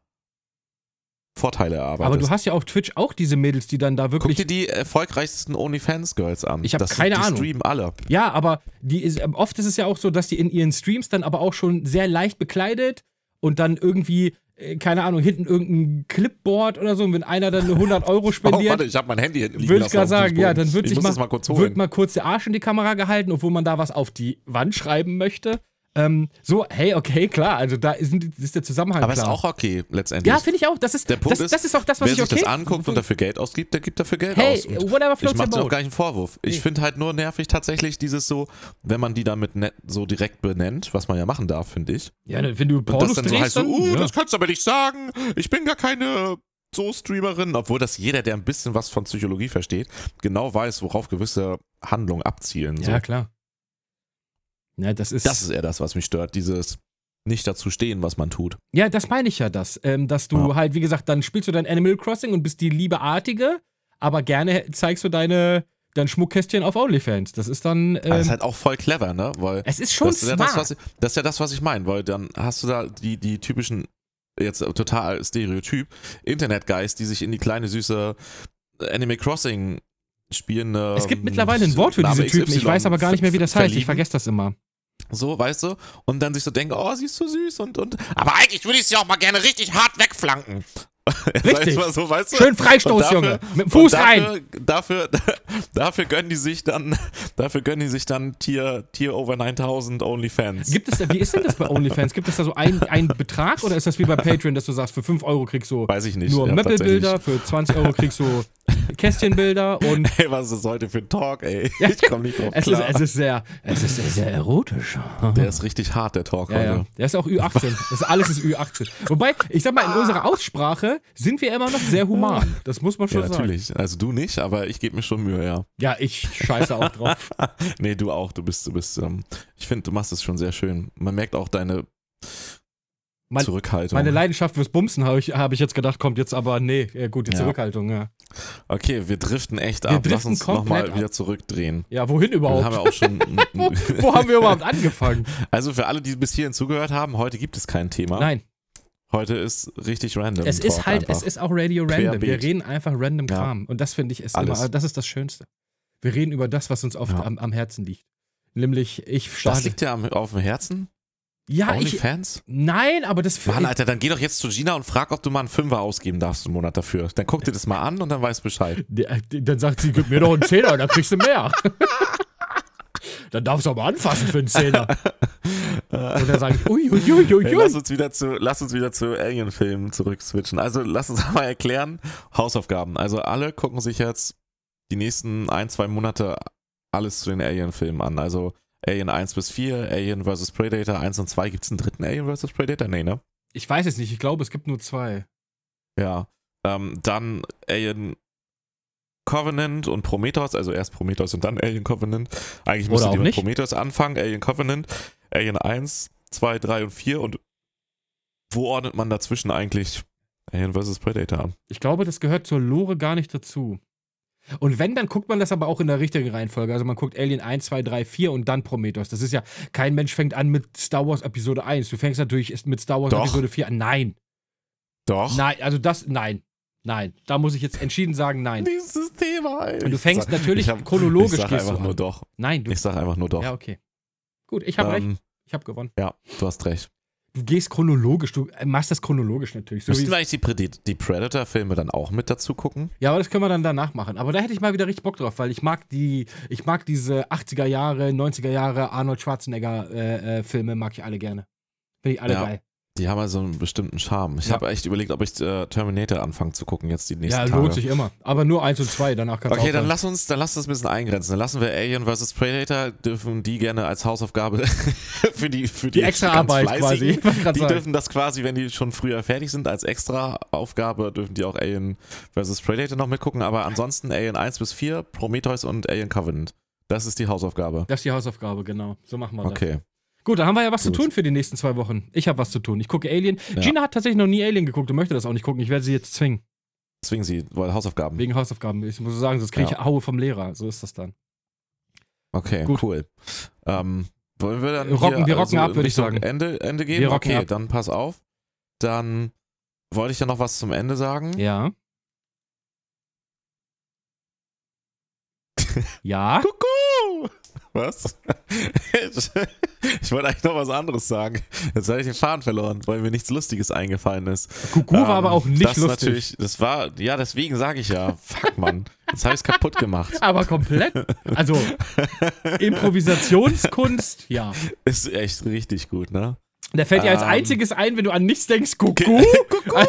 S2: Vorteile erarbeitest.
S1: Aber du hast ja auf Twitch auch diese Mädels, die dann da
S2: Guck
S1: wirklich.
S2: dir die erfolgreichsten OnlyFans-Girls an.
S1: Ich hab
S2: Das sind-
S1: keine
S2: die
S1: Ahnung.
S2: streamen alle.
S1: Ja, aber die ist, ähm, oft ist es ja auch so, dass die in ihren Streams dann aber auch schon sehr leicht bekleidet und dann irgendwie, äh, keine Ahnung, hinten irgendein Clipboard oder so. Und wenn einer dann eine 100 Euro
S2: Oh,
S1: spendiert,
S2: warte, ich habe mein Handy hinten liegen
S1: Würde ich
S2: lassen
S1: gerade
S2: auf dem
S1: sagen, ja,
S2: Fußboden.
S1: dann wird
S2: ich
S1: sich
S2: muss
S1: mal,
S2: das mal kurz
S1: wird
S2: holen.
S1: mal kurz der Arsch in die Kamera gehalten, obwohl man da was auf die Wand schreiben möchte. Ähm, so, hey, okay, klar, also da ist, ist der Zusammenhang
S2: Aber ist
S1: klar.
S2: auch okay, letztendlich.
S1: ja, finde ich auch. Das ist,
S2: Der Punkt
S1: das,
S2: ist,
S1: das ist auch das, was
S2: Wer
S1: ich
S2: sich
S1: okay
S2: das anguckt und dafür Geld ausgibt, der gibt dafür Geld
S1: Hey,
S2: aus. Und
S1: whatever
S2: ich
S1: floats your
S2: mache dir auch
S1: boat.
S2: gar nicht einen Vorwurf.
S1: Nee.
S2: Ich finde halt nur nervig tatsächlich dieses so, wenn man die damit net, so direkt benennt, was man ja machen darf, finde ich.
S1: Ja, ne, wenn du
S2: Und
S1: Pornos
S2: das dann so heißt
S1: drehst,
S2: so,
S1: dann, ne?
S2: uh,
S1: ja.
S2: das kannst du aber nicht sagen. Ich bin gar keine so Streamerin, obwohl das jeder, der ein bisschen was von Psychologie versteht, genau weiß, worauf gewisse Handlungen abzielen. So.
S1: ja, klar. Ja, Ne, das ist,
S2: Das ist eher das, was mich stört, dieses nicht dazu stehen, was man tut.
S1: ja, das meine ich ja, das, ähm, dass du
S2: Ja.
S1: halt, wie gesagt, dann spielst du dein Animal Crossing und bist die liebeartige, aber gerne zeigst du deine, dein Schmuckkästchen auf OnlyFans. Das ist dann, ähm,
S2: Aber das ist halt auch voll clever, ne? Weil
S1: es ist schon
S2: das ist, ja
S1: smart.
S2: das, was ich, das ist ja das, was ich meine, weil dann hast du da die, die typischen, jetzt total stereotyp, Internet-Guys, die sich in die kleine, süße Anime Crossing spielende.
S1: Es gibt mittlerweile ein Wort für diese
S2: ähm, Name
S1: Typen. Ich
S2: XY
S1: weiß aber gar nicht mehr, wie das heißt. Ich
S2: verlieben.
S1: vergesse das immer.
S2: So, weißt du? Und dann sich so denken, oh, sie ist so süß und, und. Aber eigentlich würde ich sie auch mal gerne richtig hart wegflanken. Sag ich
S1: Richtig.
S2: mal so, weißt du?
S1: Schön Freistoß,
S2: Und
S1: Junge. Mit dem Fuß
S2: und dafür,
S1: rein.
S2: Dafür, dafür gönnen die sich dann, dafür gönnen die sich dann Tier, Tier over 9000 OnlyFans.
S1: Gibt es da, wie ist denn das bei OnlyFans? Gibt es da so einen einen Betrag oder ist das wie bei Patreon, dass du sagst, für 5 Euro kriegst du
S2: Weiß ich nicht.
S1: nur
S2: ja,
S1: Möppelbilder,
S2: tatsächlich.
S1: für 20 Euro kriegst du Kästchenbilder und
S2: Ey, was ist das heute für ein Talk, ey? Ich komme nicht drauf
S1: es ist,
S2: klar.
S1: es ist sehr, es ist sehr, sehr erotisch.
S2: der ist richtig hart, der Talk
S1: Ja,
S2: heute.
S1: ja. Der ist auch Ü18. Das alles ist Ü18. Wobei, ich sag mal, in unserer Aussprache sind wir immer noch sehr human. Das muss man schon
S2: Ja,
S1: sagen.
S2: natürlich. Also du nicht, aber ich gebe mir schon Mühe, ja.
S1: Ja, ich scheiße auch drauf.
S2: Nee, du auch. Du bist, du bist, ähm, ich finde, du machst es schon sehr schön. Man merkt auch deine
S1: Mein-
S2: Zurückhaltung.
S1: Meine Leidenschaft fürs Bumsen habe ich, habe ich jetzt gedacht, kommt jetzt aber, nee, ja, gut, die
S2: Ja.
S1: Zurückhaltung, ja.
S2: okay, wir driften echt
S1: Wir
S2: ab. Lass
S1: driften
S2: uns nochmal
S1: komplett ab.
S2: wieder zurückdrehen.
S1: Ja, wohin
S2: Wir haben
S1: überhaupt?
S2: ja auch schon.
S1: Wo, wo haben wir überhaupt angefangen?
S2: also für alle, die bis hierhin zugehört haben, heute gibt es kein Thema.
S1: Nein,
S2: Heute ist richtig random.
S1: es ist
S2: Talk
S1: halt,
S2: einfach.
S1: es ist auch Radio Random. Wir
S2: Querbeet.
S1: reden einfach random
S2: Ja.
S1: Kram. Und das finde ich ist
S2: Alles.
S1: immer, das ist das Schönste. Wir reden über das, was uns oft
S2: Ja.
S1: am, am Herzen liegt. Nämlich, ich
S2: Das
S1: starte.
S2: liegt ja am, auf dem Herzen.
S1: Ja, ich.
S2: OnlyFans?
S1: Nein, aber das
S2: Mann, Alter, dann geh doch jetzt zu Gina und frag, ob du mal einen Fünfer ausgeben darfst im Monat dafür. Dann guck dir das mal an und dann weißt Bescheid.
S1: Der- Dann sagt sie, gib mir doch einen Zehner, dann kriegst du mehr. dann darfst du aber anfassen für einen Zehner. Und dann sage ich, ui, ui, ui, ui,
S2: Äh, Hey, lass,
S1: ui.
S2: uns wieder zu, lass uns wieder zu Alien-Filmen zurückswitchen. Also lass uns mal erklären, Hausaufgaben. Also alle gucken sich jetzt die nächsten ein, zwei Monate alles zu den Alien-Filmen an. Also Alien 1 bis 4, Alien vs. Predator 1 und 2. Gibt es einen dritten Alien vs. Predator? Nee, ne?
S1: Ich weiß es nicht, ich glaube, es gibt nur zwei.
S2: Ja. Ähm, dann Alien Covenant und Prometheus, also erst Prometheus und dann Alien Covenant. Eigentlich
S1: Oder
S2: müsste
S1: auch
S2: die mit
S1: nicht.
S2: Prometheus anfangen, Alien Covenant, Alien 1, 2, 3 und 4 und wo ordnet man dazwischen eigentlich Alien vs. Predator an?
S1: Ich glaube, das gehört zur Lore gar nicht dazu. Und wenn, dann guckt man das aber auch in der richtigen Reihenfolge. Also man guckt Alien 1, 2, 3, 4 und dann Prometheus. Das ist ja, kein Mensch fängt an mit Star Wars Episode 1. Du fängst natürlich erst mit Star Wars
S2: Doch.
S1: Episode 4 an. Nein,
S2: Doch.
S1: nein, also das, nein, nein. Da muss ich jetzt entschieden sagen, nein.
S2: Dieses Thema, ey.
S1: Und du fängst
S2: Ich
S1: natürlich
S2: ich hab-
S1: chronologisch
S2: Ich sag
S1: gehst du
S2: einfach
S1: an.
S2: nur doch.
S1: Nein, du.
S2: Ich sag einfach nur doch.
S1: Ja, okay. Gut, ich habe recht.
S2: Ähm,
S1: Ich habe gewonnen.
S2: ja, du hast recht.
S1: Du gehst chronologisch, du äh, machst das chronologisch natürlich. So
S2: Müssten wir
S1: wie,
S2: eigentlich die, Pred- die Predator-Filme dann auch mit dazu gucken?
S1: ja, aber das können wir dann danach machen. Aber da hätte ich mal wieder richtig Bock drauf, weil ich mag die, ich mag diese 80er Jahre, 90er Jahre Arnold Schwarzenegger äh, äh, Filme, mag ich alle gerne. Finde ich alle
S2: Ja,
S1: geil.
S2: Die haben also einen bestimmten Charme. Ich
S1: Ja.
S2: habe echt überlegt, ob ich äh, Terminator anfange zu gucken jetzt die nächsten
S1: Ja,
S2: Tage.
S1: lohnt sich immer. Aber nur eins und zwei, danach kannst
S2: Okay,
S1: du
S2: dann lass uns, dann lass uns ein bisschen eingrenzen. Dann lassen wir Alien vs. Predator, dürfen die gerne als Hausaufgabe für die für die,
S1: die extra Arbeit
S2: ganz
S1: quasi.
S2: Fleißigen,
S1: Ich wollte gerade
S2: Die
S1: sagen.
S2: dürfen das quasi, wenn die schon früher fertig sind, als extra Aufgabe, dürfen die auch Alien vs. Predator noch mitgucken. Aber ansonsten Alien 1 bis 4, Prometheus und Alien Covenant. Das ist die Hausaufgabe.
S1: Das ist die Hausaufgabe, genau. So machen wir das.
S2: Okay.
S1: Gut, dann haben wir ja was
S2: Gut.
S1: zu tun für die nächsten zwei Wochen. Ich habe was zu tun. Ich gucke Alien.
S2: Ja.
S1: Gina hat tatsächlich noch nie Alien geguckt und möchte das auch nicht gucken. Ich werde sie jetzt zwingen.
S2: Zwingen sie, weil Hausaufgaben.
S1: Wegen Hausaufgaben. Ich muss so sagen, sonst kriege ich Haue vom Lehrer. So ist das dann.
S2: Okay,
S1: Gut.
S2: cool. Ähm, wollen wir dann
S1: Rocken-
S2: hier,
S1: wir rocken
S2: in
S1: ab, würde ich
S2: Richtung
S1: sagen.
S2: Ende, Ende gehen?
S1: Wir rocken
S2: okay,
S1: ab.
S2: dann pass auf. Dann wollte ich ja noch was zum Ende sagen.
S1: Ja. ja.
S2: Kuckuck! Was? ich wollte eigentlich noch was anderes sagen. Jetzt habe ich den Faden verloren, weil mir nichts Lustiges eingefallen ist.
S1: Kuku
S2: Ähm,
S1: war aber auch nicht
S2: das
S1: lustig.
S2: Natürlich, das war, ja, deswegen sage ich ja, fuck Mann, jetzt habe ich es kaputt gemacht.
S1: Aber komplett. Also, Improvisationskunst, ja.
S2: Ist echt richtig gut, ne?
S1: Da fällt dir als
S2: Ähm.
S1: einziges ein, wenn du an nichts denkst, Kuku.
S2: Eig-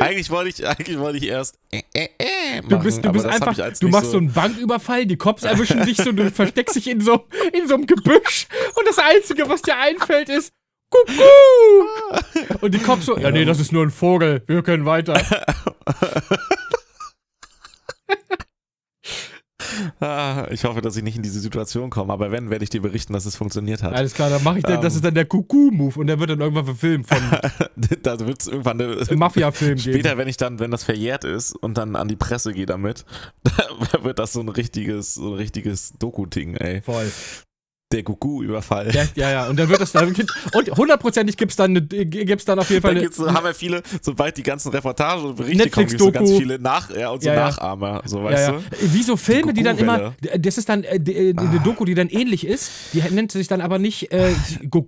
S2: eigentlich wollte ich, eigentlich wollte ich erst. Äh, äh, äh machen,
S1: Du bist, du
S2: aber
S1: bist
S2: das hab
S1: einfach,
S2: ich als
S1: du
S2: nicht
S1: machst so einen Banküberfall, die Cops erwischen dich so, du versteckst dich in so, in so einem Gebüsch und das Einzige, was dir einfällt, ist
S2: Ah.
S1: Kuckuck. Und die Cops so, ja nee, das ist nur ein Vogel, wir können weiter.
S2: Ah, ich hoffe, dass ich nicht in diese Situation komme, aber wenn, werde ich dir berichten, dass es funktioniert hat.
S1: Alles klar, dann mache ich dann,
S2: Ähm.
S1: das ist dann der Kuckuck-Move und der wird dann irgendwann verfilmt von
S2: da wird es irgendwann eine,
S1: einem Mafia-Film geben.
S2: später, wenn ich dann, wenn das verjährt ist und dann an die Presse gehe damit, da wird das so ein richtiges, so ein richtiges Doku-Ding, ey.
S1: Voll.
S2: der Gugu-Überfall.
S1: Ja, ja, ja. Und dann wird das dann. Und hundertprozentig gibt es dann, eine- gibt's dann auf jeden Fall
S2: Dann
S1: eine,
S2: gibt's, haben wir viele, sobald die ganzen Reportagen und Berichte kommen,
S1: Netflix-Doku.
S2: gibt es ganz viele Nach ja, und so
S1: Ja, ja.
S2: Nachahmer, so weißt
S1: Ja, ja.
S2: du.
S1: Wie so Filme, die, dann immer,
S2: Goku-Welle. Ah.
S1: das ist dann äh, die- äh, eine Doku, die dann ähnlich ist, die nennt sich dann aber nicht äh,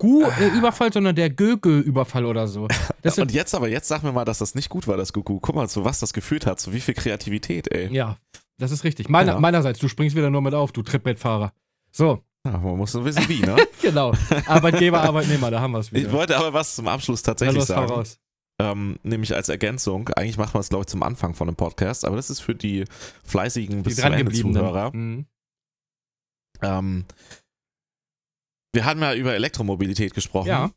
S1: Goku-Überfall, sondern der Gögö-Überfall oder so. Das sind,
S2: Und jetzt aber, jetzt sag mir mal, dass das nicht gut war, das Gugu. Guck mal, zu was das geführt hat, zu wie viel Kreativität, ey.
S1: ja, das ist richtig. Meiner,
S2: Ja.
S1: Meinerseits, du springst wieder nur mit auf, du Trittbettfahrer. So,
S2: Ja, man muss so wissen, wie, ne?
S1: genau. Arbeitgeber, Arbeitnehmer, da haben wir es
S2: Ich
S1: wieder.
S2: wollte aber was zum Abschluss tatsächlich
S1: los, hau
S2: sagen.
S1: raus.
S2: Ähm, nämlich als Ergänzung. Eigentlich macht man es, glaube ich, zum Anfang von einem Podcast, aber das ist für die fleißigen
S1: Die
S2: bis zum Ende Zuhörer.
S1: drangebliebenen. Mhm.
S2: Ähm, wir hatten ja über Elektromobilität gesprochen.
S1: Ja.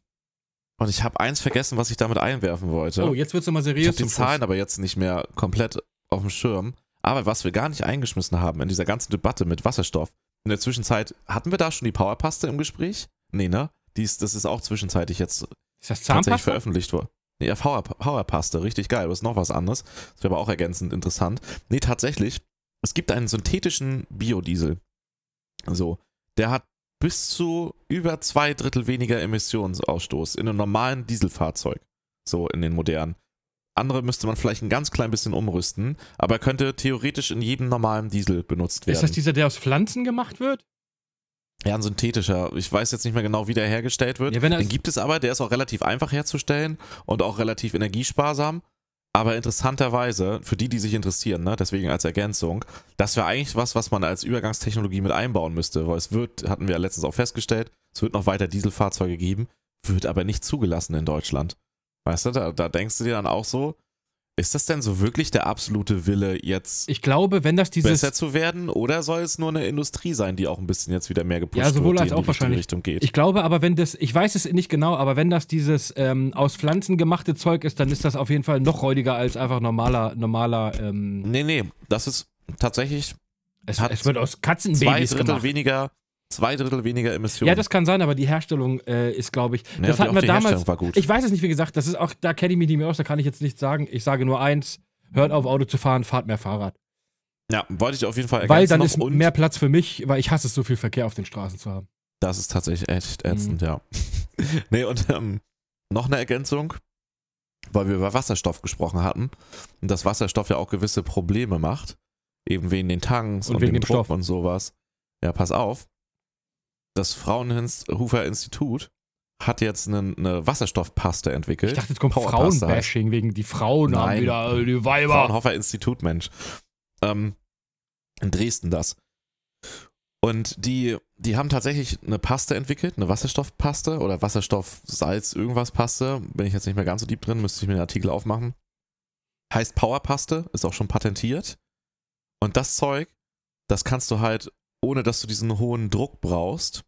S2: Und ich habe eins vergessen, was ich damit einwerfen wollte.
S1: Oh, jetzt wird es mal
S2: ich
S1: seriös.
S2: habe die
S1: zum
S2: Zahlen
S1: Schluss.
S2: aber jetzt nicht mehr komplett auf dem Schirm. Aber was wir gar nicht eingeschmissen haben in dieser ganzen Debatte mit Wasserstoff. In der Zwischenzeit hatten wir da schon die Powerpaste im Gespräch? Nee, ne? Die ist, das ist auch zwischenzeitlich jetzt
S1: Ist das
S2: tatsächlich
S1: Zahnpasta?
S2: veröffentlicht wurde. Nee, Power, Powerpaste, richtig geil. Das ist noch was anderes. Das wäre aber auch ergänzend interessant. Nee, tatsächlich, es gibt einen synthetischen Biodiesel. So, der hat bis zu über zwei Drittel weniger Emissionsausstoß in einem normalen Dieselfahrzeug. So in den modernen. Andere müsste man vielleicht ein ganz klein bisschen umrüsten, aber er könnte theoretisch in jedem normalen Diesel benutzt werden.
S1: Ist das dieser, der aus Pflanzen gemacht wird?
S2: Ja, ein synthetischer. Ich weiß jetzt nicht mehr genau, wie der hergestellt wird.
S1: Ja, wenn er-
S2: Den gibt es aber, der ist auch relativ einfach herzustellen und auch relativ energiesparsam. Aber interessanterweise, für die, die sich interessieren, ne, deswegen als Ergänzung, das wäre eigentlich was, was man als Übergangstechnologie mit einbauen müsste, weil es wird, hatten wir ja letztens auch festgestellt, es wird noch weiter Dieselfahrzeuge geben, wird aber nicht zugelassen in Deutschland. Weißt du, da, da denkst du dir dann auch so, ist das denn so wirklich der absolute Wille, jetzt
S1: Ich glaube, wenn das dieses
S2: besser zu werden oder soll es nur eine Industrie sein, die auch ein bisschen jetzt wieder mehr gepusht
S1: Ja, sowohl
S2: wird,
S1: als
S2: die
S1: auch
S2: in die richtige
S1: wahrscheinlich.
S2: Richtung geht?
S1: Ich glaube aber, wenn das, ich weiß es nicht genau, aber wenn das dieses ähm, aus Pflanzen gemachte Zeug ist, dann ist das auf jeden Fall noch räudiger als einfach normaler, normaler, ähm,
S2: nee, nee, das ist tatsächlich
S1: es,
S2: Hm. Hat
S1: es wird aus
S2: zwei
S1: Katzenbabys
S2: Drittel
S1: gemacht.
S2: weniger, zwei Drittel weniger Emissionen.
S1: Ja, das kann sein, aber die Herstellung äh, ist, glaube ich,
S2: Ja,
S1: das
S2: die-
S1: hatten
S2: auch
S1: wir
S2: die
S1: damals,
S2: Herstellung war gut.
S1: ich weiß es nicht, wie gesagt, das ist auch, da kenne ich mich nicht mehr aus, da kann ich jetzt nichts sagen. Ich sage nur eins, hört auf Auto zu fahren, fahrt mehr Fahrrad.
S2: ja, wollte ich auf jeden Fall
S1: weil
S2: ergänzen
S1: dann
S2: noch
S1: ist
S2: und
S1: mehr Platz für mich, weil ich hasse es, so viel Verkehr auf den Straßen zu haben.
S2: Das ist tatsächlich echt ätzend,
S1: Mhm.
S2: ja. nee, und ähm, noch eine Ergänzung, weil wir über Wasserstoff gesprochen hatten und dass Wasserstoff ja auch gewisse Probleme macht, eben wegen den Tanks
S1: Und
S2: und,
S1: wegen
S2: dem
S1: dem
S2: Druck
S1: Stoff.
S2: und sowas. Ja, pass auf. Das Fraunhofer Institut hat jetzt eine, eine Wasserstoffpaste entwickelt.
S1: Ich dachte, jetzt kommt
S2: Powerpaste heißt
S1: Frauenbashing wegen die Frauen haben
S2: Nein.
S1: wieder äh, die Weiber.
S2: Fraunhofer Institut, Mensch. Ähm, in Dresden das. Und die, die haben tatsächlich eine Paste entwickelt, eine Wasserstoffpaste oder Wasserstoffsalz, irgendwas Paste. Bin ich jetzt nicht mehr ganz so deep drin, müsste ich mir den Artikel aufmachen. Heißt Powerpaste, ist auch schon patentiert. Und das Zeug, das kannst du halt, ohne dass du diesen hohen Druck brauchst,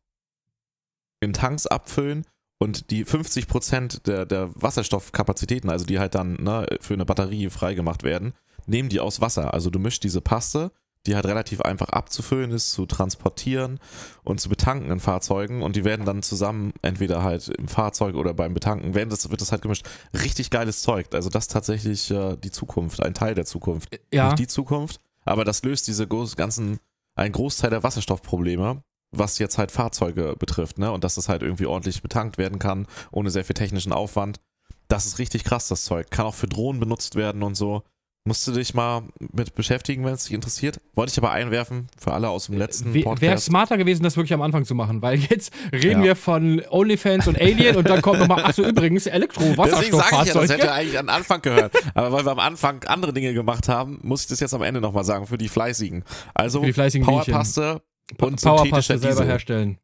S2: in Tanks abfüllen und die 50% der, der Wasserstoffkapazitäten, also die halt dann ne, für eine Batterie freigemacht werden, nehmen die aus Wasser. Also du mischst diese Paste, die halt relativ einfach abzufüllen ist, zu transportieren und zu betanken in Fahrzeugen und die werden dann zusammen, entweder halt im Fahrzeug oder beim Betanken, werden das, wird das halt gemischt. Richtig geiles Zeug. Also das ist tatsächlich äh, die Zukunft, ein Teil der Zukunft
S1: Ja.
S2: nicht die Zukunft. Aber das löst diese groß- ganzen, einen Großteil der Wasserstoffprobleme, was jetzt halt Fahrzeuge betrifft, ne? Und dass das halt irgendwie ordentlich betankt werden kann, ohne sehr viel technischen Aufwand. Das ist richtig krass, das Zeug. Kann auch für Drohnen benutzt werden und so. Musst du dich mal mit beschäftigen, wenn es dich interessiert. Wollte ich aber einwerfen, für alle aus dem
S1: Äh,
S2: letzten
S1: Wäre
S2: Podcast.
S1: smarter gewesen, das wirklich am Anfang zu machen, weil jetzt reden
S2: Ja.
S1: wir von Onlyfans und Alien und dann kommt nochmal, achso, übrigens,
S2: Deswegen sage ich ja, das hätte
S1: Elektro-Wasserstofffahrzeuge.
S2: eigentlich an Anfang gehört. Aber weil wir am Anfang andere Dinge gemacht haben, muss ich das jetzt am Ende nochmal sagen, für die Fleißigen. Also
S1: Für die fleißigen Bienchen.
S2: Powerpaste und synthetischer
S1: Powerpaste selber
S2: Diesel.
S1: herstellen.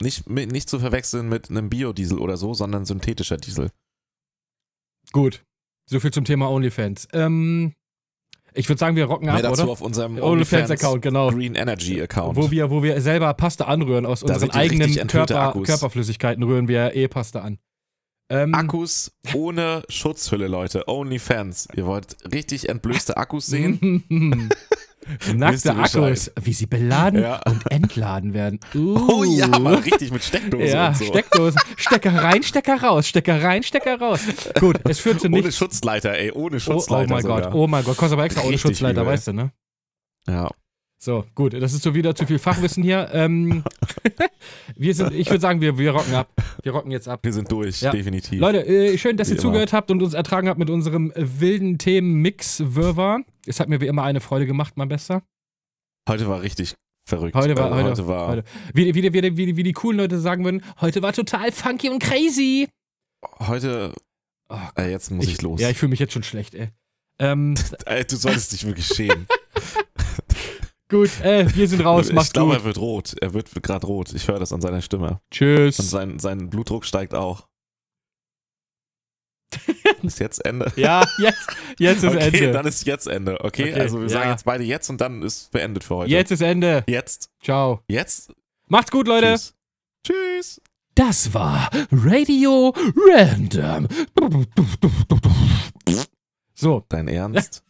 S2: Nicht, mit, nicht zu verwechseln mit einem Biodiesel oder so, sondern synthetischer Diesel.
S1: Gut. So viel zum Thema Onlyfans. Ähm, ich würde sagen, wir rocken
S2: Mehr
S1: ab,
S2: dazu
S1: oder?
S2: auf unserem
S1: Onlyfans-Account, genau.
S2: Green Energy Account.
S1: Wo wir, wo wir selber Paste anrühren, aus
S2: Da
S1: unseren
S2: sind die
S1: eigenen
S2: richtig enthüllte
S1: Körper,
S2: Akkus.
S1: Körperflüssigkeiten rühren wir E-Paste an. Ähm,
S2: Akkus ohne Schutzhülle, Leute. Onlyfans. Ihr wollt richtig entblößte Akkus sehen? Wisst
S1: Nackte
S2: ihr Bescheid.
S1: Akkus, wie sie beladen
S2: Ja.
S1: und entladen werden.
S2: Oh ja,
S1: Mhm. Uh.
S2: mal richtig mit Steckdose
S1: Ja,
S2: und so.
S1: Steckdosen. Stecker rein, Stecker raus, Stecker rein, Stecker raus. Gut, es führt zu
S2: ohne
S1: nichts.
S2: Schutzleiter, ey.
S1: Oh,
S2: Ohne
S1: oh
S2: Schutzleiter.
S1: mein Gott,
S2: sogar.
S1: oh mein Gott, kostet aber extra ohne
S2: Richtig
S1: Schutzleiter,
S2: übel.
S1: weißt du, ne?
S2: Ja.
S1: So, gut, das ist so wieder zu viel Fachwissen hier. Ähm, Wir sind, ich würde sagen, wir, wir rocken ab. Wir rocken jetzt ab.
S2: Wir sind durch,
S1: Ja.
S2: definitiv.
S1: Leute, äh, schön, dass
S2: Wie
S1: ihr
S2: immer.
S1: zugehört habt und uns ertragen habt mit unserem wilden Themen-Mix-Wirrwarr. Es hat mir wie immer eine Freude gemacht, mein Bester.
S2: Heute war richtig verrückt.
S1: Heute war-
S2: Also
S1: heute-
S2: heute war,
S1: heute. Wie, wie, wie, wie, wie die coolen Leute sagen würden, heute war total funky und crazy.
S2: heute
S1: Oh,
S2: äh, jetzt muss ich, los.
S1: Ja, ich fühle mich jetzt schon schlecht, ey. Ähm,
S2: äh, du solltest dich wirklich schämen.
S1: gut, äh, wir sind raus.
S2: ich
S1: Macht's
S2: glaube,
S1: gut.
S2: er wird rot. Er wird gerade rot. Ich höre das an seiner Stimme. Und
S1: Tschüss.
S2: sein, sein Blutdruck steigt auch. Ist jetzt Ende.
S1: Ja, jetzt, jetzt ist
S2: okay,
S1: Ende.
S2: dann ist jetzt Ende. Okay,
S1: Okay,
S2: also wir sagen
S1: ja.
S2: jetzt beide jetzt und dann ist beendet für heute.
S1: Jetzt ist Ende.
S2: Jetzt.
S1: Ciao.
S2: Jetzt.
S1: Macht's gut, Leute.
S2: Tschüss. Tschüss.
S1: Das war Radio Random. So.
S2: Dein Ernst?